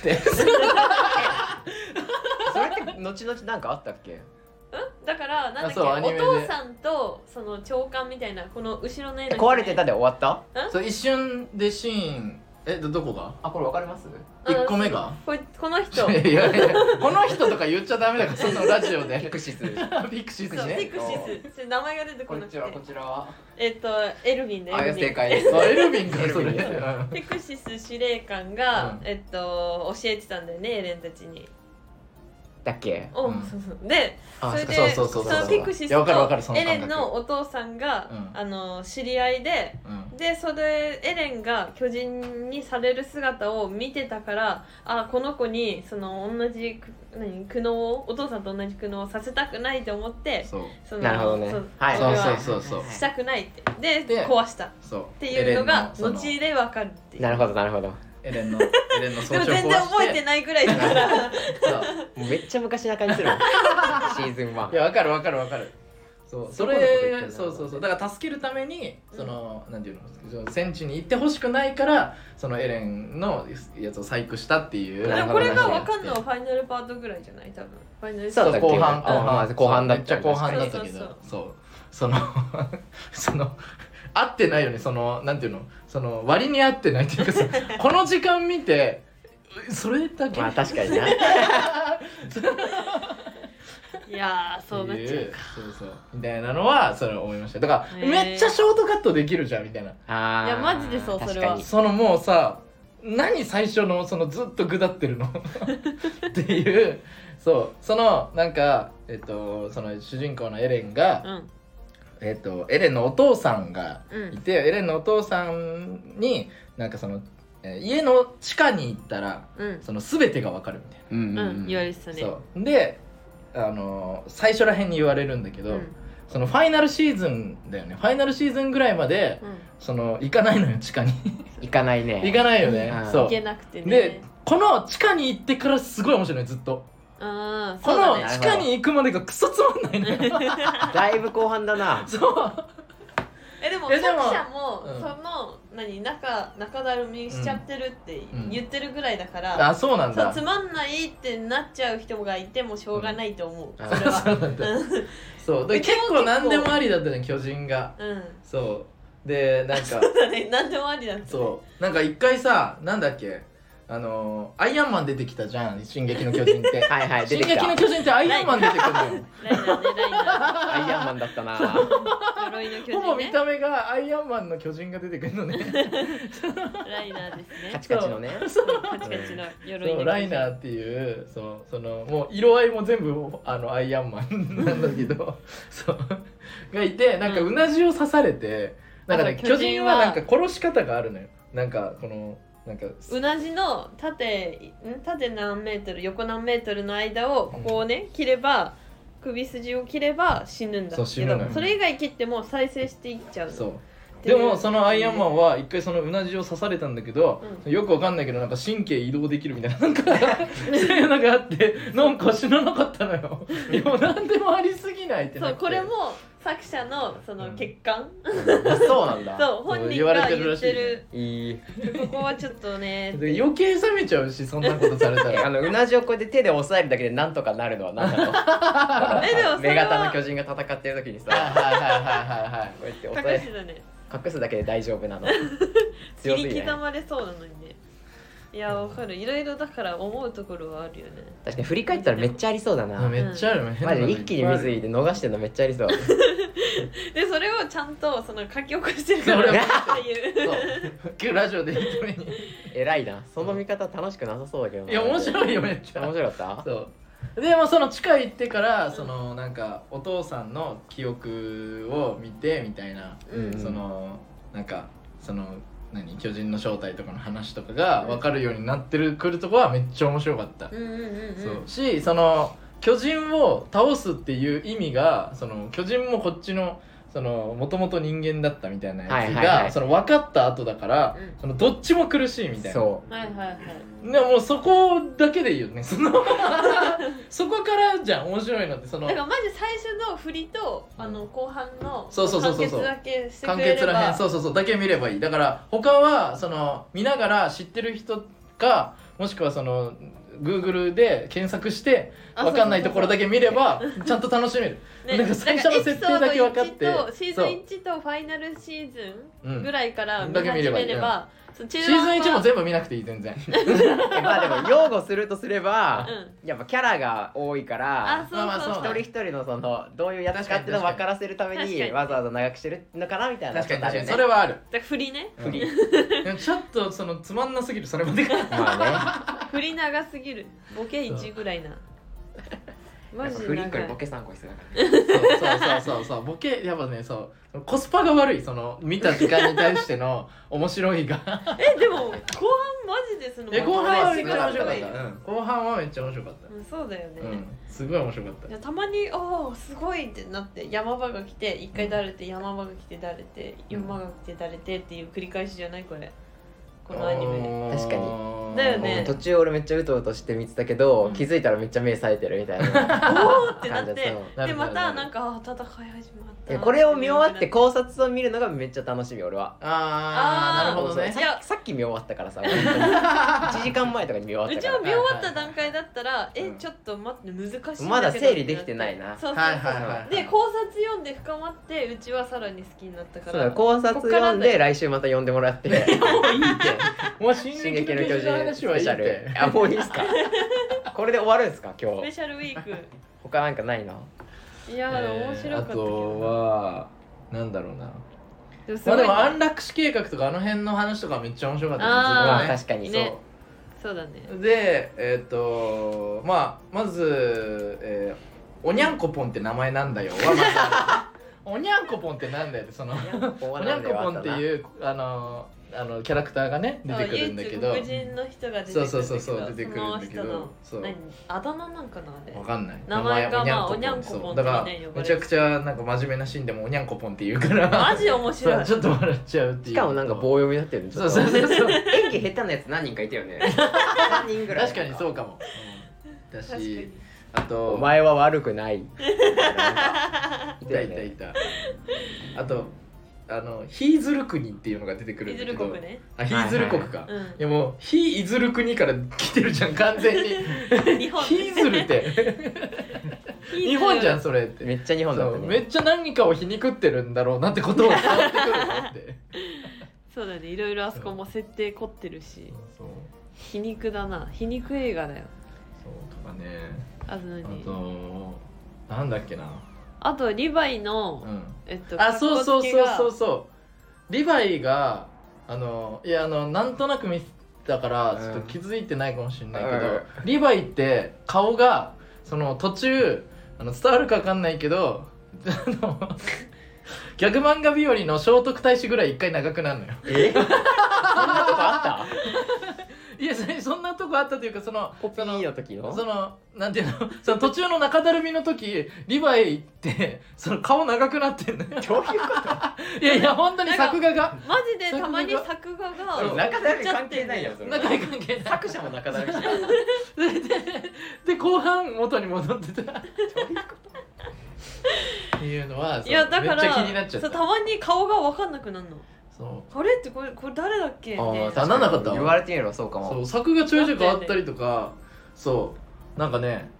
B: って
C: それって後々なんかあったっけ
A: だからなんだっけ
B: そうアニメ
A: お
B: で
A: 父さんとその長官みたいなこの後ろの絵の人ね
C: 壊れてたで終わっ た
B: そう一瞬でシーンえどどこが
C: あこれわかります
A: うん
B: 1個目が
A: こいこの人
B: いやいやいやこの人とか言っちゃダメ だからそのラジオで
C: ピクシス
B: ピクシス
A: そうテ
B: ね
A: クシスそれ名前が出て こなくて
C: ちらは
A: えっとエルヴィンだ
C: あ
A: エルヴィン
C: 正解です
B: あエルヴィン
C: エ
B: か
C: ル
B: そ
C: ヴィ
B: れ
C: ンです
B: うん
A: テクシス司令官が、
B: うん
A: えっと教えてたんだよねエレンたちに。
C: だっけ
A: お
B: うん
A: そうそうでそ
B: あ
A: れ
B: そ
A: で
B: うそうそうそう
A: のテクシ
B: い
A: ス
B: やわかるわかる
A: と
B: その
A: エ
B: 感
A: レ
B: 覚
A: ンのお父さんが、
B: うん
A: あの知り合いで。
B: うん
A: でそれエレンが巨人にされる姿を見てたからあこの子にその同じく何苦悩をお父さんと同じ苦悩をさせたくないと思って
B: そう
A: その
C: なるほどね
A: そう
C: はい
A: それ
B: そう
A: は
B: そうそうそう
A: したくないって
B: で
A: で壊したっ
B: そうって
A: いうのが
B: その
A: 後で分かるっていう
C: なるほどなるほども
B: エレンのエレンの装
A: で
B: 置
A: も
B: を
A: 全然覚えて
B: い
A: ないぐらいだから
C: うめっちゃ昔な感じするもんシーズン1
B: いやわかるわかるわかるそうそ
C: そういうこと言ってん
B: れ
C: だ
B: そうそうそうだから助けるためにその、なんていうのその戦地に行ってほしくないからそのエレンのやつを細工したっていう
A: で
C: なる
A: も
C: ほ
A: こ
C: ど
A: れが分かんのはファイナルパートぐらいじゃない多分ファイナル
C: そうだっけ
B: 後半
C: あまあ後半だった
B: めっちゃ後半だったけど
A: そう
B: そうその その合ってないよねそのなんていうのその割に合ってないっていう かさこの時間見てそれだけ、
C: まあ確かにな
A: いやーそうなっ
B: って
A: ちゃ
B: いう
A: う
B: そうそうみたいなのはそれ思いましただから、
A: へー
B: めっちゃショートカットできるじゃんみたいな
C: あー
A: いやマジでそうそれは
C: 確か
B: そのもうさ何最初のそのずっとぐだってるの っていうそうそのなんかえっとその主人公のエレンが、
A: うん
B: えっとエレンのお父さんが
A: う
B: い
A: ん
B: てエレンのお父さんになんかそのえー家の地下に行ったら
A: うん
B: その全てがわかるみたい
C: うん
A: うん、言われ
C: る
A: てた
B: な、
A: ね
B: そうであのー最初らへんに言われるんだけ
A: う
B: ど、
A: ん
B: そのファイナルシーズンだよねファイナルシーズンぐらいまで
A: うん
B: その行かないのよ地下に
C: 行かないね
B: 行かないよね、
C: うん
B: そ
A: 行
B: う
A: けなくてね
B: でこの地下に行ってからすごい面白いのずっと、
A: うん
B: こ
A: そう
B: の
A: だね
B: 地下に行くまでがクソつまんないのよ
C: だいぶ後半だ な
B: そう
A: えでも
B: え
A: 作
B: でも
A: 者も
B: うん
A: その何仲仲だるみしちゃってるって
B: ん
A: 言ってるぐらいだから、
B: あそうなん
A: そう
B: だ
A: つまんないってなっちゃう人がいてもしょうがないと思う、
C: うん
A: それは
B: そうなんだそうで
A: うちも
B: 結構何でもありだったね巨人が
A: うん、うん、
B: そうでなんか
A: そうだね何でもありなんだね
B: そうなんか一回さなんだっけあのーアイアンマン出てきたじゃん「進撃の巨人」って
C: はいはい出
B: 進
C: てき
B: 撃
C: た
B: の巨人ってアイアンマン出てくるのよ
A: ライナーねライナ
C: アイアンマンだったな
A: ー呪いの巨
B: ほぼ
A: 人
B: 見
A: ね
B: た目がアイアンマンの巨人が出てくるのね
A: ライナーですね
C: カチカチのね
A: うんカチカチの鎧の巨人
B: そうライナーっていうそうそのもう色合いも全部あのアイアンマンなんだけ どそうがいてなんか
A: う
B: うなじを刺されて、なんかね
A: あの
B: 巨
A: 巨
B: 人
A: 人
B: は
A: は
B: なんか殺し方があるのよなんかこのなんか
A: うなじの縦ん縦何メートル横何メートルの間をここをね切れば首筋を切れば死ぬんだ
B: そう死
A: け
B: ぬ
A: ど
B: のよ
A: それ以外切っても再生していっちゃうの
B: そうでもそのアイアンマンは一回そのうなじを刺されたんだけど、
A: う
B: よくわかんないけどなんか神経移動できるみたいな なんかそういうのがあってなんか死ななかったの よでも何でもありすぎないってな
A: そ
B: っ
A: う
B: て
A: これも作者のそうの
B: ん
A: 欠陥、
C: そうなんだ
A: そう本人
B: 言われ
A: が
B: てる
A: 言
B: ら
A: っ
B: しい
A: て
B: ね
A: る
C: いい
A: ここはちょっとね
B: で余計冷めちゃうしそんなことされた
C: えあ
B: ら
C: のうなじをこうやって手で押さえるだけでなんとかなるのは何 だろうあの
A: えでもそれ
C: 女
A: は
C: 型の巨人が戦ってる時
B: は
C: に
B: い
C: さ
B: はいはいはいはい
C: こうやって
A: 隠
C: 押さえ
A: してたね
C: 隠すだけで大丈夫なの強
A: 切
C: すぎ
A: り
C: ない
A: 刻まれそうなのにねいやわかるいろいろだから思うところはあるよね
C: 確かに振り返ったらめっちゃありそうだ
B: あ
C: な
B: めっちゃあるね、変
C: マ
B: な
C: ジ
B: の
C: で
B: いっぱいある
C: 一気に水いで逃してるのめっちゃありそう
A: でそれをちゃんとその書き起こしてるからってい う
B: そう今日ラジオで言うために
C: 偉いなその見方楽しくなさそうだけどない
B: や面白いよめっちゃ
C: 面白かっ
B: そうでもその地下行ってからそのなんかお父さんの記憶を見てみたいな、
A: うん
C: うん
B: そのなんかその何巨人の正体とかの話とかが分かるようになってるくるとこはめっちゃ面白かった、
A: うんうんうんうん
B: そうしその巨人を倒すっていう意味がその巨人もこっちのそのもともと人間だったみたいなやつが、
C: はいはいはい
B: その分かった後だから、
A: うん
B: そのどっちも苦しいみたい
C: た
B: な
C: そう
A: はいはいはい
B: でももうそこだけでいいよね そのそこからじゃん面白いのってその
A: だからマジ最初の振りとあの後半の
B: そうそうそうそうそ
A: 完
B: う
A: 結だけしてく
B: 完
A: れ
B: 結
A: れ
B: らへん
A: ば
B: そうそうそうだけ見ればいいだから他はその見ながら知ってる人かもしくはその Google で検索して
A: あ
B: 分かんないところだけ見ればちゃんと楽しめる、なんか最初の設定だけ分かって
A: なんエピソード1とシーズン
B: そう
A: 1とファイナルシーズ
B: うん
A: ンぐらいから
B: うん
A: 見始めれば,、
B: だけ見れば
A: そう
B: シ
A: 中
B: ーズ
A: 盤は
B: ン1も全部見なくていい全然
C: えまあでも擁護するとすれば、
A: う
C: やっぱキャラが多いから
A: あそうそうそう,、
B: まあまあそ
C: 一人一人のそのどういうやつかっていうのを分からせるため
A: 確
C: に
A: かに
C: わざわざ長くしてるのかなみたいな
B: 確かに
C: ち
B: 確か
C: ょっとあるよ
B: に
C: ね
B: それはある、
A: だから振りね
C: フリー
B: でもちょっとそのつまんなすぎるそれまでが
C: まあ
A: 振り長すぎるボケ1ぐらいな
C: ね
A: マジ
C: フ
A: で
C: リック
A: 長
C: に
A: い
C: ボケ3個必要だからね
B: そうそうそうそうボケやっぱねそうコスパが悪いその見た時間に対しての面白いが
A: えでも後半マジでその
B: え後半はめっ
A: ぐ
B: ちゃ
A: ら
B: 面
A: い
B: 白かった、後半はめっちゃ面白かっ
A: うん、そうだよね、
B: た、うん、すごい面白かっ
A: いやたまに「おおすごい!」ってなって山場が来て一回だれて山場が来てだれて山場が来てだれてっていう繰り返しじゃないこれこ
B: た
A: のアニ メ
C: 確か
B: に
A: だよね
C: 途中俺めっちゃうとうとして見てたけど、気づいたらめっちゃ目冴えてるみたいな
A: おおってなっ
C: 感じ
A: て
C: そう
B: なる
A: で
B: ほ
A: ま
B: ど
A: たなんかあー戦い始まっ
C: で
A: た
C: これを見終わって考察を見るのがめっちゃ楽しみ俺は。
B: あーあなるほど
C: そう
B: ね
A: い
C: そう
A: や
C: ささっき見終わったか らさ1時間前とかに見終わっ
A: う
C: た
A: ち
C: か
A: も
C: ら
A: 見終わった段階だったら、
C: ん
A: えちょっと待って難しいんだけど
C: まだ整理できてないな
A: そうそうそう、
B: はいはいはい
A: で考察読んで深まってうちはさらに好きになったか
C: そうだ
A: ら
C: 考察読ん
A: こっ
C: で
A: か
C: 来週また読んでも らって
B: もういいってもう「進
C: 「進
B: 撃
C: 撃
B: の
C: の巨
B: 巨人」の
C: 人
B: 話
C: ス
B: は
C: ペ
B: いい
C: シ
B: っ
C: ャル
B: て」
C: あもういいですかこれで終わるんですか今
A: らスペ
C: 日
A: シャルウィー ク
C: 他なんかないの
A: いやー、面白かったけ
B: あと
A: ど
B: はなんだろうな
A: でもす
B: ま
A: ご
B: あ
A: いね
B: でも安楽死計画とかあの辺の話とかめっちゃ面白かった
A: あー
C: ま
B: ね
C: あ確かに、
B: そう
A: ねそうだね
B: でえっ、と まあまず、えーおにゃんこぽんって名前なんだよ」はまずあるおにゃんこぽんってなんだよってそのおにゃんこぽんって
C: う
B: いうあのあのキャラクターがね出てくるんだけど
A: そう唯一黒人の人が出てく
B: そ
A: るんだけど
B: うそうそうそう出てくるんだけ
A: その
B: どそ
A: 人の
B: う
A: 何あだ名なんかなあれ
B: わかんない
A: 名前がまあ
B: そ
A: お
B: う
A: にゃんこぽんってね
B: だから
A: 呼ばれて
B: めちゃくちゃなんか真面目なシーンでもおにゃんこぽんって言うから
A: マジ面白
B: そう
A: い
B: ちょっと笑っちゃうってい
C: し
B: う
C: かもなんか棒読みになってるん
B: そうそうそうそう
C: 演技下手なやつ何人かいたよね3人ぐらい
B: 確かにそうかも、うんだ
A: 確かに
B: しあと
C: お前は悪くない
B: いたいたいたあとあのヒーズル国っていうのが出てくる
A: い
B: ん
A: ず
B: だけ
A: る
B: ど
A: 国ね
B: あヒーズル国か、
A: う
B: いやもう「ひ」「いずる国」から来てるじゃ ん完全に
A: ん日
B: 「
A: 本
B: ひ」「いずる」って日本じゃんそれって
C: めっちゃ日本だ
B: そ
C: った
B: うめ
C: ね
B: っちゃ何かを皮肉ってるんだろうなってことを伝わってくるなって
A: そうだねいろいろあそこも設定凝ってるし
B: そう
A: 皮肉だな皮肉映画だよ
B: そうとかね
A: あと
B: あ
A: 何
B: となんだっけな
A: あとリヴァイ
B: う
A: の
B: ん
A: えっと
B: あそうそうそうそう
A: う
B: そうリヴァイがあのいやあのなんとなく見てたからちょっと気づいてないかもしれないけど、
C: うん
B: リヴァイって顔がその途中あの伝わるかわかんないけどあのギャグ漫画日和の聖徳太子ぐらい一回長くなるのよ
C: えそんなとこあっ
B: いやそそんなとこあったというかその
C: たポピ
B: その
C: ーの時の
B: そのなんていうのその途中の中だるみの時リヴァイってその顔長くなってんのよ
C: どういうこ
B: い やいや本当に作画が
A: マジでたまに作画
B: そう
A: が
C: 中だるみ関係ないやんそれ
B: 仲良く関係ない
C: 作者も中だるみ じゃんど
B: でで で後半元に戻ってたっ
C: ういうこ
B: ていうのはそう
A: いやだか
B: めっちゃ気
A: ら
B: になっちゃっ
A: そ
B: た
A: うたまに顔が分かんなくなるの
B: そう
A: あれってこれこれ誰だっけみ
B: あー
A: たい
B: だ
A: な
B: あなんなかった
C: 言われてみればそうか
B: そ
C: も
B: う作画ちょいちょい変わったりとかそうなんかね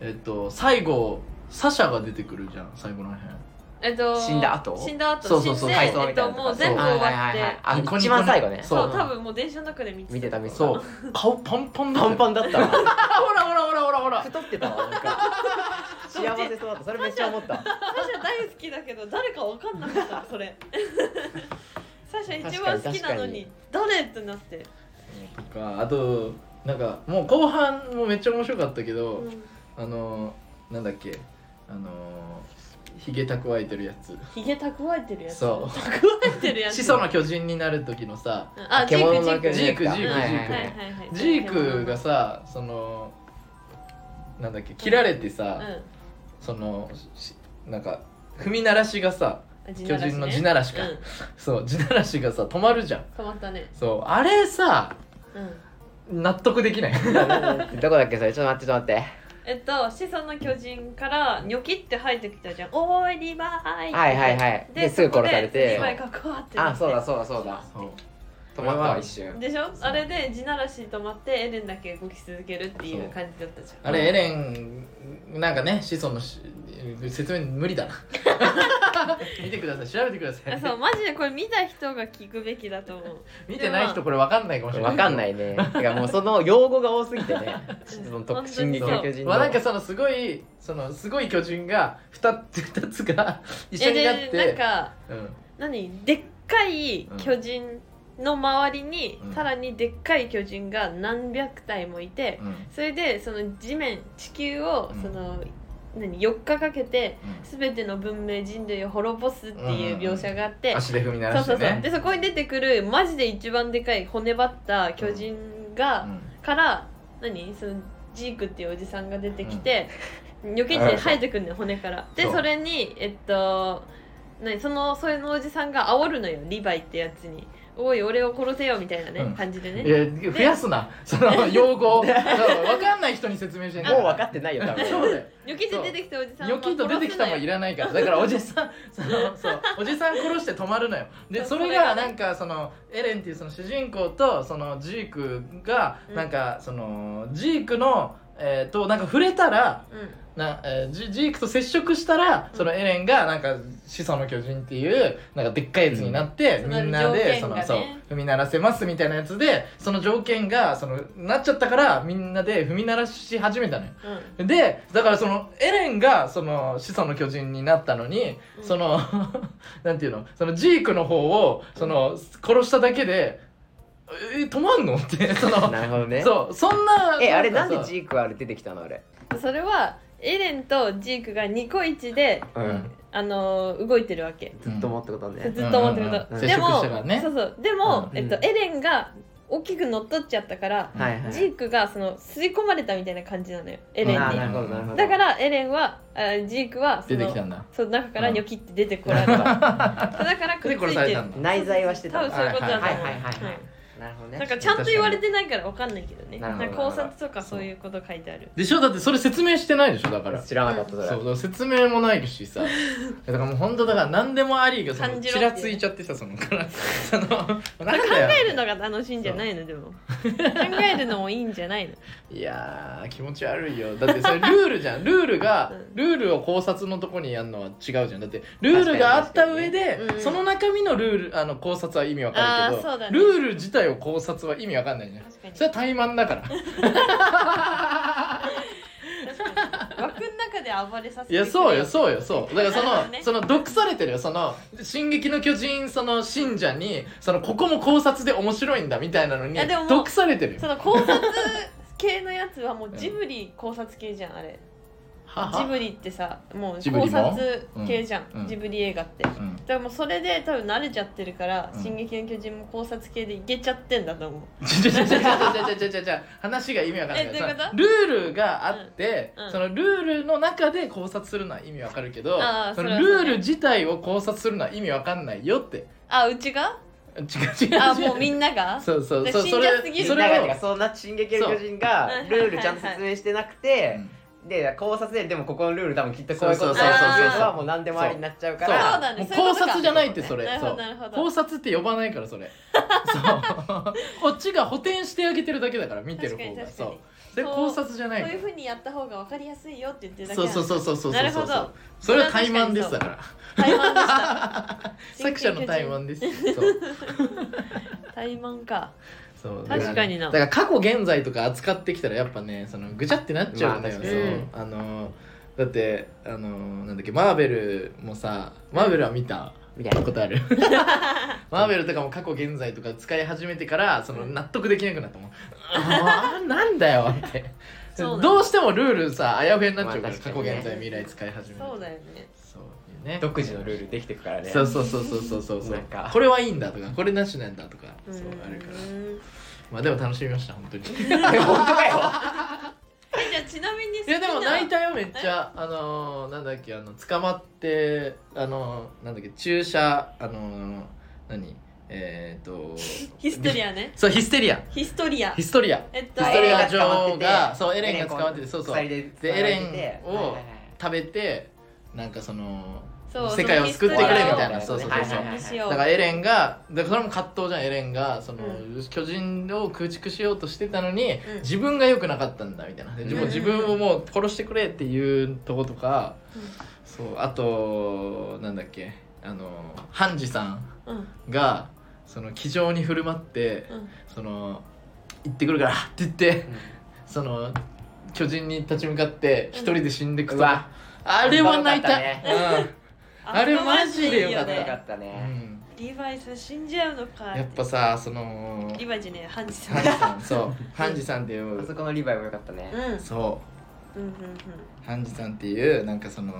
B: えっと最後サシャが出てくるじゃん最後の辺
A: えっと
C: 死んだ後
A: 死んだ後
B: そうそうそう
A: 死んで
B: 回
C: 想
A: え
C: み
A: った
C: いな
A: と
C: のとか
A: もう全部終わっ
C: はいはいはいはい
A: て
C: あ
B: ニコニコね
C: 一番最後ね
B: そ
A: そうう多分もう電車の中で見て
C: 見てた見てた
B: そう顔パンパンだよ
C: パンパンだったわ
B: あほらほらほらほらほら
C: 太ってたわ なんか幸せそうだったそれめっちゃ思った
A: サシャ大好きだけど誰か分かんなかったそれサシャ一番好きなのに誰ってなって、
B: とかあとなんかもう後半もめっちゃ面白かったけど、
A: うん、
B: あのなんだっけあのひげ蓄えてるやつ
A: ヒゲ蓄えてるやつ
B: そう
A: 蓄えてるやつ
B: 始祖の巨人になる時のさ
A: うんあジークジーク
B: ジークジークジーク
A: うん
B: ジーク
A: はいはいはい
B: ジークがさそのなんだっけ切られてさ、
A: う
B: そのしなんか踏み鳴らしがさ
A: ん、巨
B: 巨人の地ならしか、
A: うん、
B: そう地ならしがさ止まるじゃん
A: 止まったね、
B: そうあれさ
A: うん、
B: 納得できない
C: どこだっけそれちょっと待ってちょっと待っ
A: えっと子孫の巨人からニョキって生えてきたじゃん「おーいリヴァイ!」
C: てはいはいはいですぐ殺され
A: リ
C: て
A: ヴァイがこうってなって
C: あそうだそうだそうだ
B: そう
C: 止まったわ一瞬
A: でしょあれで地ならし止まってエレンだけ動き続けるっていう感じだったじゃん
B: あれエレンなんかね子孫のし説明無理だな 見てください調べてくださ
A: あ
B: い
A: そうマジでこれ見た人が聞くべきだと思う
B: 見てない人これわかんないかもしれない
C: わかんないいねてかもうその用語が多すぎて ねその特進撃の巨人
B: まあ、なんか
C: の
B: そのすごいそのすごい巨人が 2, つ二つが一緒
A: え
B: に
A: で
B: なって
A: なんか
B: うん、
A: 何でっかい巨人の周りに、
B: うん
A: さらにでっかい巨人が何百体もいて、
B: うん
A: それでその地面地球を
B: うん
A: その、何4日かけて
B: うん
A: 全ての文明人類を滅ぼすっていう描写があって、
B: 足で踏み鳴
A: そ
B: ら
A: う
B: し
A: そ
B: て
A: うそう
B: ね
A: でそこに出てくるマジで一番でかい骨張った巨人が、から何そのジークっていうおじさんが出てきて、ニョキって生えてくんだよ骨から。で
B: そう
A: それにえっと何そのそれのおじさんが煽るのよリヴァイってやつに「おい俺を殺せよ」みたいなね、
B: うん
A: 感じで
B: うん
A: ね。
B: いや増やすなその用語をわかんない人に説明してんだ
C: もう
B: ら
C: 分かってないよ多
B: そうだ
C: 分
B: よ
A: ニョキって出てきたおじさん
B: ニョキッと出てきたもい
A: ら
B: らないからだからおじさんそのそうおじさん殺して止まるのよで
A: そ
B: そうれ
A: それが
B: がなんかそのエレンっていうその主人公とそのジークが
A: うん
B: なんかそのジークのえーとなんか触れたらな、えージジークと接触したら
A: うん
B: そのエレンがなんか「始祖の巨人」っていうなんかでっかいやつになって、
A: うん
B: みんなで
A: そ
B: そ
A: の条件が
B: の、
A: ね
B: そう踏み鳴らせますみたいなやつでその条件がそのなっちゃったからみんなで踏み鳴らし始めたのよ。
A: うん、うん
B: でだからそのエレンがその始祖の巨人になったのに、
A: うん
B: その なんていうのそのジークの方をその殺しただけで「え止まんの?」ってその
C: なるほどね
B: そうそんな
C: えあれなんで
B: ー
C: ジークはあれ出てきたのあれ
A: それはエレンとジークがニコイチで
C: うん
A: あの動いてるわけ
C: ずっと思ってことね、
A: ずっと思ってること、
B: うんうんうん
A: でも
B: 接触したからね
A: そうそうでも、
C: うん
A: えっと、エレンが大きく乗っ取っちゃったから、
C: はいはい
A: ジークがその吸い込まれたみたいな感じなのよエレンに、
C: あーなるほどなるほど
A: だからエレンはあジークはそ
B: 出
A: の
B: てきたんだ
A: その中からニョキって出てこられた、だからくっつ
B: で
A: い
B: 殺され
A: て
B: たんだ
C: 内在はしてた
A: 多分そういうことだと思う、
C: はいはいはいはい、なるほどね
A: なんかちゃんと言われてないからわかんないけどね
C: なる
A: な
C: ほど
A: んか考察とかそういうこと書いてある
B: でしょだってそれ説明してないでしょだから
C: 知らなかったそれ
B: そうだから説明もないし さだからもう本当だから何でもありがその
A: 感じ
B: ち
A: ろ
B: らついちゃってさその か らそのなんだよ
A: 考えるのが楽しいんじゃないのでも考えるのもいいんじゃないの
B: いやー気持ち悪いよだってそれルールじゃんルールが
A: うん
B: ルールを考察のとこにやるのは違うじゃんだってルールがあった上で、
A: 確かに確かにねうん
B: その中身のルールあの考察は意味わかるけ
A: あーそ
B: ど、
A: うだね
B: ルール自体を考察は意味わかんないじゃん
A: 確かに
B: それは怠慢だから
A: 確か に枠の中で暴れさせ
B: いやそうよ
A: う
B: そうよそうだからそ
A: なるほ
B: の、
A: どね
B: その毒されてるよその「進撃の巨人」その信者にそのここも考察で面白いんだみたいなのに
A: いやでももう
B: 毒されてるよ
A: その考察系のやつはもうジブリ考察系じゃんあれ
B: はは
A: ジブリってさもう
B: ジブリ
A: 考
B: も
A: 察系じゃん、
B: うんうん
A: ジブリ映画ってだか
B: うん
A: らもうそれで多分慣れちゃってるから「
B: うん
A: 進撃の巨人」も考察系でいけちゃってんだと思う
B: ちょちょちょちょちょちょちょちょ話が意味わかんない
A: えどういうこと
B: そのルールがあって、
A: うんうん
B: そのルールの中で考察するのは意味わかるけど
A: あー
B: そ
A: それ
B: の
A: はそう
B: ル
A: ね
B: ール自体を考察するのは意味わかんないよって
A: あうちが
B: 違う違う違う
A: あもうみんなが
B: そうそうそう
A: で
B: そ
A: 信
B: れ
A: 者すぎる
B: そ
C: だから
B: れ
C: て
B: を
C: かそんな進撃の巨人が
A: そう
C: ルールちゃんと説明してなくて、で考察ででもここのルール多分きっとこういうことだ
A: そうそうそう
C: っていう
A: そう
C: のはもう何でもありになっちゃうか
A: そう
C: ら
A: だね
B: もう
A: そういう
B: 考
A: ことか
B: 察じゃないってそれ
A: なるほ
B: そ
A: ど
B: う
A: なるほど
B: 考察って呼ばないから それそうこっちが補填してあげてるだけだから見てる方
A: 確かに
B: が
A: 確か
B: そ
A: に
B: うで
A: そう
B: 考察じゃ
A: こ
B: な
A: う
B: いか
A: いう
B: ら
A: ふうにやった方が分かりやすいよって言ってるだけ
B: そうそうそうそうそうそうそ
A: な
B: う
A: るほど
B: それは怠慢ですだから
A: 怠慢でした
B: 作者の怠 慢です。そう
A: 怠慢 か
B: そう
A: 確かにな
B: だから過去現在とか扱ってきたらやっぱねそのぐちゃってなっちゃうんだよ、
C: ま
A: あ
B: そう
A: 確
B: あのだってあのなんだっけマーベルもさマーベルは見た
C: みたいな
B: ことあ るマーベルとかも過去現在とか使い始めてからその納得できなくなったもん あーなんだよって
A: そうだね
B: どうしてもルールさあやふやになっちゃうから、
C: まあ
B: 過去
C: 確かにね
B: 現在未来使い始める
A: そうだよね
B: そうね
C: 独自のルールできてくからね
B: そうそうそうそうそうそうそう
C: なんか
B: これはいいんだとかこれなしなんだとかそうあるから
A: うん
B: まあでも楽しみました本当 にい
C: 本当かよ
A: えじゃあちなみに好きな
B: やでも泣いたよめっちゃあのー、なんだっけあの捕まってあのー、なんだっけ注射あのー、何えー、 と
A: ヒステリアね
B: そうヒステリア
A: ヒストリア
B: ヒストリア
A: えっと
B: ヒストリア
A: え
B: 女王がそうエレンが捕まっててそうそう
C: エレンこう
B: でエレン
C: 鎖で
B: を
C: はいはいはい
B: 食べてなんかその
A: ーそう
B: 世界を救ってくれみたいな
A: そ
B: そうう
A: そ
B: そうう
A: そ
B: そ
A: そ
B: ううそうう
A: にしよう
B: だからエレンがだからそれも葛藤じゃんエレンがその、
A: う
B: 巨人を駆逐しようとしてたのに、
A: うん
B: 自分が良くなかったんだみたいなで
C: うん
B: もう自分をもう殺してくれっていうとことか、
A: うん
B: そうあとなんだっけあのハンジさん
A: うんうん
B: がその気丈に振る舞って、
A: うん
B: その行ってくるからって言ってその巨人に立ち向かって一人で死んでく
C: う
B: と
C: わ
B: か、あれは泣いた、
C: よかっ
B: うんあれマジでよかった
A: あ
C: よ
A: の
C: か
A: マ
C: った
B: う
C: ね
B: ん、
A: ジでいいよねリヴァイさん死んじゃうのか
B: やっぱさその
A: リヴァイじゃねえハンジさん
B: ハンジさんそうハンジさんってい
C: あ
B: う
C: そこのリヴァイもよかったね
A: うんうん
B: そ
A: うんうん
B: うハンジさんっていうなんかその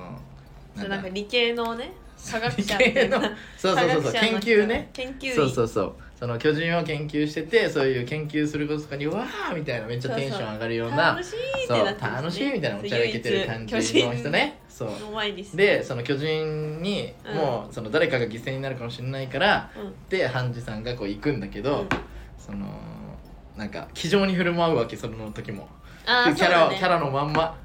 A: そう
B: だ
A: なんか理系のね科学者
B: 理系のそうそうそうそう
A: 科学者
B: 研
A: の人
B: 究ね
A: 研究員
B: そうそうそうその巨人を研究しててそういう研究することとかにわーみたいなめっちゃテンション上がるような
A: 楽しいって
B: そう
A: なってますね
B: 楽しいみたいなおちゃらけてる感じ
A: そう
B: の人ねそう
A: 唯一巨人の前に
B: でその巨人に
A: うん
B: もうその誰かが犠牲になるかもしれないから
A: うん
B: でハンジさんがこう行くんだけ
A: う
B: ど
A: ん
B: そのなんか気丈に振る舞うわけその時も
A: あー
B: キャ
A: そう
B: ラを
A: だね
B: キャラのまんま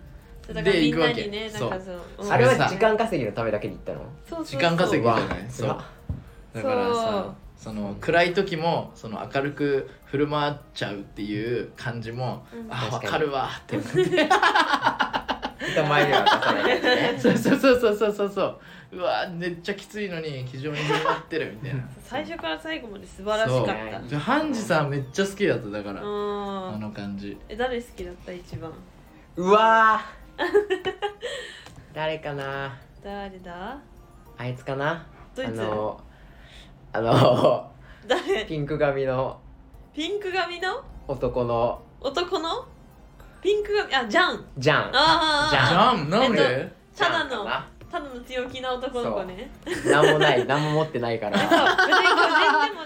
A: そうだから
B: で
A: み
B: 行
A: ん
B: く
A: な
B: わけ
A: にねなんかそのうん
B: そう
C: あれは時間稼ぎのためだけに行ったの
A: そうそうそう
B: 時間稼ぎじゃない
C: そ
B: そううだからさその暗い時もその明るく振る舞っちゃうっていう感じも、
A: うん
B: あ分
C: 確かに
B: かるわって思って
C: 人前では出さないやつ
B: そ
C: ね
B: うそうそうそうそうそうそううわめっちゃきついのに非常に振る舞ってるみたいな
A: 最初から最後まで素晴らしかった
B: でハンジさんめっちゃ好きだっただから、
A: う
B: あ
A: ん
B: の感じ
A: え誰好きだった一番
C: うわー 誰かな
A: 誰だ
C: あいつかな
A: ドイツ
C: あのあの
A: 誰
C: ピンク髪の
A: ピンク髪の
C: 男の
A: 男のピンク髪あジャン
C: ジャン
A: ああ
C: ジャ
B: ジャ
C: ン
B: ンなんで、
A: ただの
C: ジャンかな
A: ただの強気な男の子ね
C: 何もない何も持ってないか
A: そう
C: ら
A: 別に
C: 巨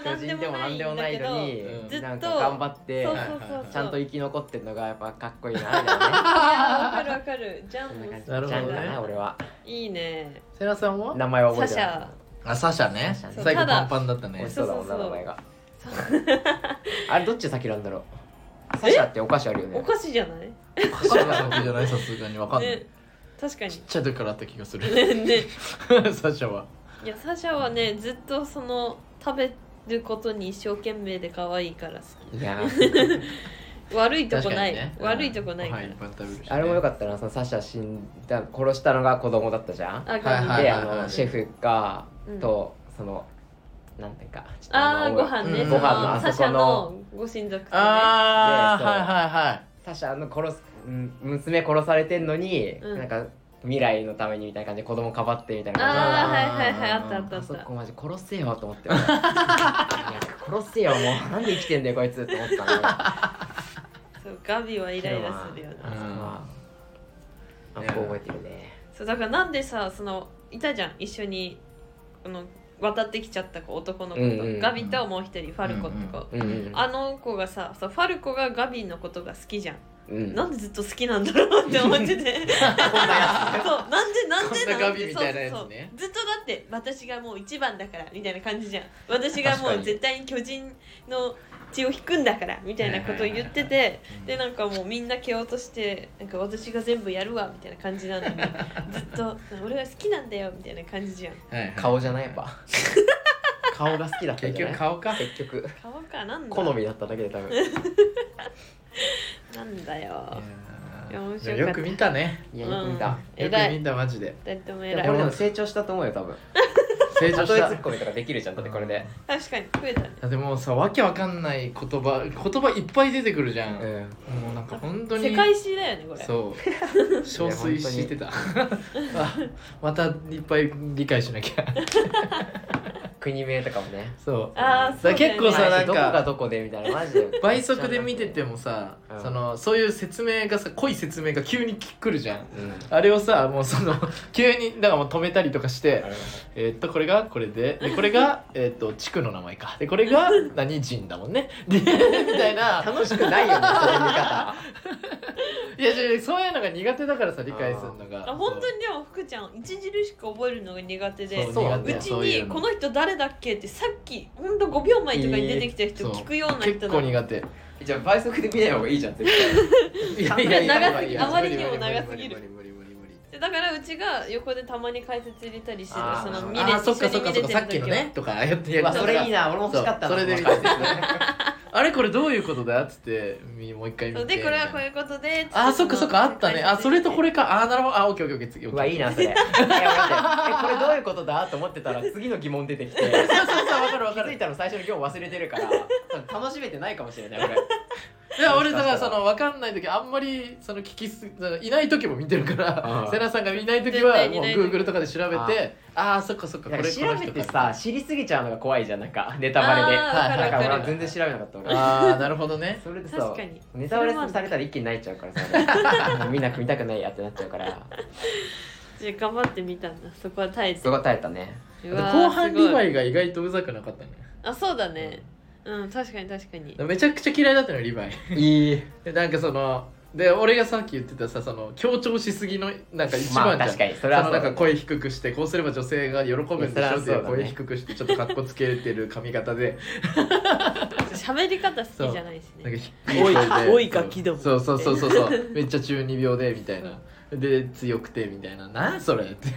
A: 個人で
C: 人で
A: も
C: も
A: 何で
C: 何で
A: も
C: も
A: な
C: ないい
A: んだけど
B: う
C: の
B: ん
A: ずっと
C: になんか頑張って
A: そうそうそうそう
C: ちゃんと生き残ってんのがやっぱかっこいいなみたい なね
A: いやわかるわかるジャ
C: そ
A: ン
C: んな
A: も
C: 感じ
B: なるほ
C: ちゃ
B: ど
C: ん
B: ね
C: だな俺はい
A: いね
B: セラさんは
C: 名前は
A: サ
C: 覚え
A: シ
C: てない
A: ャ
B: あサシャね
C: サシ
A: ャ
B: 最後
A: ただ
B: パンパンだった
C: 美
B: ね
C: 味しそうだもん
A: そ
C: な
A: うそうそう
C: 名前があれどっち先なんだろうサシャってお菓子あるよ
A: お
C: ね
A: 菓子じゃない
B: サシャが先じゃないさすがにわかんない、
A: ね確かに
B: ちっちゃい時からあった気がする
A: ねね
B: サシャはい
A: やサシャはねずっとその食べることに一生懸命で可愛いから好
C: いやー
A: き悪いとこ
B: 確か
A: ない、
B: にね
A: 悪いとこないから、
B: うんご飯いっぱい食べるしね、
C: あれもよか
B: っ
C: ったなそのサシャ死んだ殺したのが子供だったじゃん
A: あ
B: はいはい
A: ガ
B: はい
C: であのシェフが
A: うん
C: とそのなんていうかちょっと
A: あ
C: あ
A: あ
C: の
A: ご飯ね、
B: うん
A: そ
B: ご飯の
A: の
C: あそ
A: サ
C: この
A: シャのご親族とね
B: ああ
C: でそう
B: はいはいはい
C: サシャの殺すうん娘殺されてんのに、
A: うん
C: なんか未来のためにみたいな感じで子供かばってみたいな感じ
A: ああ
B: ー
A: はい
B: あ
A: はいはいあったあったあ
C: あ
A: っ
C: そ
A: た
C: こマジ殺せよと思って俺いや殺せよもうなんで生きてんだよこいつって思ってたのよ
A: そうガビ はイライラするよね
B: う
C: そこは
B: ん
C: あんこ覚えてるね
A: そうだからなんでさそのいたじゃん一緒にあの渡ってきちゃった子男の子と、
C: うんうんうん
A: ガビともう一人ファルコって子、
C: うんうん
A: あの子がさそうファルコがガビのことが好きじゃん、
C: うん
A: なんでずっと好きなんだろうって思ってて
C: こんなや
A: そうなんでなんで
B: こんなガビみたいな
A: そう
B: やつね
A: そうそうずっとだって私がもう一番だからみたいな感じじゃん私がも
B: 確か
A: う
B: に
A: 絶対に巨人の血を引くんだからみたいなことを言ってて、でなんかもうみんな蹴落としてなんか私が全部やるわみたいな感じなのにずっと俺が好きなんだよみたいな感じじゃん
B: はいはい
C: つ顔じゃないやっぱ顔が好きだったん
B: 結
C: じゃな
B: 局
C: い
B: 顔か
C: 結局
A: 顔かなんだ
C: 好みだっただけで多分
A: なんだよ
B: いや
A: 面白かった
B: ーよく見たね
C: いやよく見た、
A: うん
B: よ
A: 偉い
B: く見たマジで
A: 誰とも
C: で
A: 偉い
C: もこれでも成長したと思うよ多分
B: 成
C: 例え
B: 長した
C: ツッコミとかできるじゃんだってこれで
A: 確かに増えたね
B: だってもうさわけわかんない言葉言葉いっぱい出てくるじゃん、
C: うん
B: もうなんか本当に
A: 世界史だよねこれ
B: そう憔悴してたあまたいっぱい理解しなきゃ
C: 国名とかもね
B: そう
A: ああそうだよ、
B: だから
A: ね、
B: 結構さなん
C: どこが
B: か
C: どこでみたいなマジで
B: 倍速で見ててもさ、
C: うん
B: そのそういう説明がさ濃い説明が急に来るじゃん
C: うん
B: あれをさもうその急にだからもう止めたりとかしてえーっとこれがこれででこれがえーっと地区の名前かでこれが何人だ もんねでみたいな
C: 楽しくないよねそういう見方
B: いや違うそういうのが苦手だからさ理解するのが
A: あ本当にでも福ちゃん著しく覚えるのが苦手で
B: そう
C: そう
B: 苦
C: う
B: 手
A: うち
B: そういう
A: に
B: の
A: この人誰だっけってさっきほんと5秒前とかに出てきた人
B: そう
A: 聞くような人
B: 結
A: だ
B: 構苦手
C: じゃあ倍速で見ない方がいいじゃん絶
B: い
C: 対
A: 長すぎあまりにも長すぎる
B: 無理無理無理無理
A: でだからうちが横でたまに解説入れたりしてた
C: あー
A: その見れ
B: あーそっかそっかそっかさっ
A: 一緒に見れてる時は
B: きのねとかやってやり
C: うわ
B: た
C: それいいな俺も欲しかったな
B: そうそれで
C: この解説ね
B: あれこれどういうことだっつってみもう一回見
A: そ
B: て
A: うでこれはこういうことで
B: あーそっかそっかあったねあそれとこ
A: れ
B: れかあーなるほどあオッケーオッケーオッケー次オッ
C: う
B: ケー
C: わいいなそれいや待ってえこれどういうことだと思ってたら次の疑問出てきて
B: そうそうそうわかるわ
C: 気
B: か
C: づ
B: る
C: いたの最初に今日忘れてるから楽しめてないかもしれない俺
B: いや俺だからその分かんない時あんまりその聞きすそのいない時も見てるから
C: うん
B: 瀬名さんがいない時
A: 絶
B: は
A: 対にい
B: もう
A: ない時
B: Google とかで調べてああーそっかそっかこ
C: なん
B: れ
C: か
B: この
C: 調べ
B: 人
C: て
B: か
C: さ知りすぎちゃうのが怖いじゃんなんかネタバレで
A: あ
C: だ
A: ー
B: はい
A: わ
C: か
A: かるわ
C: ら俺
A: かる
C: 全然調べなかった俺
B: ああなるほどね
C: それでさ
A: 確かに
C: ネタバレされたら一気に泣いちゃうからさもうみんな見たくないやってなっちゃうから
A: じゃあ頑張ってみたんだそこは耐えて
C: すごい耐えたね
A: うわー
B: 後半リヴ
A: す
B: ァ
A: ごい
B: イが意外とうざくなかったね
A: あそうだねうん確かに確かに
B: めちゃくちゃ嫌いだったのよリヴァイ
C: いい
B: でなんかそので俺がさっき言ってたさその強調しすぎのなんか一番じゃん、
C: まあ確かにそれはそう
B: のなんか声低くしてこうすれば女性が喜ぶんでしょって
C: い
B: い
C: や
B: う
C: それはそうだね
B: 声低くしてちょっとかっこつけてる髪型で
A: 喋り方好きじゃないし
B: なん
A: ね
B: か低い声で
A: おいおいガキども
B: そうそうそうそうそう めっちゃ中二病でみたいなで強くてみたいななんそれって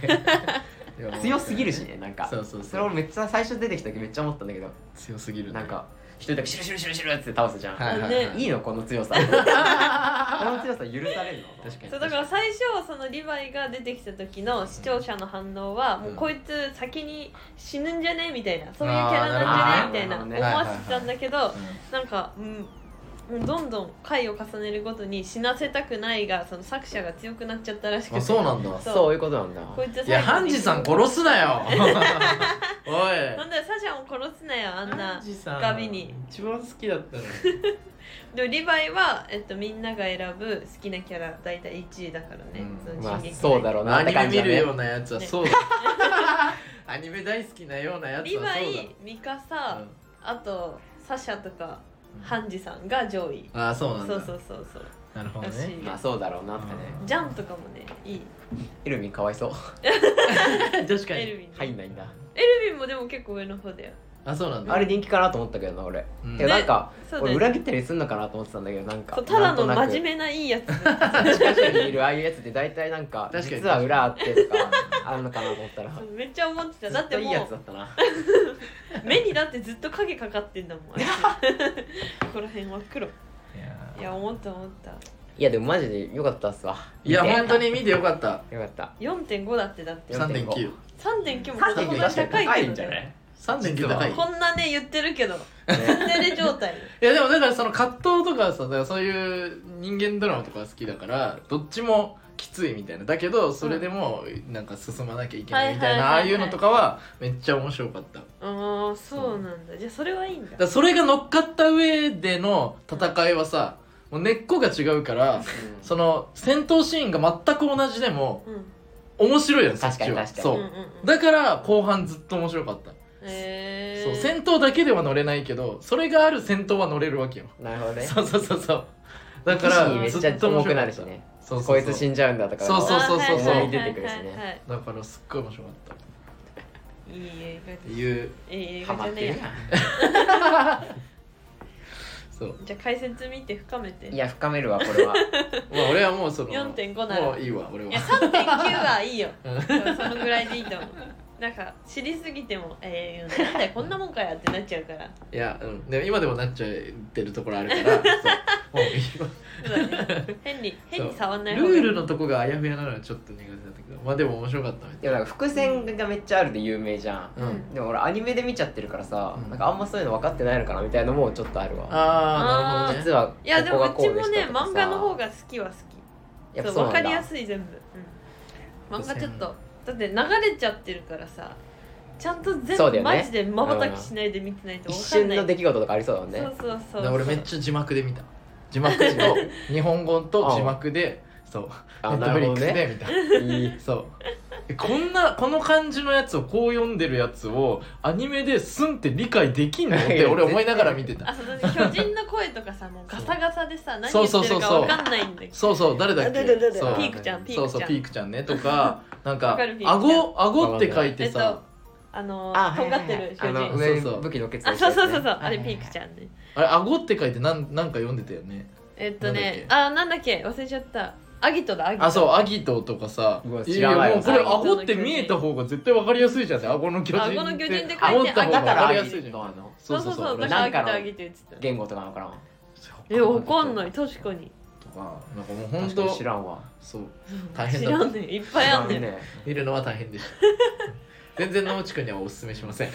C: 強すぎるしねなんか
B: そうそうそう
C: れ俺めっちゃ最初出てきた時めっちゃ思ったんだけど
B: 強すぎるね
C: なんか一人だけシュルシュルシュルシュルって倒すじゃん、
B: はいはい、
A: ね
B: はい
C: 、いのこの強さこの強さ許されるの
B: 確かに
A: そうだから最初そのリヴァイが出てきた時の視聴者の反応はもうこいつ先に死ぬんじゃねみたいなそういうキャラなんじゃねみたいな思わせてたんだけど
B: うん
A: なんか、うん、もうどんどん回を重ねるごとに死なせたくないがその作者が強くなっちゃったらしくて
B: あそうなんだ
A: そう
C: そういうことなんだ
A: こいつ
B: いやハンジさん殺すな よお
A: ないんだよサシャも殺すなよあんな
B: ジさ
A: ガビに
B: 一番好きだ ったのに
A: でもリヴァイは、えっと、みんなが選ぶ好きなキャラ大体1位だからね、
B: うん
A: その
C: まあ
A: 進撃の
C: そうだろうな
B: ア
C: って
B: ニメ
C: 感じ
B: 見
C: だ
B: る
C: ね
B: ようなやつはそうだアニメ大好きなようなやつ
A: リヴ
B: はそうだ
A: ァイミカサ、
B: うん
A: あとサシャとか
B: うん
A: ハンジさんが上位、
B: ああそうなんだ
A: そうそうそうそう
B: なるほど
A: らしい
B: ね
A: よ、
C: まあそうだろうなってね
A: ジャンとかもねいい
C: エルミンかわいそう
B: 確か
A: エルヴ
B: に
A: ィン、
C: 入んないんだ
A: エルヴィンもでも結構上の方だよ
B: あそうなんだ
C: あれ人気かなと思ったけどな俺
B: うん
C: いやなんか
A: そうだ
C: 俺
A: よ
C: 裏切ったりすんのかなと思ってたんだけどなんか
A: そうただの
C: なんとな
A: 真
C: く
A: 面 目ないいやつ
C: 近くにいるああいうやつって大体なんか
B: 確かに
C: 実は裏あってとかあるのかなと思った ら
A: めっちゃ思ってた
C: ず
A: だ
C: っ
A: って
C: とい
A: も
C: いうやつだったな
A: 目にだってずっと影かかってんだもんあいつここら辺は黒
B: いや
A: いや思った思った
C: いやでもマジで良かったっすわ
B: いや
C: 見て
B: 本当に見てよかった
C: よかった
A: 4.5だってだって
B: 3.9
A: 3.9も
B: 点
A: こんな高いけど
C: い
B: 3.9高い
A: こんなね言ってるけどツ ンデレ状態
B: いやでもだからその葛藤とかさだからそういう人間ドラマとか好きだからどっちもきついみたいなだけどそれでもなんか進まなきゃいけないみたいなあ
A: は
B: あ
A: いはいはいはい
B: いうのとかはめっちゃ面白かっただか
A: ああそうなんだじゃあそれはいいんだ
B: らそれが乗っかった上での戦いはさもう根っこが違うからその戦闘シーンが全く同じでも
A: うん
B: 面白いよねそっ
C: 確か
B: ち
C: に
B: は
C: 確かに
A: うん
B: そううん
A: うん
B: だから後半ずっと面白かった、
A: へえ
B: そう戦闘だけでは乗れないけどそれがある戦闘は乗れるわけよ
C: なるほどね
B: そうそうそうそう。だか
A: 意
B: ら
A: 識
C: めっちゃ重くなるしね。
B: そうそ
C: こ
B: う
C: い
B: そう
C: つ死んじゃうんだとか
B: そうそうそうそうそ
A: あーは
B: う
A: いはいはいはい
C: 出てくるしね
A: はい
B: だからすっごい面白かった。っ
A: いい映画
B: ていう
A: いい映
C: ハ
A: 画
C: マ
A: じ
C: っ
A: ゃ
C: て
A: ね
C: るな
B: そう。
A: えじゃあ解説見て深めて
C: いや深めるわこれは
B: まあ俺はもうその
A: 4.5なら
B: もういいわ俺
A: いや
B: は。
A: 3.9はいいよ
B: うん
A: そうそのぐらいでいいと思うなんか知りすぎても「えー、なんだよこんなもんかよ」ってなっちゃうから
B: いやうんでも今でもなっちゃってるところあるから。 そうもういいわ
A: そうだね変に変に触んない
B: ル
A: 方がいい
B: ールのとこがあやふやなのはちょっと苦手だったけど、まあでも面白かったみた
C: で
B: い
C: もなんか伏線がめっちゃあるで有名じゃん
B: な。うん。
C: でも俺アニメで見ちゃってるからさ
B: うん
C: なんかあんまそういうの分かってないのかなみたいなのもちょっとあるわ
B: ああなるほど
C: 実
B: ね。
C: はこ
A: いやで
C: こ
A: も
C: が
A: う
C: こ
A: ち
C: うで
A: も
C: した
A: ね
C: とかさ
A: 漫画の方が好きは好き
C: やっぱ
A: そう
C: そう
A: わか
C: なんだ
A: りやすい全部、うん、漫画ちょっとだって流れちゃってるからさちゃんと全
C: そう
A: 部、
C: だよね
A: マジでまばたきしないで見てないと
C: 一
A: わかん
C: 瞬
A: ない
C: の出来事とかありそうだもんね
A: そうそうそう
B: だから俺めっちゃ字幕で見た。字幕と 日本語と字幕で、そう。ネ
C: あ
B: ット
C: な
B: フ
C: る
B: リッ
C: ほ
B: ク
C: ど
B: スで
C: ね
B: 見た。
C: いい
B: そうえこんなこの感じのやつをこう読んでるやつをアニメですんって理解できんのっ
C: い
B: て
C: や
B: 俺思いながら見て
A: あ
B: た
A: そうだって巨人の声とかさもうガサガサでさ何
B: そ
A: 言
B: う
A: ってるかわかんないんだけど
B: そうそう誰だっ
A: あ
B: け
A: だだだだ
B: そう
A: ピークちゃんピークちゃ
B: そ
A: ん
B: うそうピークちゃんねと かなん
A: わ
B: か
A: かるピークちゃん
B: 顎顎って書いてさ、
A: あの
C: あ
A: とんがってる巨
C: あの
A: 人
B: う
C: 上に
B: そうそう
C: 武器のケツ
A: あそうそうそうそうあれピークち
C: ゃん
A: ゃんね
B: あれ顎って書いてなんなんか読んでたよね
A: えっとね
B: なんだっけ
A: あなんだっけ忘れちゃったアギトだアギト
B: あそうアギトとかさ
C: うわ
B: い
C: 知
B: や
C: らな
B: も
C: いわ
B: うこれ顎って見えた方が絶対わかりやすいじゃんね顎の巨人って
A: 顎の巨人って書いて
B: 思った方が
C: だか
B: わ
C: ら
B: かり
C: あれ
B: や
C: です
B: いじゃん
C: よあの
A: そうそうそう
B: そうそうそう
A: 私アギ
C: なん
A: ト
C: かの
A: アギト言ってた
C: 言語とかわからん
A: えわかんないい確かに
B: とかなんかもう本
C: 本当知
B: 当
C: らんわ
B: そう大変
A: 知
B: だ
A: らんねんいっぱいあんねん
C: ね
B: 見るのは大 変でした全然野内くんにはおすすめしません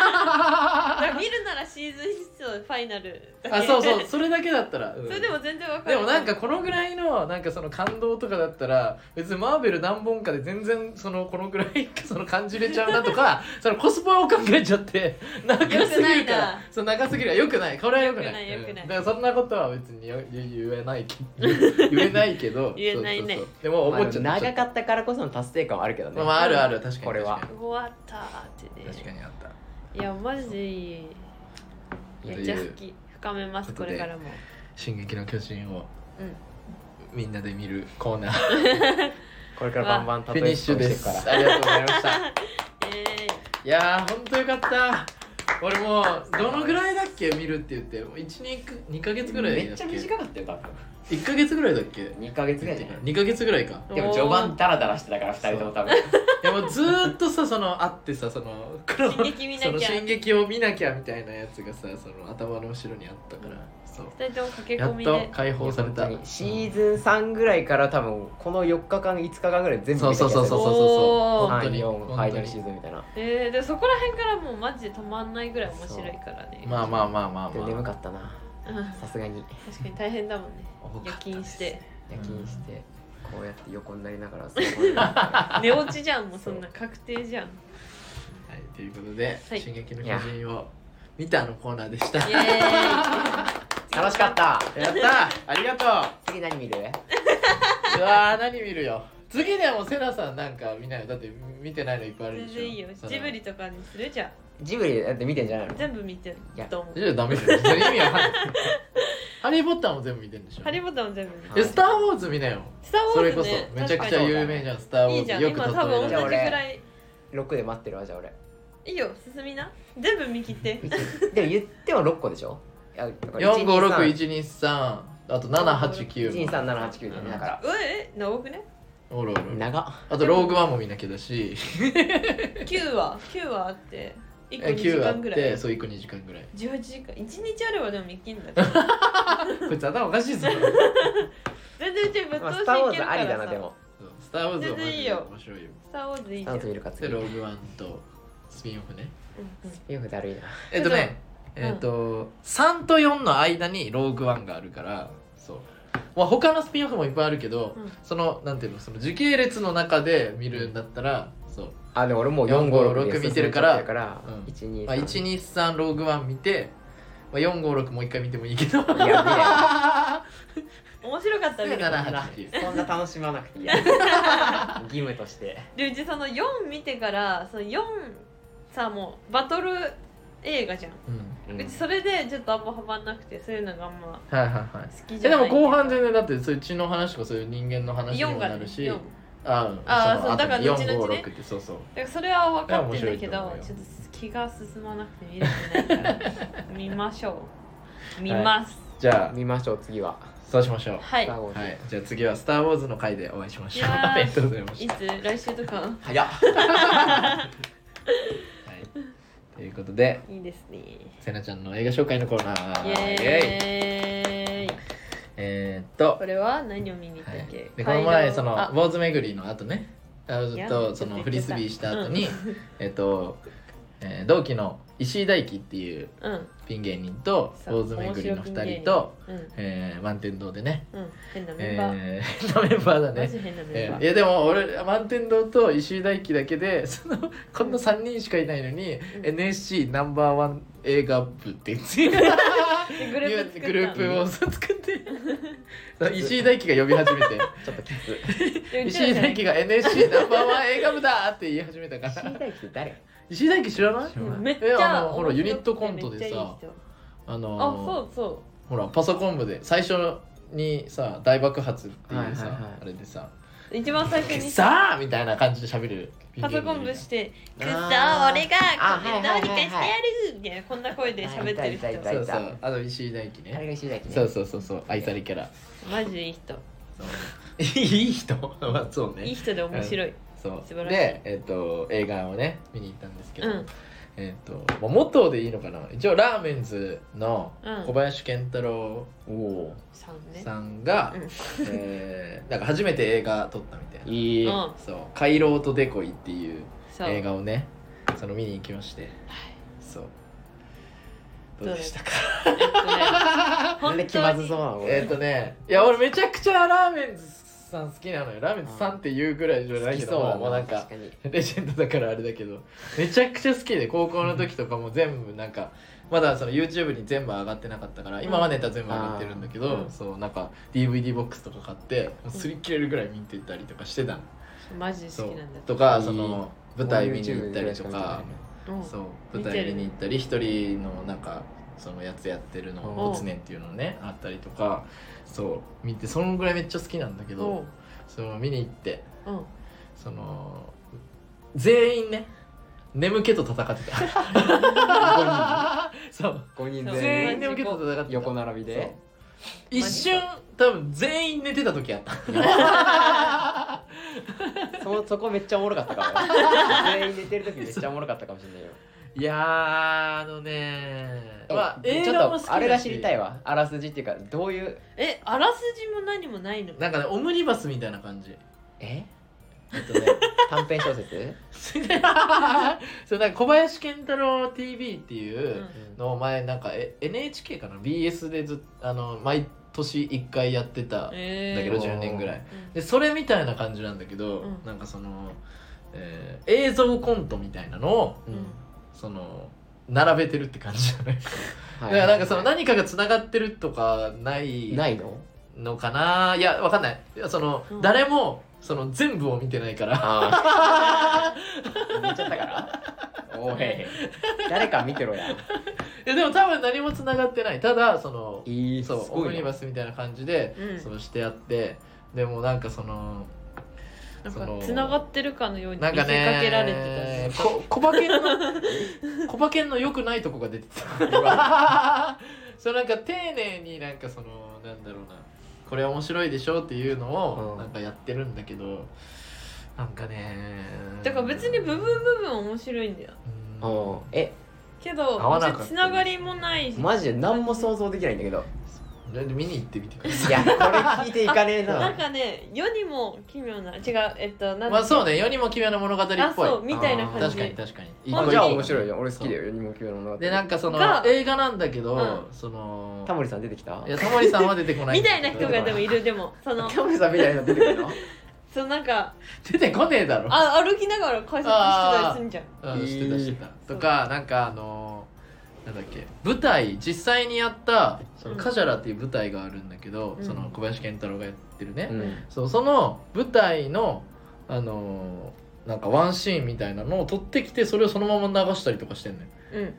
A: だから見るならシーズン1のファイナルだけ
B: あそうそうそれだけだったら、うん
A: それでも全然わかる
B: でもなんかこのぐらいのなんかその感動とかだったら別にマーベル何本かで全然そのこのぐらいその感じれちゃうな とかそのコスパを考えちゃって長すぎ
A: よくない
B: るから
A: な
B: そう長すぎるよくないこれはよくない
A: よくないよくない
B: うんだからそんなことは別によ言えないけ ど言えないけど
A: 言えないね
B: そうそうそうでも思っちゃった、
C: 長かったからこその達成感はあるけどね、
B: まあまああるある確かに
C: これは
B: 確か
A: 終わったーって
B: に確か
A: ね
B: にあった
A: いやマジでいい
B: という
A: めっちゃ好き深めますこれからも
B: 「進撃の巨人」を
A: うん
B: みんなで見るコーナー
C: これからバンバン
B: フィニッシュで
C: か
B: す。
C: ら
B: ありがとうございました。
A: え
B: いやー、本当よかった。俺もうどのぐらいだっけ見るって言って、もう一二く二ヶ月ぐらいだっけ。
C: めっちゃ短かったよ多分
B: 一ヶ月ぐらいだっけ。
C: 2ヶ月ぐらいじゃない
B: 二ヶ月ぐらいか。
A: ー
C: でも序盤ダラダラしてたから2人とも多分
B: いやもうずーっとさその会ってさその黒
A: 進撃見なきゃ
B: その進撃を見なきゃみたいなやつがさその頭の後ろにあったから。そう。
A: 二人とも駆け
B: や
A: 込
B: っ
A: み
B: と
A: で
B: 解放された。
C: 本当にシーズン3ぐらいから多分この4日間5日間ぐらい全部見た気がす
B: そ
C: る
B: うそうそう
A: おー
B: 本当に
C: 3 4ファイナルシーズンみたいな
A: えー、でそこら辺からもうマジで止まんないぐらい面白いからね
B: まあまあまあまあ
C: でも
B: ま
C: 眠
B: あ。
C: かったな
A: あ
C: さすがに
A: 確かに大変だもんね
B: 多か
A: 夜
B: った
A: 勤 して
C: 夜勤してこうやって横になりながらそう 思いながら
A: 寝落ちじゃんもうそんな確定じゃん
B: はい、ということで「
A: はい
B: 進撃の巨人」を見たのコーナーでした
A: イエ
B: やっ
A: ー
C: 楽しかった
B: たありがと
C: 次何見る
B: ううわー何見るよ次でもセナさんなんか見ないよだって見てないのいっぱいある
A: イ
B: でしょ
A: 全然いいよ
B: その
A: ジブリとかにするじゃ
C: ジブリだって見てんじゃないの
A: ん全部見てると思う
B: じゃあダメだよそれ意味わかん ないハリー・ポッターも全部見てるんでしょ
A: ハリー・ポッターも全部見て
B: えスター・ウォーズ見なよ
A: スター・
B: そ
A: ウォ
B: れ
A: ーズ
B: こそ
A: ね
B: めちゃくち
A: 確
B: ゃ
A: かに
B: 有名じゃんスター・ウ
A: い
B: ォ
A: いじ
B: ー
A: ゃ
B: ズ
A: ん
B: よく
A: 今多分同
B: 例え
A: じ
B: ら
A: ぐ
B: れる
A: らい
C: 6で待ってるわじゃあ俺
A: いいよ進みな全部見切 って
C: でも言っても6個でしょ
B: 456123あと789
C: 1237891だねだから
A: うええ多くね
B: おろおろ
C: 長っ
B: あとローグワンも見なきゃだし
A: 9話9話あって1個
B: え
A: 2時
B: 9あ
A: 間
B: っ
A: ぐらい
B: てそう1個2時間ぐらい
A: 18時間1日あればでも見切んだけど
B: こいつ頭おかしいぞ
A: 全然うちぶっ
C: まあ、
A: 通
C: スター・ウォ
A: しいける
C: ーズ
A: か
C: ありだ
A: ら
C: な
A: さ
C: でも
B: スター・ウォーズ
A: 全
B: はマジ
A: 然いい
B: で
A: よ
B: 面白いよ
A: スター・ウォーズいい
C: ス
A: じ
C: タ
A: ゃん
C: ー・ウォーズ見るか次
B: で
C: よ
B: ローグワンとスピンオフね
C: くだるいな
B: えっとね
A: うん
B: えっと3と4の間にローグワンがあるからそうまあ他のスピンオフもいっぱいあるけど、
A: うん
B: そのなんていうのその時系列の中で見るんだったらそう
C: あでも俺もう456
B: 456見てるからうん
C: 123、
B: まあ、123ローグワン見て、まあ、456もう一回見てもいいけど
C: いや見ない
A: 面白かったら見る
B: だな
C: そんな楽しまなくていいや義務として
A: でうちその4見てからその4さもうバトル映画じゃん、
B: うん
C: う
A: うんちそれでちょっとあんまハマんなくてそういうのがあんま
B: はいはいはい
A: 好き
B: え
A: じゃ
B: で
A: ない
B: も後半全然だってそういう血の話とかそういう人間の話に
A: 4
B: も
A: が
B: な
A: ね
B: るし、
A: 4だ
B: あうん
A: あー
B: の
A: そうだから後々ね
B: 456ってそうそう
A: からそれは分かってるんだけ
B: いや面白いと思
A: ど
B: うよ
A: ちょっと気が進まなくて見れてないから見ましょう見ます
B: じゃあ
C: 見ましょう次は
B: そうしましょう
A: は
C: ス
A: い、
C: ター・ウォーズ、
B: はい、じゃあ次は「スター・ウォーズ」の回でお会いしましょ
A: い
B: う
A: やー
B: ありがとうございま
A: い、
B: した
A: つ来週とか
B: 早っ、はい、ということで
A: いいですね
B: せなちゃんの映画紹介のコーナ
A: イ
B: ーイエイ
A: エーイ
B: えー、っと
A: これは何を見に行った
B: は
A: っ
B: い
A: け、、
B: でこの前その
A: あ
B: 坊主巡りの後ねあのずっ
A: や
B: とそのフリスビーした 後に、えっと、えー同期の石井大輝っていう
A: うんうん
B: ピン芸人と
A: そう
B: 坊主巡りの2人と、
A: うん
B: えー、満天堂でね、
A: うん変なメンバー、
B: えー、変 なメンバーだ
A: マ
B: ね。
A: ジ変なメン
B: え
A: バ
B: ー
A: ー、
B: いやでも俺満天堂と石井大輝だけ でそのこんな3人しかいないのに、NSC ナンバーワン映画部っていう
A: で グループ作った
B: グループをそう作って そう石井大輝が呼び始めて
C: ちょっときつい
A: でうちら
B: 石井
A: じゃない
B: 大輝が NSC ナンバーワン映画部だって言い始めたか
C: 知り
B: ら
C: たいって誰
B: 石井大輝知らない
A: めっち
B: え
A: ゃ
B: あのほらユニットコントでさ
A: めっちゃいい人
B: あの
A: あそうそ
B: ほらパソコン部で最初にさ大爆発っていうさ、
C: はいはいはい
B: あれでさ
A: う一番最
B: 「
A: 初にさ
B: さあ!」みたいな感じで喋る
A: パソコン部 して「
C: あ
A: くっ
C: ー
A: そー俺が
C: あ
A: これどうにかしてや
C: はいはい
A: る!」みたいなこんな声で喋ってる
C: はいはい
A: 人
C: はい
B: そうそうあの石井大輝
C: あれ
B: ね
C: が石崎ね
B: そうそうそうそう愛されキャラ
A: マジいい人
B: そういい人 まあそうね
A: いい人で面白い、
B: そう
A: 素晴らしい
B: で、えっと映画をね見に行ったんですけど、
A: うん
B: えっとまあ元でいいのかな一応ラーメンズの
A: うん
B: 小林健太郎
C: おお
A: さんね
B: さんが、
A: うん
B: えーなんか初めて映画撮ったみたいな。
C: いい、
A: うん
B: そう「回廊とデコイ」っていう
A: そう
B: 映画をねその見に行きましてそうどうでしたか
A: えっとね
C: なんで気まずそうなの
B: えっとねいや俺めちゃくちゃラーメンズさん好きなのよラーメンズさんっていうぐらいじゃないけどもうなんか
C: 確かに
B: レジェンドだからあれだけどめちゃくちゃ好きで高校の時とかも全部なんかまだその YouTube に全部上がってなかったから今はネタ全部上がってるんだけど、
A: うん
B: そうなんか DVD ボックスとか買ってもう擦り切れるぐらい見てたりとかしてたの
A: マジ
B: そ
A: 好
B: う
A: きなんだ
B: とか
C: いい
B: その舞台見に行ったりと
C: YouTube
B: か
A: うん
B: そう
A: 見
B: 舞
A: てる
B: 台見に行ったり一人のなんかそのやつやってるの
C: うん
B: 「骨年」っていうのねあったりとかそう見てそのぐらいめっちゃ好きなんだけ
A: うん
B: どその見に行って
A: うん
B: その全員ね眠気と戦ってたそう
C: 5人
A: そう
B: 全
C: 全
B: 員
C: 員
B: 眠気と戦ってた
C: 横並び
B: そう
C: で
B: 一瞬多分全員寝てた時あった
C: そそこめっちゃおもろかったかも全員寝てる時めっちゃおもろかったかもしれないよ
B: いやーあのねーまあ
C: え
B: 映
C: ち
B: 画
C: ょ
B: も好
C: っ
B: きだし
C: とあれが知りたいわあらすじっていうかどういう
A: えあらすじも何もないの
B: なんかねオムニバスみたいな感じ
C: ええっとね、短編小説
B: それ なんか小林健太郎 TV っていうの前なんかえ NHK かな BS でずっあの毎年1回やってたんだ
A: え
B: け
A: え
B: ど
C: うん
B: 10年ぐらい
A: うん
B: でそれみたいな感じなんだけど、
A: うん
B: なんかその、えー映像コントみたいなのを
C: うん
A: うん
B: その並べてるって感じじゃないだから
C: はい
B: なんかその何かがつながってるとかない
C: ないの
B: のかないやわかんないいやその、
A: うん
B: 誰もその全部を見てないから
C: ああ。言っちゃったから。おい。誰か見てろ や。
B: いやでも多分何もつながってないただその
C: いい。
B: そう
C: す
B: オ
C: ご
B: ム
C: い
B: ニバ
C: な
B: スみたいな感じで、
A: うん
B: そうしてあってでもなんかその
A: なん
B: その
A: か繋がってるかのように見
B: な
A: せ
B: ん
A: か
B: かね
A: けられてたね
B: こ小馬 券の小馬券の良くないとこが出て たそうなんか丁寧になんかそのなんだろうなこれ面白いでしょっていうの
C: う
B: を
C: ん
B: なんかやってるんだけど、なんかね
A: だから別に部分部分面白いんだよ
B: うん
C: うん。え、
A: けど
C: 合わなかった
A: つながりもないし
C: マジで何も想像できないんだけど。
B: で見に行ってみてくださ
C: いや、これ聞いていかねえ
A: なん
C: な。
A: かね世にも奇妙な違うえっとなんだっけ
B: いまあそうね世にも奇妙な物語っぽい
A: あそうみたいな感
B: 確
A: じ
B: かに確かに
A: 本当に
C: あじゃあ面白いよ。俺好きだよ。世にも奇妙な物語
B: でなんかその
A: が
B: 映画なんだけど、
A: う
B: その
C: タモリさん出てきた
B: いやタモリさんは出てこない
A: みたいな人がでもいるでもその
C: タモリさんみたいなの出てくるの
A: そのなんか
B: 出てこねえだろ
A: あ歩きながら解説してたりすんじゃん
B: うんしてたしてた、
A: ー
B: とかなんかあのーなんだっけ舞台実際にやったその
A: うん
B: カジャラっていう舞台があるんだけど、
A: うん
B: その小林健太郎がやってるね、
C: うん。
B: そうその舞台のあのーなんかワンシーンみたいなのを撮ってきてそれをそのまま流したりとかしてんのよ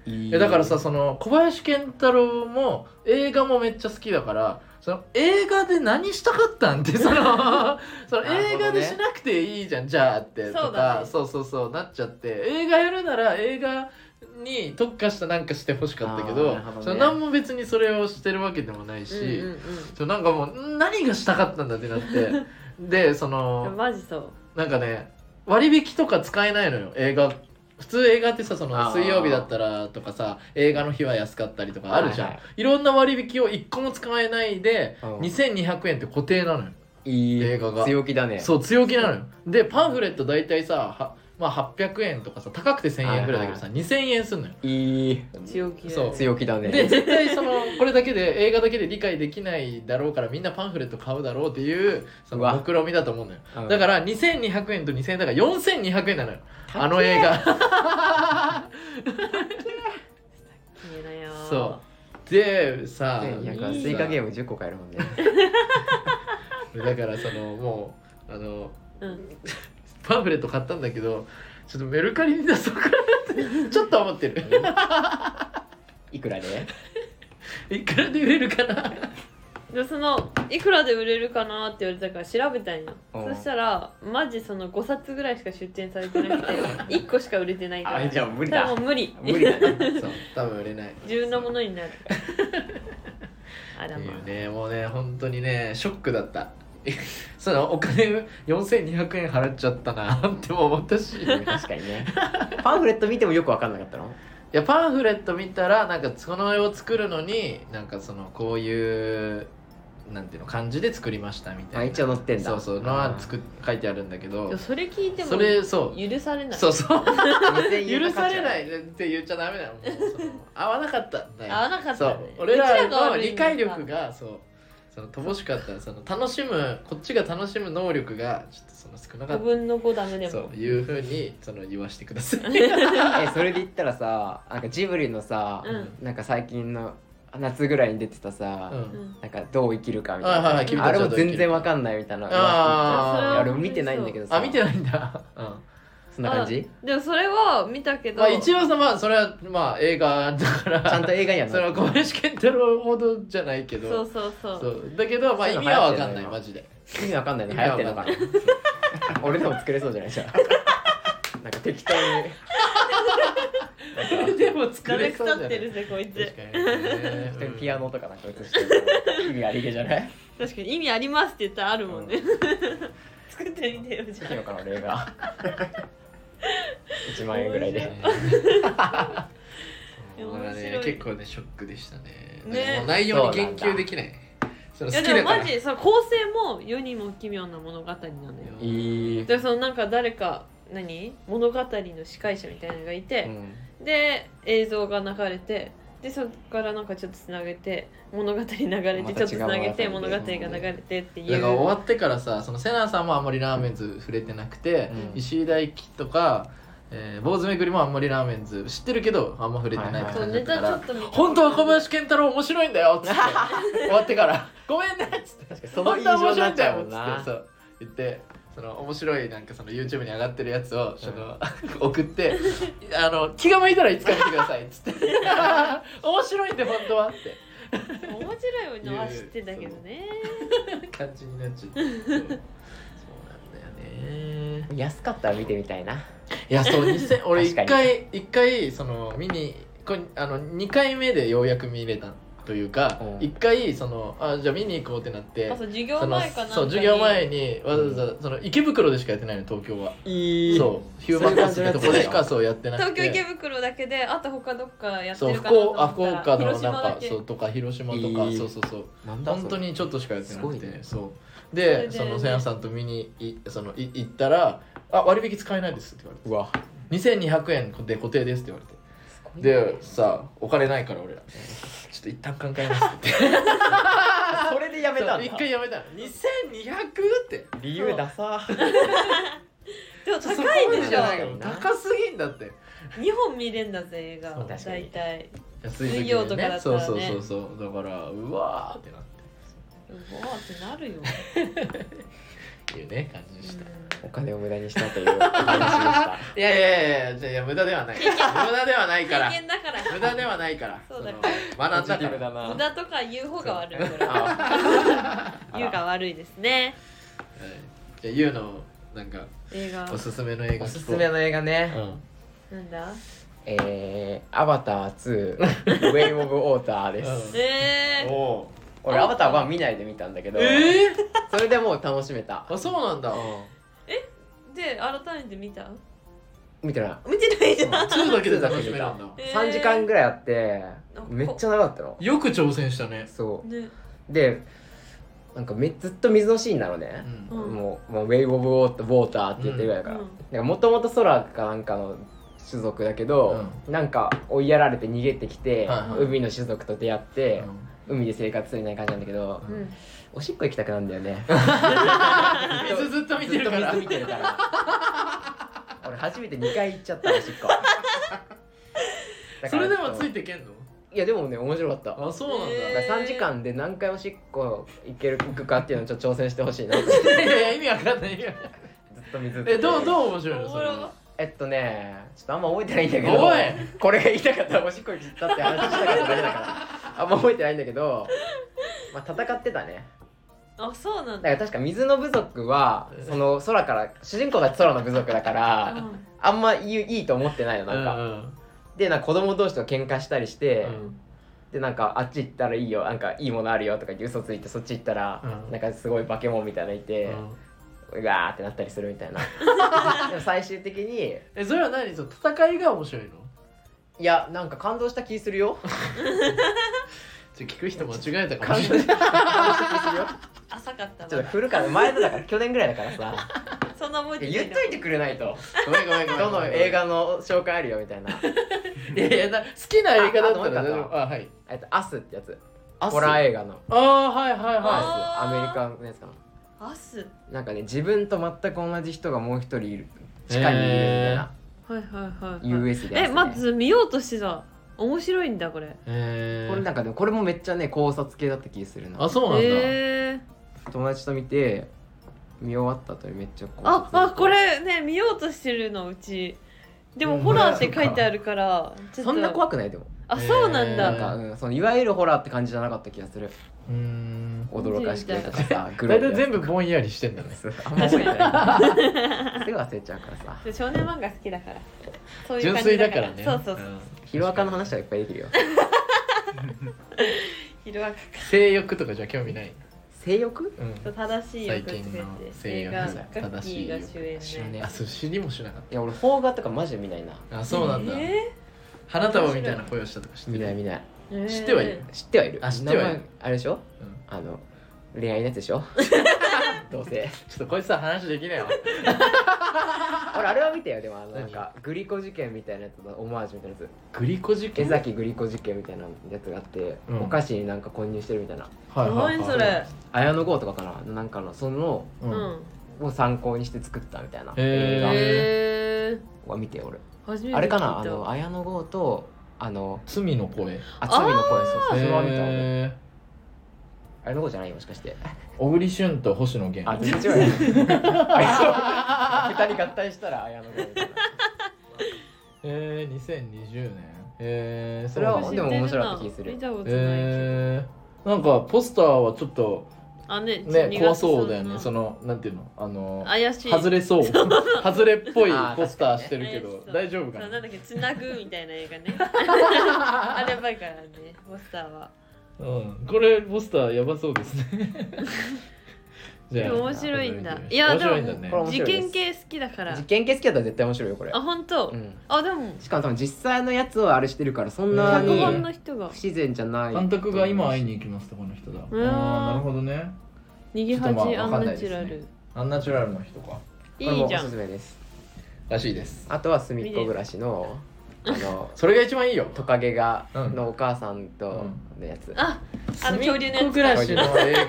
A: うん
C: い
B: い
C: い
B: やだからさその小林健太郎も映画もめっちゃ好きだからその映画で何したかったんってそのその
C: なるほどね
B: 映画でしなくていいじゃん、じゃあって
A: そ
B: と
A: うだ
B: か
A: ね
B: そう,、そうそうなっちゃって映画やるなら映画に特化したなんかしてほしかったけ
C: あー
B: ど
C: なるほどね
B: その何も別にそれをしてるわけでもないし、
A: うん
B: そうなんかもうん何がしたかったんだってなってでそ
A: うんうん
B: の
A: マジそう
B: なんかね割引とか使えないのよ映画普通映画ってさその
C: あー
B: 水曜日だったらとかさ映画の日は安かったりとかあるじゃん、
C: はいいは
B: ろんな割引を1個も使えないで
C: うん
B: 2200円って固定なのよ、
C: いい
B: 映画が
C: 強気だね。
B: そう強気なのよでパンフレット大体さは、まあ、800円とかさ高くて1000円ぐらいだけどさ、2000円すんのよ
C: いい。
A: 強気で
B: そう
C: 強気だね。
B: で絶対そのこれだけで映画だけで理解できないだろうからみんなパンフレット買うだろうっていうそうの
C: わ
B: 目論見だと思うのよ
C: うん
B: だから2200円と2000円だから4200円なのよ
C: 高え
B: あの映画
A: 消えなよ
B: そでさ
C: ねなんか
A: いい
C: スイカゲーム10個買えるも んね。
B: だからそのもうあの
A: う、うん、
B: パンフレット買ったんだけどちょっとメルカリに出そうかな ってちょっと思ってる
C: いくらで
B: いくらで売れるかな
A: でそのいくらで売れるかなって言われたから調べたんよ
C: うん
A: そしたらマジその5冊ぐらいしか出展されてなくて1 個しか売れてないから
C: あ、じゃあ無理
A: 多
C: だ。
A: 分無理
C: 無理だね。
B: そう 多分売れない
A: 自分のものにな るあら
B: って
A: ま
B: いうねもうね本当にねショックだった そのお金4200円払っちゃったなっても思ったしい
C: 確かに ね。パンフレット見てもよく分かんなかったの
B: やパンフレット見たらなんかその絵を作るのになんかそのこういうなんていうの感じで作りましたみた
C: あ
B: いな
C: 一応載ってんだ。
B: そうそうのはつく書いてあるんだけ
A: あ
B: ど
A: でもそれ聞いても
B: それそう
A: 許されない
B: そうそう許
C: 許。
B: されないいって言っちゃダメだよもうその合わなかったんだよ
A: 合わなかった
B: そ
A: ね
B: う俺ら
A: うちが
B: の
A: 悪い
B: 理
A: んだ
B: 解力がそうその乏しかったその楽しむこっちが楽しむ能力がちょっとその少なか
A: 5
B: っ
A: 分の5ダメで
B: た
A: も
B: そういうふうにその言わしてください
C: え、それで言ったらさ、なんかジブリのさ、
A: うん
C: なんか最近の夏ぐらいに出てたさ、
B: うん
A: うん
C: なんかどう生きるかみ
B: はいは
C: た
B: い
C: い
B: 君
C: な。
B: た
C: あ
B: ちはど
C: れ
B: う生
C: も
B: きる
C: 全然分かんないみたいな。
B: あー
C: いや俺も見てないんだけどさ。
B: あ見てないんだ、うん
C: そんな感じ
A: あでもそれは見たけど
B: まあ、一応さまあそれはまあ映画だから
C: ちゃんと映画には
B: それ
C: な
B: は小林健太郎ほどじゃないけど
A: そうそうそう
B: そうだけどまあ意味は分かんない
C: そういうの流行ってるの今
B: マジで
C: 意味わかんないの流行ってんのかな
B: 意味わ
C: 俺でも作れそうじゃないじゃ んなんか適当になん か
B: でも作
A: ダメ
B: れそう
A: 腐
B: じゃ
A: っ
B: ない
A: てるぜこいつ
B: 確かに ね
C: 適当にピアノとかなんか映してる意味ありげじゃない
A: 確かに意味ありますって言ったらあるもんね、 作ってみてよじゃ
C: いいのかな俺 が1万円ぐらいで
B: ね
A: いや
B: そうだね
A: 面白い
B: 結構ねショックでしたね
A: ね
B: もう内容に言及できないそれ
A: い
B: 好
A: や
B: き
A: で
B: だ
A: も
B: か
A: マ
B: ら
A: ジその構成も世にも奇妙な物語なのよ
C: いい
A: でそのなんか誰か何物語の司会者みたいなのがいて、で映像が流れてでそこからなんかちょっとつなげて物語流れ
C: ま
A: て
C: た
A: ちょっとつなげて
C: 違う
A: 物語
C: 物語
A: が
C: で
A: 流れてってい
B: だから終
A: う
B: わってからさそのセナさんもあんまりラーメンズ触れてなくて、
C: うん
B: 石井大輝とか、えー、坊主めぐりもあんまりラーメンズ知ってるけどあんま触れてないって
A: そう
B: 感じだ
A: ネ
B: った
A: タ
B: か
A: ち
B: ら、
A: ょっと見た
B: 本当は小林健太郎面白いんだよっつって 終わってから「ごめんね」っつって
C: 確かに
B: 「
C: その
B: 本
C: 印
B: 当は
C: 象
B: 面白
C: にないっ
B: ん
C: ち
B: だ
C: ゃう
B: よ」
C: も
B: っつって
C: んな
B: そう言ってその面白いなんかその YouTube に上がってるやつをその、 送って「あの気が向いたらいつか見てください」っつって 「面白いんで本当は」って。
A: 面白いのは知ってたけどね
B: 感じになっちゃってそうそうなんだよね
C: 安かったら見てみたいない
B: やそう2000俺
C: 確
B: 1
C: かに
B: 回一回その見にこんあの2回目でようやく見れたというか、
C: うん
B: 一1回そのあじゃあ見に行こうってなって
A: あそう授業
B: その
A: 前かなんかに
B: そう授業前にわざわざその池袋でしかやってないの東京は、
C: い
B: そうヒューマンカスってとこでしかそうやってなく
A: 東京池
B: て
A: 袋だけであと他どっかやって
B: そう
A: る
B: 福
A: かなと思
B: 岡あ福
A: ったら
B: 岡の
A: 広
B: なん
A: 島だ
B: か
A: け
B: そうとか広島とか、
C: いい
B: そうそうそう
C: なんだそれ
B: 本当にちょっとしかやってな
C: すご
B: く
C: い
B: て、
C: ね
B: そうで
A: そ
B: そ
A: れで
B: の
A: ね
B: せやさんと見にいそのい行ったら「あ割引使えないです」って言わ
C: うわ
B: れて「2200円で固定です」って言われて
C: すごいね
B: でさお金ないから俺ら「ちょっと一旦考えます」って
C: それでやめたんだ
B: 一回やめたの「2200?」って
C: 理由ダサ
A: でも高い
B: そこま
A: で
B: で
A: し
B: じゃない
A: ょ
B: よ高すぎんだって
A: 2本見れんだぜ映画
B: そう
A: 大
C: 確かに
A: 体
B: 安い時
A: 水曜と
B: に
A: かだったら
B: ね
A: ね
B: そうそうそうそうだからうわーってなっ
A: うわーってなるよ
B: ていうね感じでした、
C: お金を無駄にしたというお 話でし
B: いやいやいやいやいや無駄ではない 無駄ではない
A: 経
B: から
A: 験だから
B: 無駄ではないから
A: そうだ
B: の学んだ
C: た
B: から
C: だ
A: 無
C: な
A: 駄とか言う方が悪いこれは
B: あ
A: 言うが悪いですね
B: はいじゃあゆうのなんか
A: 映画
B: おすすめの映画
C: おすすめ
B: の
C: の映画ね
A: なんだ
C: えー、アバター2 ウェイ・オブ・ウォーターで
B: うん
C: す、
A: えー
B: お
C: 俺アバター1見ないで見たんだけど、
B: え
C: それでもう楽しめた
B: あそうなんだ
A: で改めて見た
C: 見てな
A: 見てないじゃん
B: 2だけで楽しめるんだ
C: い
A: えー
C: 3時間ぐらいあって
A: なんか
C: めっちゃ長かったの
B: よく挑戦したね
C: そ
A: ね
C: うでなんかめずっと水のシーンなのね、
B: うん
A: うん
C: もうもうウェイ・オブ・ウォーターウォーターって言ってるぐらいだから、
A: うん
C: もともと空かなんかの種族だけど、なんか追いやられて逃げてきて、
B: はい
A: はい
C: 海の種族と出会って、海で生活するみたいな感じなんだけど、
A: うん
C: おしっこ行きたくなるんだ よね
B: 水ずっと見てるから
C: ずっと水見てるから俺初めて2回行っちゃったおしっこだ
B: そ
C: か
B: れ
C: ら
B: でもついてけんの
C: いやでもね面白かった
B: あそうなんだ
A: え
C: だから3時間で何回おしっこ行ける行くかっていうのをちょっと挑戦してほしいなずっ
B: いやいや意味わかんないよ
C: と水
B: えどう
C: う
B: どう面白い
A: お
B: の
A: も
B: それ
A: ろ
C: えっとねちょっとあんま覚えてないんだけど
B: おい
C: これが言いたかったらおしっこ行ったって話したかっただけだからあんま覚えてないんだけどまあ戦ってたね
A: あそうなんだ
C: だから確か水の部族はその空から主人公が空の部族だから、
A: うん
C: あんまいいいいと思ってないのなんか、でなんか子供同士と喧嘩したりして、
B: うん
C: でなんかあっち行ったらいいよなんかいいものあるよとか言って嘘ついてそっち行ったら、
B: うん
C: なんかすごい化け物みたいなのいて、
B: うん
C: うわーってなったりするみたいなでも最終的に
B: えそれは何その戦いが面白いの
C: いやなんか感動した気するよ
B: ちょ聞く人間違えたかも
C: 感動
B: し
C: し
B: れない
C: た感動した気するよ
A: 浅かった
C: ちょっと
A: わ
C: 古から前のだから去年ぐらいだからさ
A: そんな覚えてない
C: 言っといてくれないと
B: ごめんごめんごめん
C: どの映画の紹介あるよみたいな
B: いやいやな好きな映画だったら
C: ああ
B: 大丈
C: ともう一
B: 夫あはい
C: えっと「アスってやつ
B: アス
C: ホラー映画の
B: あーはいはい
C: 「ア
B: は
A: あー
C: スアメリカのやつかな
A: 明日
C: なんかね自分と全く同じ人がもう一人いる地下にいるみたいな、
A: はいはいはいはい
C: US でやつね
A: えまず見ようとしてた面白いんだこれ
B: いえ
C: これなんかでもこれもめっちゃね考察系だった気するな
B: あそうなんだ、
A: えー
C: 友達と見て見終わった後にめっちゃ考察
A: ああこれね見ようとしてるのうちでも
B: うん
A: ホラーって書いてあるからちょっと
C: そんな怖くないでも
A: あそうなん
B: え
C: なん
A: だ
B: ー
C: か、うん、そのいわゆるホラーって感じじゃなかった気がする
B: うーん
C: 驚かし系とかさグロ
B: 大
C: い
B: 体全
C: 部
B: 部ぼんやりしてんだね
C: あんま覚えて ないすぐ忘れちゃうからさ
A: 少年漫画好きだからそういう
B: 純
A: 感
B: 粋
A: じ
B: だ
A: だ
B: か
A: からら
B: ね
A: そうそうそう、
B: ん
C: ヒロアカの話はいっぱいできるよ
A: 昼は
B: 性欲とかじゃ興味ない、
C: 性欲
B: うん
A: 正しい欲って
B: 最近の
A: 映画
B: 性欲
A: ガッキーが主演
C: 正しい欲知ら
A: で
C: ね
B: あそう死にもしなかっ
C: いや俺邦画とかマジで見ないな
B: たあそうなんだ、
A: え
B: 花束みたいな声をしたとかして
C: 見ない
B: る
C: 見ない
A: ー
B: 知ってはいる
C: 知ってはいる
B: あ知ってはいる
C: 名前あれでしょ
B: うん
C: あの恋愛のやつでし ょどうせ
B: ちょっとこいつは話できないわ
C: 俺あれは見たよでもあのなんかグリコ事件みたいなやつのオマージュみたいなや
B: グリコ事
C: つ江
B: 件
C: 崎グリコ事件みたいなやつがあって、
B: うん
C: お菓子になんか混入してるみたいな
B: はいはい
A: 何それ
C: 綾野剛とかかななんかのその
B: うん
A: うん
C: を参考にして作ったみたいな
B: へー
A: へ
C: 映
A: え
C: 画は見てよ俺
A: 初めて聞いた
C: あれかなあの綾野剛とあの
B: 罪の声
C: あ罪の声そうそうそれは見た俺
B: え
C: 綾野剛じゃないもしかして
B: ー小栗旬と星野源
C: あ全然違うねあそう二人合体したら綾野剛みたいな
B: えー、2020年えー、
C: それは
B: そう
C: で
B: です
C: も面白かった気する
A: 見たことないけど、
B: えー、なんかポスターはちょっと
A: あね
B: ね怖そうだよねそ
A: の
B: のなんていうのあの
A: 怪しい
B: 外れそう外れっぽい
C: あー
B: ポスターしてるけ
A: 怪
B: ど
A: しそう
B: 大丈夫か
A: そうな
B: な
A: んだっけつなぐみたいな映画ね あれやばいからねポスターは
B: うんこれポスターやばそうですねじ
A: で
B: ゃあ
A: も面白いんだ
B: い
A: いや
B: 面白いんだ
C: でも
B: ね
C: 面
A: 事
C: 白いです
A: 件系好きだから
C: 実験系好きだったら絶対面白いよこれ
A: あ本当、
C: うん
A: あでも
C: しかも多分実際のやつをあれしてるからそんな
A: 脚
C: に
A: 本の人が
C: 不自然じゃない
B: 監督が今会いに行きますとこの人だあ
A: ー
B: あーなるほどね
A: 逃げ
B: ちょっと
A: 恥
B: まあ
A: ア
B: わか
A: ン
B: んな
A: ナ
B: い
A: チュ
B: です
A: ラ
B: ね
A: ル
B: アンナチュラルの人か
C: これも
A: いいじゃ
C: おすす
A: ん
C: めです
B: らしいです
C: あとは隅っこ暮らしのあの
B: それが一番いいよ
C: トカゲが
B: うん
C: のお母さんとのやつ、
A: ああの恐竜のやつ
B: すみっこ暮らし の映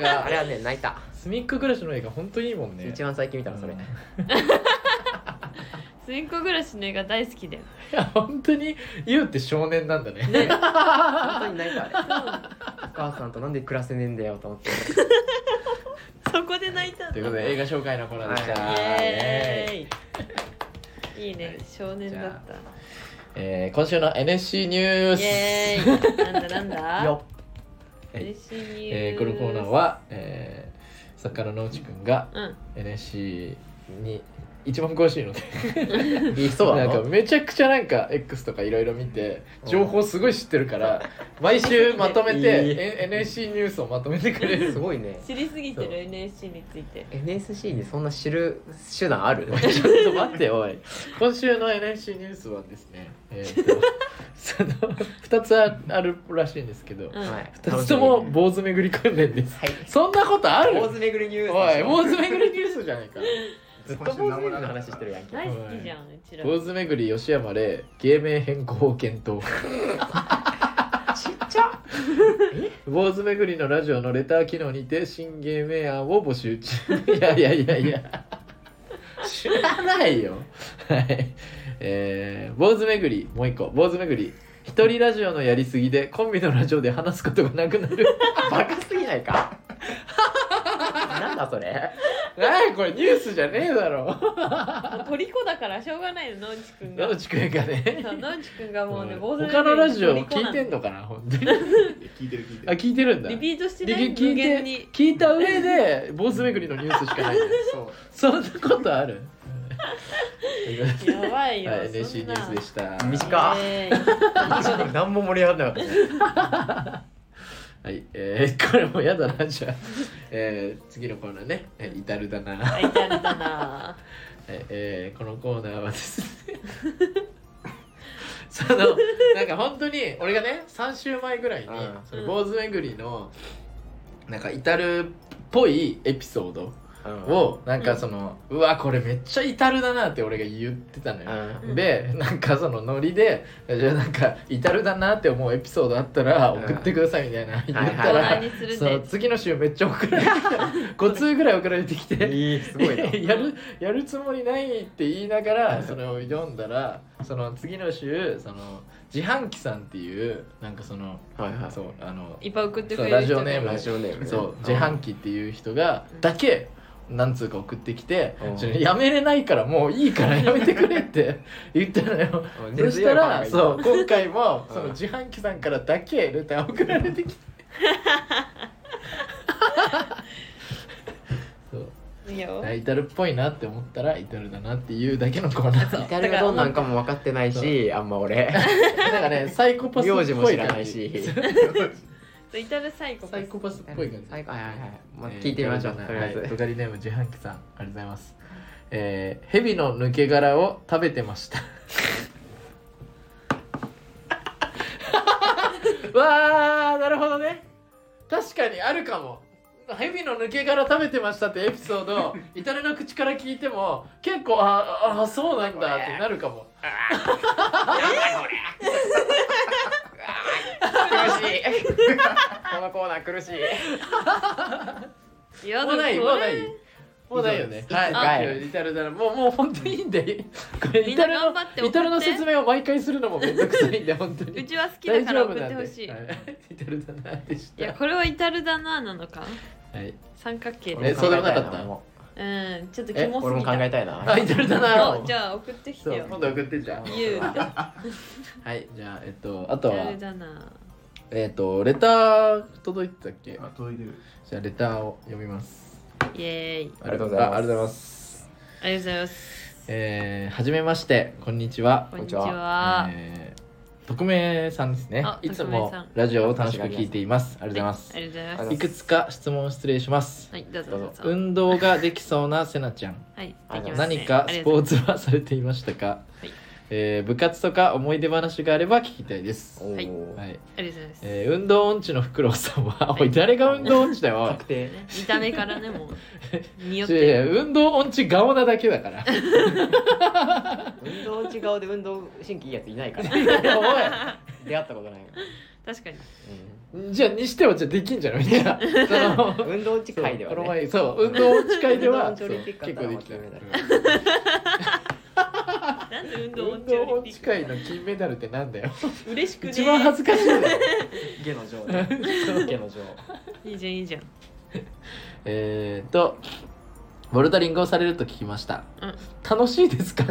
C: あ
B: 画
C: れはね泣いた、
B: すみっこ暮らしの映画本当にいいもんね
C: 一番最近見たのそれ、
B: うん
A: 末っ子暮らしの映画大好きだよ
B: いや本当にユウって少年なんだね
A: ね
C: 本当に泣いたあれお母さんとなんで暮らせねえんだよと思って
A: そこで泣いたん
B: ということ
A: だ
B: で映画紹介のコーナーでした、
A: イ
B: イエーイ
A: エーイいいね少年だった
B: えー今週の NSC ニュース
A: イエーイなんだなんだ
C: よ
B: はい
A: 嬉しいニュ
B: えーこのコーナーは、えー作家の野内くんが
A: うん
B: NSC に一番詳しいので
C: っいいそう
B: な
C: なん
B: か
C: の
B: めちゃくちゃなんか X とかいろいろ見て情報すごい知ってるから毎週まとめて
C: いい
B: N- NSC ニュースをまとめてくれる
C: すごいね
A: 知りすぎて
B: そう
A: る NSC について
C: NSC にそんな知る手段ある
B: ちょっと待っておい今週の NSC ニュースはですねえー とその2つああるらしいんですけ
A: う
B: ど
A: ん
C: はい
B: 2つとも坊主巡り訓練です
C: はい
B: そんなことある
C: 坊主巡りニュース
B: おい坊主巡りニュースじゃないか
C: ずっと坊主巡りの話してるやんけ
A: 大好きじゃんうちら
B: 坊主巡り吉山で芸名変更を検討
C: ちっちゃ
B: 坊主巡りのラジオのレター機能にて新芸名案を募集 中いやいやいやいや知らないよはいえー、坊主巡りもう一個坊主巡り一人ラジオのやりすぎでコンビのラジオで話すことがなく なる
C: バカすぎないかなんだそれ
B: 何これニュースじゃねえだろ
A: もう虜だからしょうがないよ野内くんが
B: 野内くんがね
A: そう野内くんがもうね
B: うん
A: 坊主
B: 他のラジオ
A: 虜
B: 聞
A: ないん
B: て
A: だ
B: んのかな本当に
D: 聞いてる聞いて
B: あ
D: る。
B: 聞いてるんだ
A: リピートして
B: で
A: ない
B: 聞
A: 無限
B: いて
A: に
B: 聞いた上で坊主巡りのニュースしかないの
C: そう
B: そんなことあるということで
A: やばいよ
B: はい、NSC ニュースで
A: し
B: した。
C: 短
A: た
C: た
B: 何も盛り上がんなかったね。はい、えー、これもやだな、じゃあ。えー、次のコーナーね、えー、至るだな。は
A: 相手だない
B: えー、このコーナーは ですね。その、なんか本当に、俺がね、3週前ぐらいに
C: うん、
B: その坊主巡りの、なんか至るっぽいエピソードを、なんかその、うわ、これめっちゃ至るだなって俺が言ってたのよ。
A: うん
B: でなんかそのノリで「じゃあなんか至るだな」って思うエピソードあったら
C: うん
B: 送ってくださいみたいな言っ
A: コ
B: た
A: ー
C: は
A: ナー
B: ら
A: にする
B: その
A: ぜ
B: 次の週めっちゃ送 られてきた5通ぐらい送られてきて
C: いいす
B: やるやるつもりないって言いながらそれを読んだらその次の週その自販機さんっていうなんかその
C: はいはい
B: そうあの
A: いっぱい送ってく
B: そう
A: れ
B: ラ
A: る
B: ジ
A: 人
B: オ
A: が
B: ネーム
C: ラジオネームね
B: そう
C: うん
B: 自販機っていう人が
A: うん
B: だけ何通か送ってきて
C: うん
B: 「ちょやめれないからもういいからやめてくれ」って言ったのよ
C: うん
B: そしたら
C: 根強いファンがいた
B: そう今回も
C: うん
B: その自販機さんからだけレター送られ てきてそう
A: いいよ
B: あイタルっぽいなって思ったらイタルだなっていうだけのコーナー
C: イタリアがどんなんかも分かってないしあんま
B: な
C: 俺
B: んかねサイコパスっぽ
C: 名
B: い
C: 字
B: 感
C: も
B: じ
C: 知らないし
A: イタルサイコパス
B: サイコパスっぽい感じ
C: サイコはいはいはいまあ
B: えー
C: 聞いてみましょう
B: と
C: とりあえず
B: はい、トガリネーム自販機さんありがとうございますえー、蛇の抜け殻を食べてま したわーなるほどね確かにあるかも蛇の抜け殻食べてましたってエピソードを至れの口から聞いても結構あああそうなんだってなるかも
C: 苦しいこのコーナー苦しい
A: いや
B: もうない
A: で
B: も
A: も
B: う
A: こ
B: ない
A: れ
B: もうないよね
C: 以上です
B: はい至るならもうもう本当にいいんでこれ
A: みん
B: 至
A: な
B: る
A: 頑張って
B: の至るの説明を毎回するのもめんどくさいんで本当
A: う
B: に
A: ちは好きだ
B: 大
A: から
B: 丈夫
A: 送っ
B: なん
A: て
B: で
A: ほしい、、
B: はいい至るだなでした
A: やこれは至るだななのか
B: はい
A: 三角形
B: え
A: で
B: そうでもなかった
C: も
A: うんちょっとキ
B: え
A: モ
C: 俺
A: す
C: も
A: ぎ
C: 考
A: た
C: えたいな
B: あ至るだ
A: お
B: な
A: じゃあ送ってき
B: そ
A: て
B: う
A: よ
B: 今度送ってじゃん
A: 言う
B: はいじゃあえっとあと
A: 至
B: は
A: るだな
B: えっとレター届いてたっけ
D: あ届いてる
B: じゃあレターを読みます
A: イエーイ
C: ありがとうございま
B: あ
C: す
B: ありがとうございます
A: ありがとうございます
B: えー、はじめましてこんにちは
A: こん
C: ん
A: に
C: に
A: ち
C: ち
A: は、
B: えー匿名さんですね
A: あ
B: いつ
A: 匿名
B: も
A: さん
B: ラジオを楽しく聞いていますありがとうございます
A: あ、りがとうござい
C: あ
A: ま
C: り
A: す
B: いくつか質問失礼します
A: はいどうぞ
C: どう
A: ど
C: ぞ
A: うぞ、
B: 運動ができそうなせなちゃん
A: はい
C: ありがとうございます
B: 何かスポー
A: ツ
B: ツはされていましたか、
A: はい
B: えー部活とか思い出話があれば聞きたいです、
C: おー
B: はい
A: ありがとうございます、
B: えー運動音痴のフクロウさんは、
A: はい
B: おい誰が運動音痴だ よおい
C: 確定
A: ね見た目からね もうによっ
B: いやいや
A: て
B: 運動音痴顔なだけだから
C: 運動違うで運動神経いいやついない から出会ったことないから
A: 確かに
B: おいじゃあにしてはじゃあできんじゃないみたいなその
C: 運動近いでは
B: この
C: ね
B: 前そう運動音痴会で
C: 運動
B: は
C: 音痴
B: そ
C: オ
B: う
C: リンピ
B: 結
C: ック
B: 構できた
C: あったら
A: なんで運動音
B: 運
A: 痴
B: 動
A: よ
B: 音
A: り
B: 痴会の金メダルってなんだよ
A: 嬉しくね
B: 一番恥ずかしいよ
C: 下の上ね下の上
A: いいじゃんいいじゃん
B: えーっとボルダリングをされると聞きました、
A: うん
B: 楽し いですか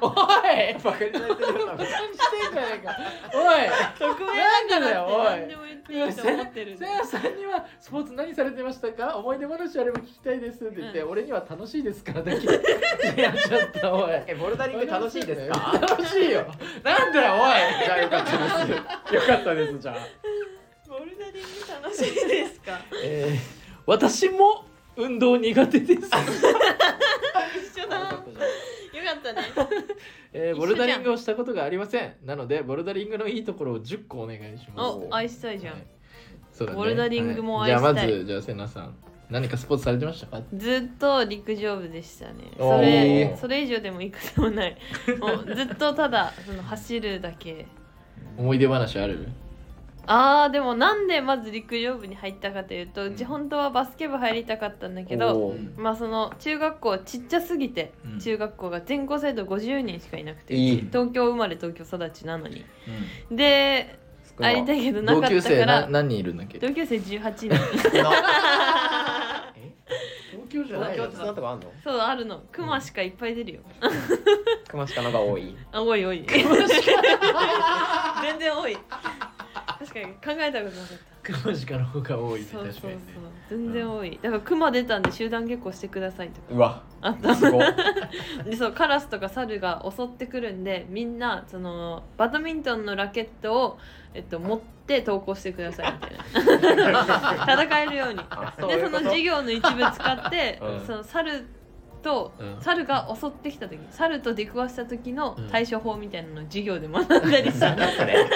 B: おい
C: バカにされてるよな
B: 爆弾してんじゃねえかお
A: 特別
B: なんでだよおい
A: 何でも言っていいと思ってる
B: い
A: ん
B: せ
A: で
B: やさんにはスポーツ何されてましたか思い出話あれば聞きたいですって言って、
A: う
B: 俺には楽しいですかだけいやちょっとおい
C: えボルダリング楽しいですか
B: 楽しいよなんだよおい
C: じゃあよかったですよかったですじゃあ
A: ボルダリング楽しいですか
B: えー私も運動苦手です、
A: 一緒だよかったね一緒じ
B: えー
A: ゃん
B: ボルダリングをしたことがありませんなのでボルダリングのいいところを10個お願いします
A: お愛したいじゃん、
B: はいそうだね
A: ボルダリングも
B: はいじゃあ
A: 愛
B: ま
A: したい
B: ずじゃあせなさん何かスポーツされてましたか
A: ずっと陸上部でしたね
B: おー
A: それそれ以上でもいくでもない もうずっとただその走るだけ
B: 思い出話ある
A: あーでもなんでまず陸上部に入ったかというとうち
B: うん
A: 本当はバスケ部入りたかったんだけどまあその中学校ちっちゃすぎて、
B: うん
A: 中学校が全校生徒50人しかいなくて
C: いい
A: 東京生まれ東京育ちなのにで
C: 少な
A: 会いたいけどな
B: 同
A: かっ
B: 級
A: た
B: 生
A: か
B: な
A: ら
B: 何人いるんだっけ
A: 同級生18人
C: 少なえ
B: 東京じ
C: 東京
A: よ
C: ってそんなとこあんの
A: そうあるのクマしかいっぱい出るよ
C: 熊鹿のが多い
A: あ多い多い全然多い確かに考えたことなかった
B: クマシカの方が多いね
A: そうそう
B: 確
A: そ
B: か
A: う
B: にね
A: 全然多いだからクマ出たんで集団下校してくださいとか
C: うわ
A: あった
C: すごい
A: でそうカラスとかサルが襲ってくるんでみんなそのバドミントンのラケットを、えっと、持って投稿してくださいみたいな戦えるように
C: あ
A: でそ
C: こ
A: の
C: と
A: 授業の一部使って、
B: うん
A: その猿と、
B: うん
A: 猿が襲ってきた時猿と出くわした時の
B: うん
A: 対処法みたいなのを授業で学んだりした、
C: なんかね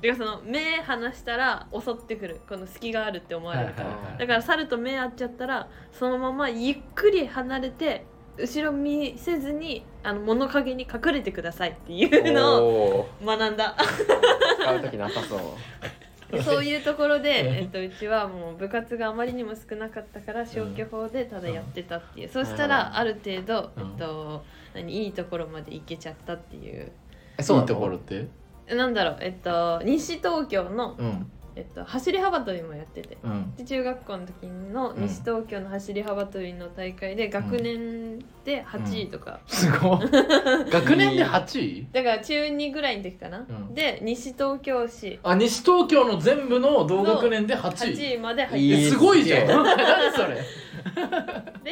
A: てかその目離したら襲ってくるこの隙があるって思われるから、
B: はいはいはい
A: だから猿と目合っちゃったらそのままゆっくり離れて後ろ見せずにあの物陰に隠れてくださいって いうのを
C: お
A: 学ん だ
C: ー使う時なさそう
A: そういうところ で、えっと、うちはもう部活があまりにも少なかったから消去法でただやってたっていう、そうしたらある程度、
B: うん
A: えっと、何いいところまで行けちゃったっていう
C: え
B: いいところって
A: なんだろうえっと西東京の、
B: うん
A: えっと、走り幅跳びもやってて。
B: うん
A: で中学校の時の西東京の走り幅跳びの大会で学年で8位とか、
B: すごい学年で8位
A: だから中2ぐらいの時かな、
B: うん
A: で西東京市
B: あ西東京の全部の同学年で8位
A: 8位まで入っ
C: い
B: え
C: い
B: すごいじゃん
C: すげえ
B: 何それ
A: てで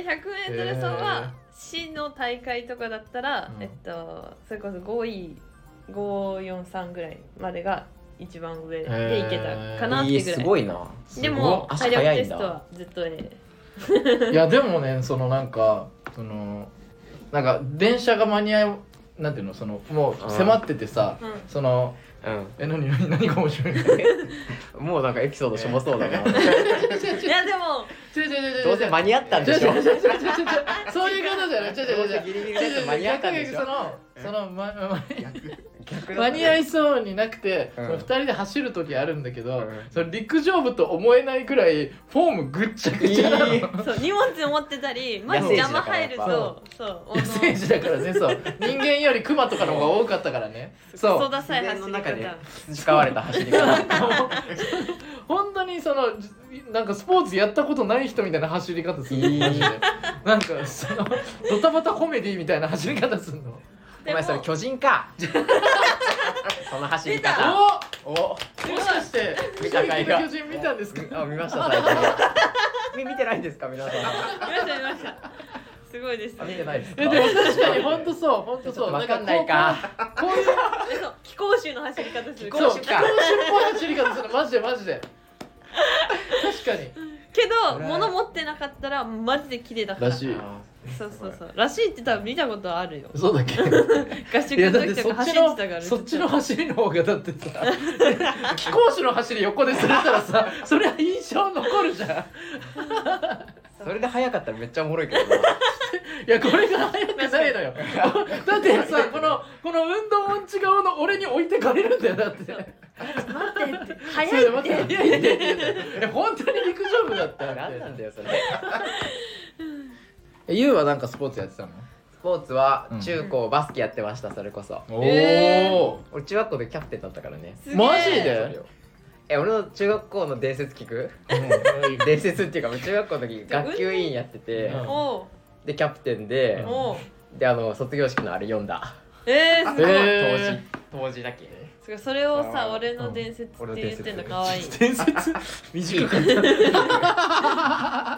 A: 100m 走は市の大会とかだったら、
B: うん
A: えっとそれこそ5位543ぐらいまでが一番上でいけたかなっ
C: いい
A: てぐらい
C: す、ごいな
A: でも体
C: 足
A: 力
C: 速い
A: テ
C: ん
A: スト
C: だ
A: はずっと A
B: いやでもねそのなんかそのなんか電車が間に合いなんていうのそのもう迫っててさ、
A: うん
B: そのえ何何何が面白いの
C: うん、もうなんかエピソードしょぼそうだ
A: い
C: な
A: やでも
B: 違う違う違う違う
C: どうせ間に合ったんでしょ
B: 違う違う違う違う違うそういうことじゃない違う違う違う
C: ギリギリだって間に合ったんでしょ
B: 逆にそのそのまま
C: 逆
B: 間に合いそうになくて、
C: うん
B: その2人で走る時あるんだけど、
C: うん
B: その陸上部と思えないくらいフォームぐっちゃぐちゃなの、
C: いい
A: そう荷物持ってたりマジ邪魔入るとそうあ
B: 野生児だからねそう人間よりクマとかの方が多かったからね
A: の
B: そ
A: そうださい走
C: 自然の
A: り
C: 中で
A: 方
C: 培われた走り方
B: 本当にそのじなんかスポーツやったことない人みたいな走り方するの
C: いい
B: マジでなんかそのドタバタコメディみたいな走り方するの
C: お前それ巨人かその走り方
B: お
C: お
B: もしかして「
C: 見
B: 見
C: た
B: た
C: かい
B: 巨人」見たんですか
C: あ見ました最近み見てないんですか皆さん
A: 見ました見ましたすごいです
C: あ
A: ね
C: 見てないですか
B: えでも確かに本当そう本当
C: ちょっ
B: そう
C: とわかんないか
B: こうこういう
A: えそう気候臭の走り方する
C: 気
A: け
C: 候
A: ど
B: そう
C: 臭
B: 気候臭っ
C: か
B: ぽい走り方する マジでマジで確かに
C: 俺
A: 物持ってなかったらマジで綺麗だから
B: らしい
A: そうそうそうらしいって多分見たことあるよ
B: そうだっけ
A: 合宿
B: いや
A: の
B: だって
A: 時とか
B: そっ
A: 走って
B: ち
A: た
B: の
A: から
B: そっちの走りの方がだってさ 貴公子の走り横でするたらさ それは印象残るじゃん
C: それで早かったらめっちゃおもろいけど
B: いやこれが速くないのよだってさこのこの運動音痴顔の俺に置いてかれるんだよだって
A: 待ってって
B: そ
A: 早
B: れ
A: い
B: で
A: っ
B: 待
A: て
B: っていやいやいやいやいや本当に陸上部だった
C: な
B: だっ
C: 何
B: て
C: なんだよそれ
B: えゆうはなんかスポーツやってたの
C: スポーツは
B: うん
C: 中高バスケやってましたそれこそ
B: お
A: え
B: お
C: 俺中学校でキャプテンだったからね
A: すげえ
B: マジで
C: え俺の中学校の伝説聞く
B: ー
C: 伝説っていうかもう中学校の時学級委員やってて
B: うん
A: おう
C: でキャプテンで
A: おう
C: であの卒業式のあれ読んだ
A: えー、すごい、
B: えー
C: 当時当時だけ
A: すごいそれをさ
C: うん
A: 俺の伝説って言ってんの可 愛い
B: 伝 説短かっ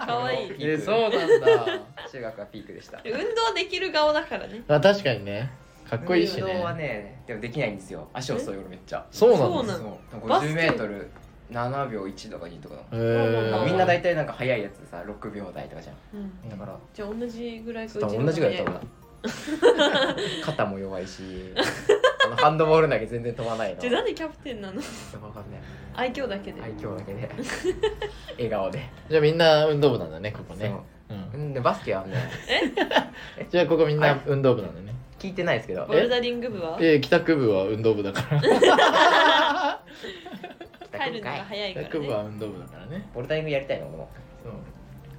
A: 可愛い
C: ピーク
B: えそうなんだ
C: 中学はピークでした
A: 運動できる顔だからね
B: あ確かにねかっこいいし
C: 運動は
B: ね
C: ねでもできないんですよ足遅い俺めっちゃ
B: そう
A: そ
B: な
A: うん
B: だ
A: なの
C: そう
A: バスケ
C: 50メートル7秒1とか2とかだも
B: へ
C: ん
A: うん
B: ー
C: みんな大体なんか速いやつさ6秒台とかじゃん
A: うん
C: だから
A: じゃあ同じぐらいか
C: 多分同じぐらいだと思う な肩も弱いしあのハンドボール投げ全然飛ばないの
A: じゃあなんでキャプテンなの
C: 分かんない
A: 愛嬌だけで、
C: 愛嬌だけで笑顔で
B: じゃあみんな運動部なんだねここね、う、
C: そうんうんでバスケはね
B: じゃあここみん
C: は
B: ない運動部なんだね、
C: 聞いてないですけど
A: ボルダリング部は
B: えー帰宅部は運動部だから
A: 帰るのが早い
B: 帰
A: から
B: 宅部
A: ね
B: は運動部だからね
C: ボルダリングやりたいのも
B: そう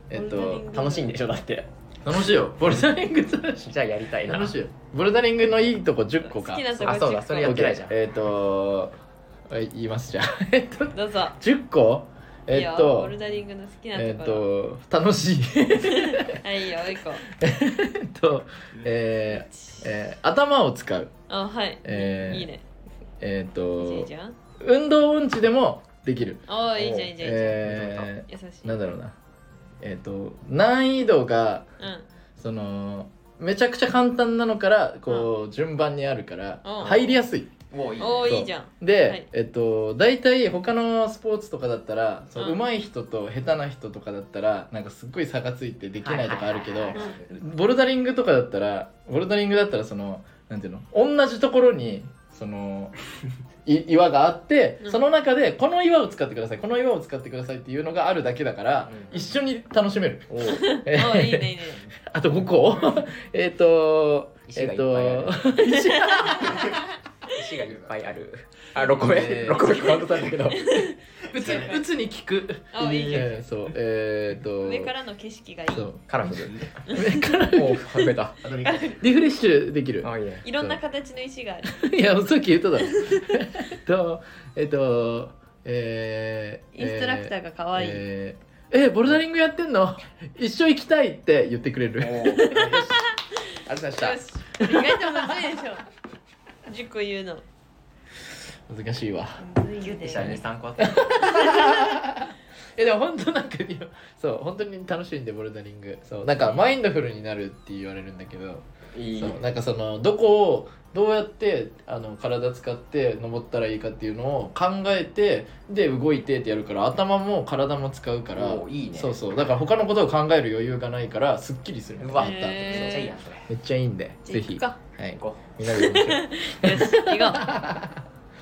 B: えっ
A: ボルダリン
B: と
A: グ
C: 楽しいんでしょだって
B: 楽しいよボルダリング楽しい
C: じゃあやりたいな
B: 楽しいよボルダリングのいいとこ10個か
A: 好きなとこ
C: あそうだそれやってないじゃん
B: OK えっ、とはい言いますじゃあ えっと
A: どうぞ
B: 10個えっ、
A: いいよボ
B: と
A: ルダリングの好きな
B: えっ、
A: ところ、
B: と楽しい
A: はいいいよ一個
B: えっとえーえー頭を使う
A: あはい、
B: えー
A: いいね
B: えっ、
A: いい
B: と
A: じゃん
B: 運動音痴でもできる
A: おーいいじゃんいいじゃんいいじゃん、
B: え
A: 優し
B: ー、
A: い
B: なんだろうなえっ、と難易度が
A: うん
B: そのめちゃくちゃ簡単なのからこう順番にあるから
A: うん
B: 入りやすい
C: もういい
A: おー
B: そう
A: いいじゃん
B: で、
A: はい
B: えっと大体他のスポーツとかだったらそう
A: うん
B: 上手い人と下手な人とかだったらなんかすっごい差がついてできないとかあるけど、
C: はいはいはいはい
B: ボルダリングとかだったらボルダリングだったらそのなんていうの同じところにそのい 岩があって
A: うん
B: その中でこの岩を使ってくださいこの岩を使ってくださいっていうのがあるだけだから、
C: うん
B: 一緒に楽しめる。
C: おー
A: おーいいねいいね
B: あと5個 えっと、
C: 石
B: え
C: がい
B: っ
C: っぱいある
B: と、石が
C: 石がいっぱいあるあ六個目
B: えー
C: 六個 目カウントされたけど
B: うつ、うつに効く。
A: あいいじゃん
B: えーそう、えっと、
A: 上からの景色がいい
B: そう。
C: カラフル
B: 上から
C: もう始めた
B: リフレッシュできる。
C: あいいね
A: いろんな形の石がある
B: いや、さっき言 っただろ。えっと、えっと、えー、
A: インストラクターが可愛い、
B: えーえーボルダリングやってんの一緒行きたいって言ってくれ
C: お
B: る。
C: ーよしありがとうございました
A: よし意外とむずいでしょ10個言うの
B: 難しいわ。
A: むずいよ
C: でした
A: ね
C: ね参考だっ
B: えでも本当なんかいやそう本当に楽しいんでボルダリングそうなんかマインドフルになるって言われるんだけど
C: たいい
B: そうなんかそのどこをどうやってあの体使って登ったらいいかっていうのを考えてで動いてってやるから頭も体も使うから
C: おーいいね
B: そうそうだから他のことを考える余裕がないからすっきりする
C: うわ
B: めっちゃ
A: へー
C: めっちゃいいやんそれ
B: めっちゃいいんで
A: じゃあ
B: ぜ
A: 行
B: ひ
A: くか
B: はい
C: 行こ
B: みんなで行きましょう
A: よし行こ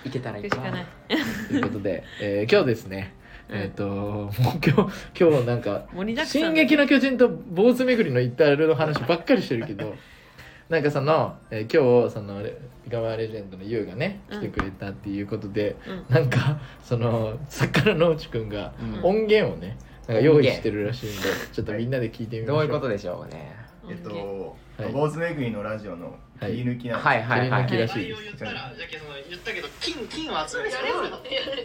A: う
C: いけたらい
A: 行
C: い
A: くし
C: か
A: かない
B: ということで、えー今日ですねえっ、ともう今日今日なんか
A: 盛りだくさん
B: 進撃の巨人と坊主巡りのイタルの話ばっかりしてるけど なんかその、えー今日そのレガマレジェンドのユウがね来てくれたっていうことで、
A: うん
B: なんかその作家の野内くんが
C: うん
B: 音源をねなんか用意してるらしいんでちょっとみんなで聞いてみましょう
C: どういうことでしょうね
D: えっ
A: 音
D: と
B: はい、
D: 坊主めぐりのラジオの切り抜きなんで
C: はいはいはい
B: 切り抜きらしい
E: 内容言ったら、じゃけその言ったけど金金を集めてそれを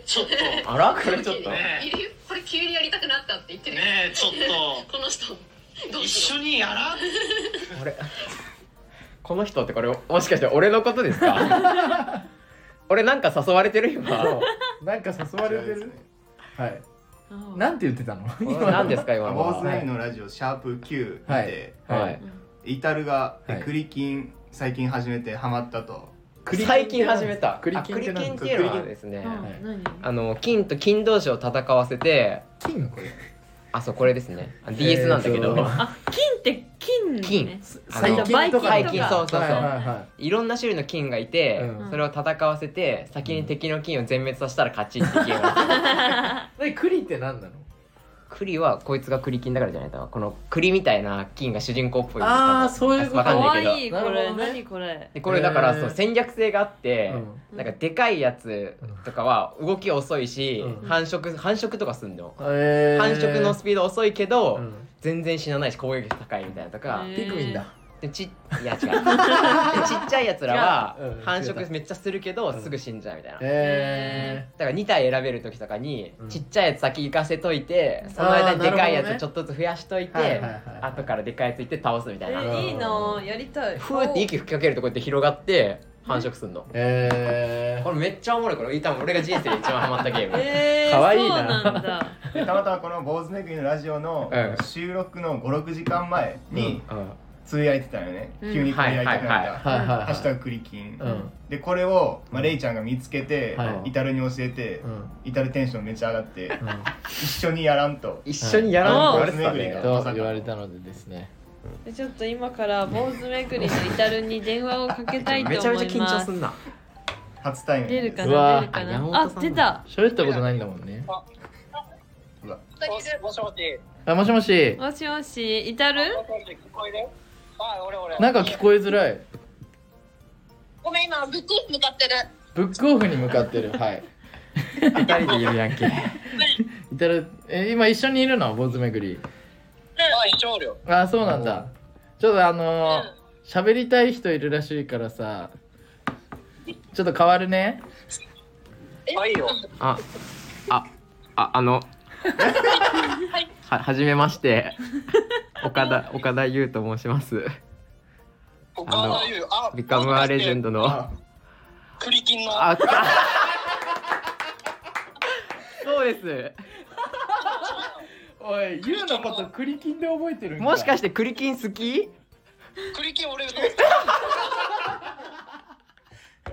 E: ちょっと
C: あらこれちょっと
E: ね
F: いるよこれ急にやりたくなったって言ってるよ、
E: ねえちょっ
F: この人ど
E: と
F: う
E: 一
F: する
E: 緒にやらん
C: あれこの人ってこれもしかして俺のことですか 俺なんか誘われてる今
B: なんか誘われてる、はい
A: うん
B: なんて言ってたの今の
C: 何ですか今の
D: 坊主めぐり
C: は
D: のラジオシャープ Q
B: はい
D: で、
C: はい
D: イタルが
B: はい
D: 栗金最近始めてハマったと
C: 最近始めた
B: クリキン
C: あ
B: って
C: クリ
B: 何
C: キンっていうのはですね
A: うん
B: はい
A: 何
C: あの金と金同士を戦わせて
B: 金これ
C: あそうこれですねあ DS なんだけど、
B: えー
A: あ金って金 ね
C: 金
B: 最
C: あの
B: 近とか
A: バイ
C: 最
A: キン
C: 近そうそうそう、
B: はいはいはい
C: ろんな種類の金がいて、
B: うん
C: それを戦わせて先に敵の金を全滅させたら勝ちっていうゲームなんですよ
B: いで栗って何なの
C: 栗はこいつが栗金だからじゃないとこの栗みたいな金が主人公っぽい
B: あーそういうこと
C: わかん
A: 可
C: ないけど
A: 愛いこ
B: なる
A: れ
B: ほどね
A: 何これ
C: でこれだか
B: へ
C: ら
B: ー
C: そう戦略性があって、
A: うん
C: なんかでかいやつとかは動き遅いし、
B: うん
C: 繁殖繁殖とかすんの、
B: えー
C: 繁殖のスピード遅いけど、
B: うん
C: 全然死なないし攻撃高いみたいなとか、
A: へー
B: ピクミンだ
C: でちい や違うでちっちゃいやつらは
B: 違ううん
C: 繁
B: 違う
C: 殖めっちゃするけど、
B: うん
C: すぐ死んじゃうみたいな、
B: え
C: だから2体選べる時とかに、
B: うん
C: ちっちゃいやつ先行かせといてその
B: あ
C: 間
B: ー
C: に
B: なる
C: で
B: ほどね
C: かいやつちょっとずつ増やしといて、
B: はいはいはい
C: 後からでかいやついって倒すみたいな、
B: ー
A: えいいなやりたい
C: ふーって息吹きかけるとこうやって広がって繁殖すんの、
B: ー、え
C: これめっちゃおもろいこれ多分俺が人生で一番ハマったゲーム
A: えー、
B: 可愛いな
A: そうなんだ
D: でたまたまこの坊主めぐりのラジオの
C: うん
D: 収録の56時間前に
C: うん
D: つぶやいてたのよね、
A: うん
D: 急につぶやいてくれた
C: はいはいはい
B: ー、はいはいはい
D: ハッシュタグ栗金、
B: うん
D: でこれを、まあ、レイちゃんが見つけて、
B: はい
D: イタルに教えて、
B: うん
D: イタルテンションめっちゃ上がって、
B: うん
D: 一緒にやらんと
C: 一緒にやらんって言われてたね
B: と言われたのでですね
A: でちょっと今から坊主めくりのイタルに電話をかけたいと思います
C: めちゃめちゃ緊張すんな
D: 初対面
A: 出る
D: で
A: か
D: す
B: うわ
A: な出るか
C: あ山
A: な
C: 本
A: あ
C: さん
A: 出た
B: 喋ったことないんだもんね
D: うわ
E: もしもしもし
B: あもしもし
A: もしもしイタル
E: 聞こえるあ俺俺
B: なんか聞こえづらい
F: ごめん今ブックオフ向かってる
B: ブックオフに向かってるはい
C: 二人でいるやんけ
B: いただえ今一緒にいるの坊主巡り
E: あ一応おるよ
B: あそうなんだちょっとあのー喋りたい人いるらしいからさちょっと変わるね
E: あいいよ
C: ああああのははじめまして岡田岡田優と申します
E: 岡田優あ
C: ビカムアレジェンドのあ
E: クリキンの
C: あそうです
B: おいユウのことクリキンで覚えてるんか
C: もしかしてクリキン好き
E: クリキン俺の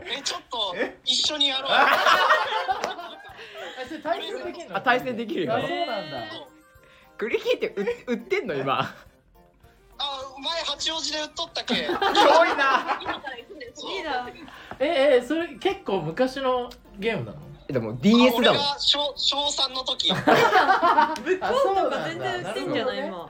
E: えちょっと
D: え
E: 一緒にやろう
B: あそれ対戦できるの
C: あ対戦できるよ
B: あそうなんだ
C: クリキンって売売ってんの今
E: あ前八王子で売っとったけ
C: 多いな
A: リーダー
B: ええそれ結構昔のゲームなの
C: でも DS だ
E: 俺
C: もん
E: が小小三の時
B: あそ
A: な
B: うなん
A: か全然売ってんじゃない
B: るほど
A: 今
B: ね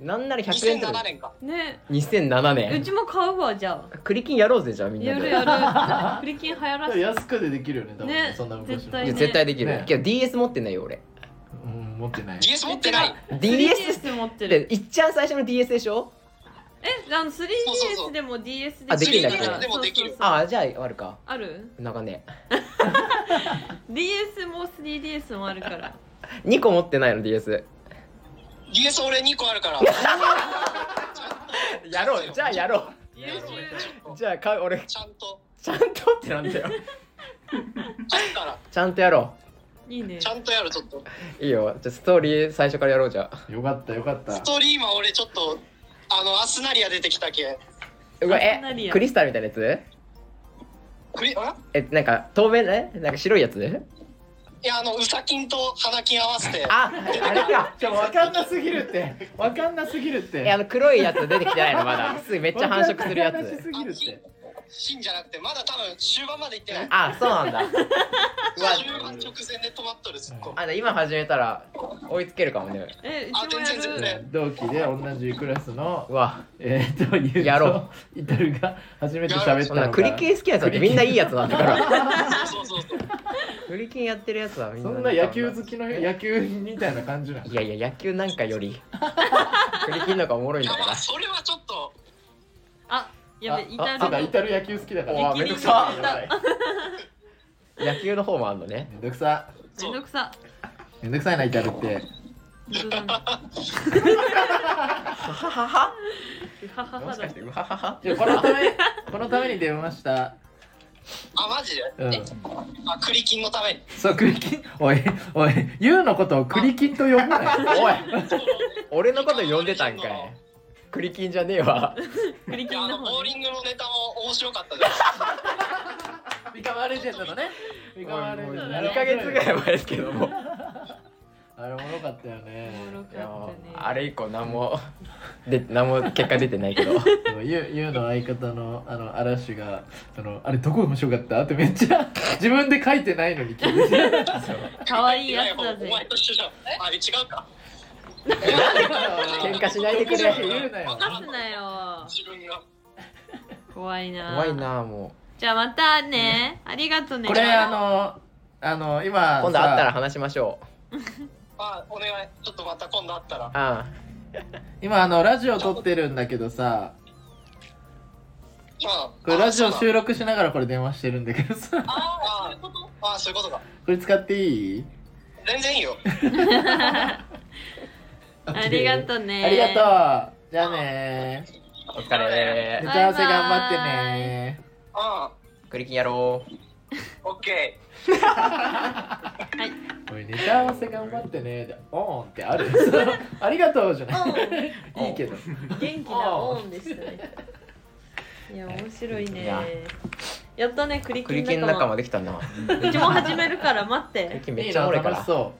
C: なんなら100円と
E: 2007
C: か
E: 年 か
A: ね
C: 2007
A: う
C: 年
A: ちも買うわじゃあ
C: クリキンやろうぜじゃあみんな
A: やる
C: で
A: やるクリキン流行らせて
B: 安くでできるよね多分ね
A: ね
B: そんな昔
A: 絶
B: の
A: 対ね
C: 絶対できる、
B: ね
C: けど DS 持ってないよ俺
B: うん持ってない
E: DS 持ってない
A: 3DS
C: DS
A: って持って
C: で
A: る
C: いっちゃん最初の DS でしょ
A: えあの
E: そうそうそ
A: 3DS
E: う
A: でも DS
C: あ
A: で
C: できるんだ
A: から
C: できるで
E: もできる
A: そうそうそう
C: ああじゃああるか
A: ある
C: なんかね
A: DS も 3DS もあるから
C: 2個持ってないの DS
E: DS 俺2個あるから
C: やろうじゃあやろ
A: 優秀
C: うじゃあ買う俺
E: ちゃんと
C: ちゃんとってなんだよ
E: 買うから
C: ちゃんとやろ
A: いいね
E: ちゃんとやるちょっと
C: ういいよじゃあストーリー最初からやろうじゃあ
B: よかったよかった
E: ストーリー今俺ちょっとあのアスナリア出てきたけ
C: うわ
A: あんなに
C: え
A: や
C: クリスタルみたいなやつ
E: クリあ
C: えなんか透明ねなんか白いやつ
E: いやあのウサキンと花金合わせて
C: ああれ か
B: でも分かんなすぎるって分かんなすぎるって
C: えあの黒いやつ出てきてないのまだすぐめっちゃ繁殖するや
B: わかんなし
C: つ
B: すぎるって
E: 金じゃなくてまだ多分終盤まで行ってない
C: あそうなんだ
E: 終盤直前で止まっとるツッコミ
C: あ今始めたら追いつけるかもね
A: えう
E: あ
A: ちも
E: 全然全
A: やる
E: 然
B: 同期で同じクラスの
C: うわ
B: えー、という
C: やろ
B: うイタルが初めて喋っ
C: そ
B: た
C: んな
B: の
C: クリ
B: が
C: キン好きなやつはみんないいやつなんだ から
E: そうそうそう
C: クリキンやってるやつはみんな
B: そんな野球好きの野球みたいな感じなん
C: いやいや野球なんかよりクリキンの方がおもろいん
E: い
C: だ
E: や
C: か
E: まあ
C: ら
E: それはちょっと
A: あやべイタ
B: ああイ
A: ル
B: タル野球好きだか
A: お
B: ら
A: ーめんどく
D: あ
A: さ
D: やばい
C: 野球の方もあんのね
B: めんどくさ
A: めんどくさ
B: めんどくさいなイタルって
A: 本当だね
C: ははは
A: はは
C: も
A: は
C: しか
A: だ
C: してうははは
B: じゃあこのためこのために電話した
E: あマジで
B: うん
E: あクリキン のために
B: そうクリキンおいおいユウのことをクリキンと呼ぶなよ
C: おい俺のこと呼んでたんかいクリキンじゃねえわ
A: クリ
E: い
A: キ
E: や
A: ン
E: あ
A: の
E: のボ
A: 方
E: ー
A: ね
E: リングのネタも面白かったです
B: 三河レジェンドのね三河レジェンド
C: 2ヶ月ぐらい前ですけども
B: あれおもろかったよね
A: おもろ
C: いや
A: かったね
C: あれ以降何もで何も結果出てないけど
B: そうゆゆうの相方のあの嵐があのあれどこ面白かったってめっちゃ 自分で書いてないのに聞いてて
A: 可愛いやつだ
E: お
A: ぜ
E: 前と一緒じゃんあれ違うか
C: 喧嘩しないでくれ
B: 言うなよ
A: 出すなよ
E: 自分が
A: 怖いな
C: 怖いなも
A: じゃあまたねありがとね
B: これあのあの今
C: う今度会ったら
B: さ
C: 話しましょう
E: あお願いちょっとまた今度会ったら
C: あ
B: 今あのラジオ撮ってるんだけどさ
E: 今
B: これラジオ収録しながらこれ電話してるんだけどさ
E: あああそういうことか
B: これ使っていい
E: 全然いいよ
A: ありがとうね
B: ありがとうじゃあね
C: あお疲れ
B: ネタ合わせ頑張ってね
E: あ
C: クリキンやろう
E: あオッケー
B: おいネタ合わせ頑張ってねでオーンって あるありがとうじゃない
C: オン
B: いいけど
A: 元気なオーンでしたねいや面白い
C: いや
A: ねやったねクリ
C: ク
A: キ
C: リ
A: ン
C: キン
A: 仲
C: 仲
A: 間
C: 間できたなク
A: うちも始めるから待っ
C: リ
A: て
C: キンめ
B: い
C: っ
B: い
C: ちゃお
B: な
C: もろいか
B: 楽し
C: ら
B: そ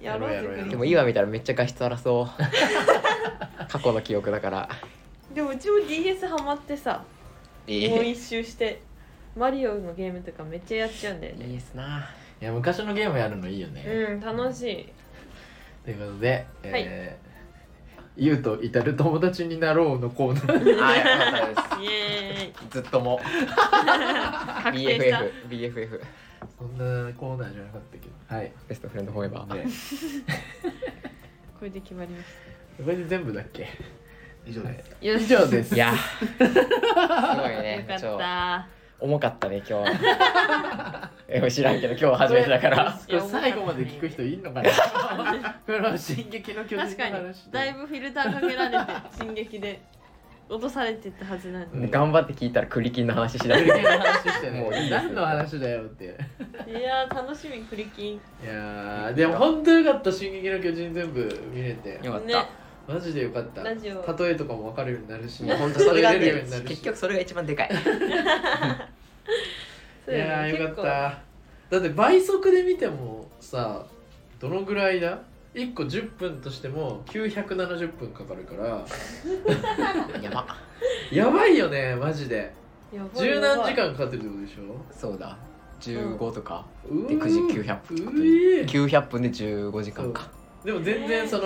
B: う
A: やろうぜ
D: やろうやろうや
A: クリ
C: で
D: ろう
C: も
A: キン
C: 今見たらめっちゃ画質荒そう 過去の記憶だから
A: でもうちも DS ハマってさもう一周してマリオのゲームとかめっちゃやっちゃうんだよ
C: いい
A: ね
C: ですない
B: や昔のゲームやるのいいよね、
A: うん楽しい
B: ということで、えーゆうと至る友達になろうのコーナー
C: はいよかったで
A: イ
C: す
A: エーイ
C: ずっとも
A: 確定した
C: BFF BFF
B: そんなコーナーじゃなかったけどはい
C: ベストフレンドフォーエバー
B: ね
A: これで決まりまし
B: これで全部だっけ
D: 以上です
A: たよ
B: 以
A: し
B: 上です
C: いや すごい
A: よ
C: ね
A: かっ
C: ちょ
A: た
C: 重かったね今日 えもう知らんけど今日初めてだから
B: これ最後まで聞く人いんのかなこの「進撃の巨人」
A: 確か
B: の
A: に
B: 話
A: だいぶフィルターかけられて 進撃で落とされてったはずなのに
B: うん
C: 頑張って聞いたらクリキンの話しだ
B: クリ
C: す
B: キンの話してね
C: もういいです
B: 何の話だよって
A: いやー楽しみクリキン
B: いやーでも本当よかった「進撃の巨人」全部見れて
C: よかった、
A: ね
B: マジでよかった
A: ラジオ
B: 例えとかも分かるようになるし
C: もう本当それが、
B: 出るよう
C: ね
B: にな、るし
C: 結局それが一番でかい
A: そ
B: い
A: だ
B: うや
A: ね
B: ーよか
A: 結
B: っ
A: 構
B: ただって倍速で見てもさどのぐらいだ1個10分としても970分かかるから
C: やば
B: やばいよねマ ジで
A: やばい
B: 十
A: や
B: 何
A: ばい
B: 時間かかってるってことでしょ
C: そうだ15とか
B: う
C: で
B: ー
C: 9時900分
B: うえー
C: 900分で15時間か
B: でも全然その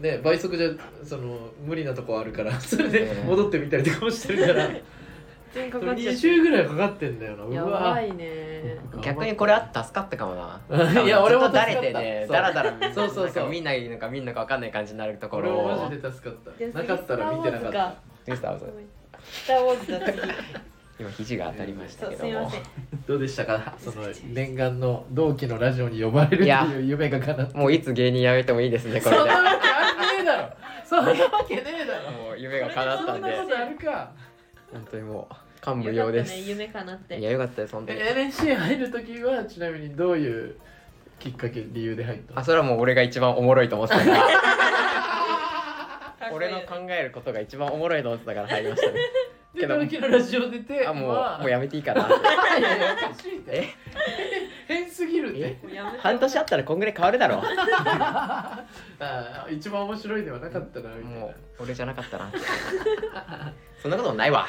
B: ね倍速じゃその無理なとこあるからそれ
C: え
B: で
C: ー
B: 戻ってみたりとかもしてるから
A: 全かかっちゃっ
B: 2週ぐらいかかってんだよなう
A: たや
B: わ
A: ばいね
C: 逆にこれあった助かったかもな
B: いや俺も助か
C: だ
B: った
C: れてね
B: そう
C: だらだら
B: そうそうそう
C: なんか見ないのか見んのか分かんない感じになるとこ
B: 俺
C: ろ
B: も
C: を
B: マジで助かっ
A: じゃ
B: た
A: あ
B: なかったら見てなかった
C: でさ
A: スター・ウォーズかスター・ウォーズだ次
C: 今肘が当たりまし
A: そ
C: た
A: う
C: け
A: す
C: ど
A: いま
C: も
A: せ ん
B: どうでしたかその念願の同期のラジオに呼ばれるって
C: いや
B: いう夢が叶った
C: もういつ芸人辞めてもいいですねこ
B: そ
C: れ
B: ん
C: で
B: なわけあんねえだろそんなわけねえだろ
C: もう夢が叶った
B: そ
C: ん
B: んなこ
C: で
B: とあるか
C: 本当にもう感無
A: よかった
C: 量で
A: ね
C: す
A: 夢かなって
C: いやよかったです本当に
B: え NSC 入る時はちなみにどういうきっかけ理由で入った
C: あ
B: の
C: それはもう俺が一番おもろいと思ってた から
A: かっこいい
C: 俺の考えることが一番おもろいと思ってたから入り ましたね
B: で同期のラジオ出て
C: あもう、
B: まあ
C: もうやめていい かな
B: いやいやおかしいって
C: え
B: 変すぎるって
A: もうやめて
C: 半年あったらこんぐらい変わるだろう
B: あー一番面白いではなかったなみたいな
C: もう俺じゃなかったなそんなこともないわ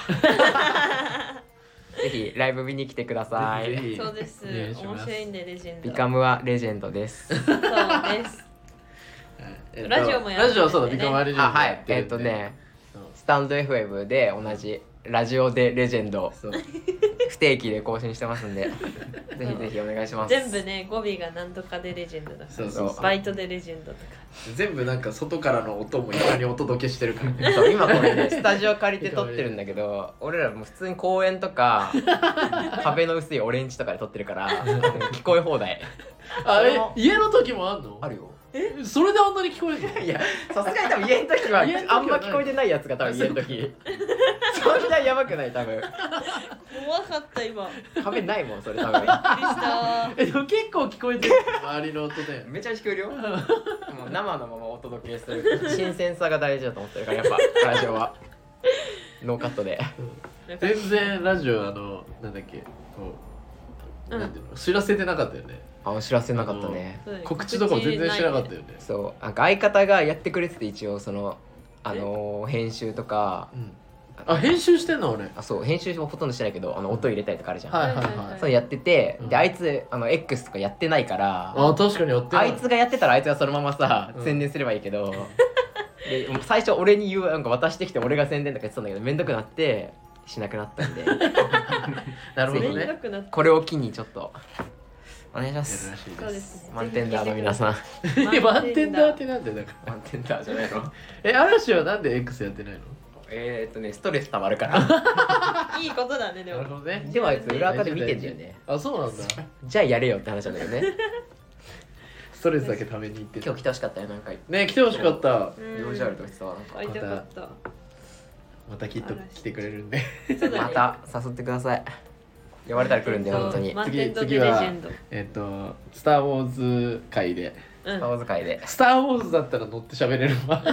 C: ぜひライブ見に来てくださ
B: ぜ
C: い。
B: ひ
A: そうです
B: お願いし
A: 面
B: ます
A: 白いんでレジェンド
C: ビカムはレジェンドです。
A: そうです
B: えっと
A: ラジオもやってるんだよね
B: ラジオそうだビカマレジェンド
C: あは
B: や
C: い
B: て
C: え
B: る
C: っ
B: ん
C: と
B: で
C: ね
B: そう
C: スタンド FM で同じラジオでレジェンド
B: そう
C: 不定期で更新してますんでぜひぜひお願いします
A: 全部ね語尾が何とかでレジェンドだ
B: そ
A: か
B: うそう
A: らバイトでレジェンドとか
B: 全部なんか外からの音も一緒にお届けしてるからね
C: そう今これねスタジオ借りて撮ってるんだけど俺らもう普通に公園とか 壁の薄いオレンジとかで撮ってるから聞こえ放題
B: あ
C: それ
B: え
C: も
B: 家の時もあんの
C: るよ
B: えそれであんなに聞こえるの
C: いやさすがに多分家の時は
B: 家の時は
C: あんま聞こえてないやつが多分家の時 そんなやばくない多分
A: 怖かった今びっく
C: 壁ないもんそれ多分
A: りした
B: えでも結構聞こえてる周りの音で
C: めちゃ聞こえるよもう生のままお届けする新鮮さが大事だと思ってるからやっぱラジオはノーカットで
B: 全然ラジオあのなんだっけこう、
A: うん
B: なんていうの知らせてなかったよね
C: あお知らせなかったね
A: そうだね
B: 告知とかも全然してなかったよね
C: そうなんか相方がやってくれてて一応そのあのー編集とか
B: うんあ編集してんの俺
C: あそう編集もほとんどしてないけどあの音入れたりとかあるじゃん、
B: はいはいはい
C: そうやってて、
B: うん
C: であいつあの X とかやってないから
B: あ確かにやってな
C: あ
B: い
C: いつがやってたらあいつがそのままさ、
B: うん
C: 宣伝すればいいけど、でもう最初俺に言うなんか渡してきて俺が宣伝とか言ってたんだけどめんどくなってしなくなったん で
B: なるほ
A: め
B: ど
A: んど
B: ね
A: くなった
C: これを機にちょっとお願いしま
B: やる
C: す
B: らしい
A: そう
B: で
A: ですすね
C: 満点ダーの皆さん
A: ぜひ聞いてください
B: 満点だってなんだよだから
C: 満点ダーじゃないの
B: え嵐はなんで X やってないの
C: えーっとねストレス溜まるから
A: いいことだねでも
B: どね
C: でもあいつ裏垢で見てんだよね
B: あそうなんだ
C: じゃあやれよって話なんだけどね
B: ストレスだけために行ってた
C: 今日来てほしかったよなんか
B: ね来てほしかった
A: うん
C: 用事あるとか言ってたわなんか
A: 会いたかった
B: またきっと来てくれるんで
A: そうだね
C: また誘ってください呼ばれたら来るんで本当に
A: 満
B: 次
A: 点と
B: 次
A: レジ
B: は
A: ェンド
B: えっと「スター・ウォーズ」会で
A: うん
C: 顔遣いで
B: 「スター・ウォーズ」だったら乗って喋れるわ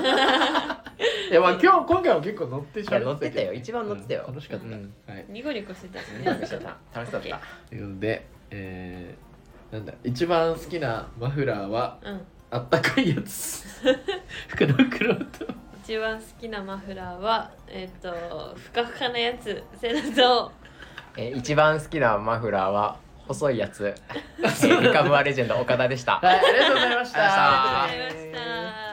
B: いやまあ今日今回は結構乗って
C: いや
B: 喋
C: 乗
B: っ
C: ってて
B: た
C: た
B: けど
C: よ一番乗ってたよ
B: うん楽しかった
C: うん
B: はい
A: ニコニコしてたし
C: 楽
A: ね
C: しか った楽しかっ
B: ということでえーなんだ一番好きなマフラーは
A: うん
B: あったかいやつ福 袋と
A: 一番好きなマフラーはえっ、とふかふかなやつセラと
C: たえー一番好きなマフラーは細いや つえーリカムアレジェンド岡田でした
B: はいありがとうございまし
C: ありが
A: ありがと
B: た
C: とうございました
A: うございました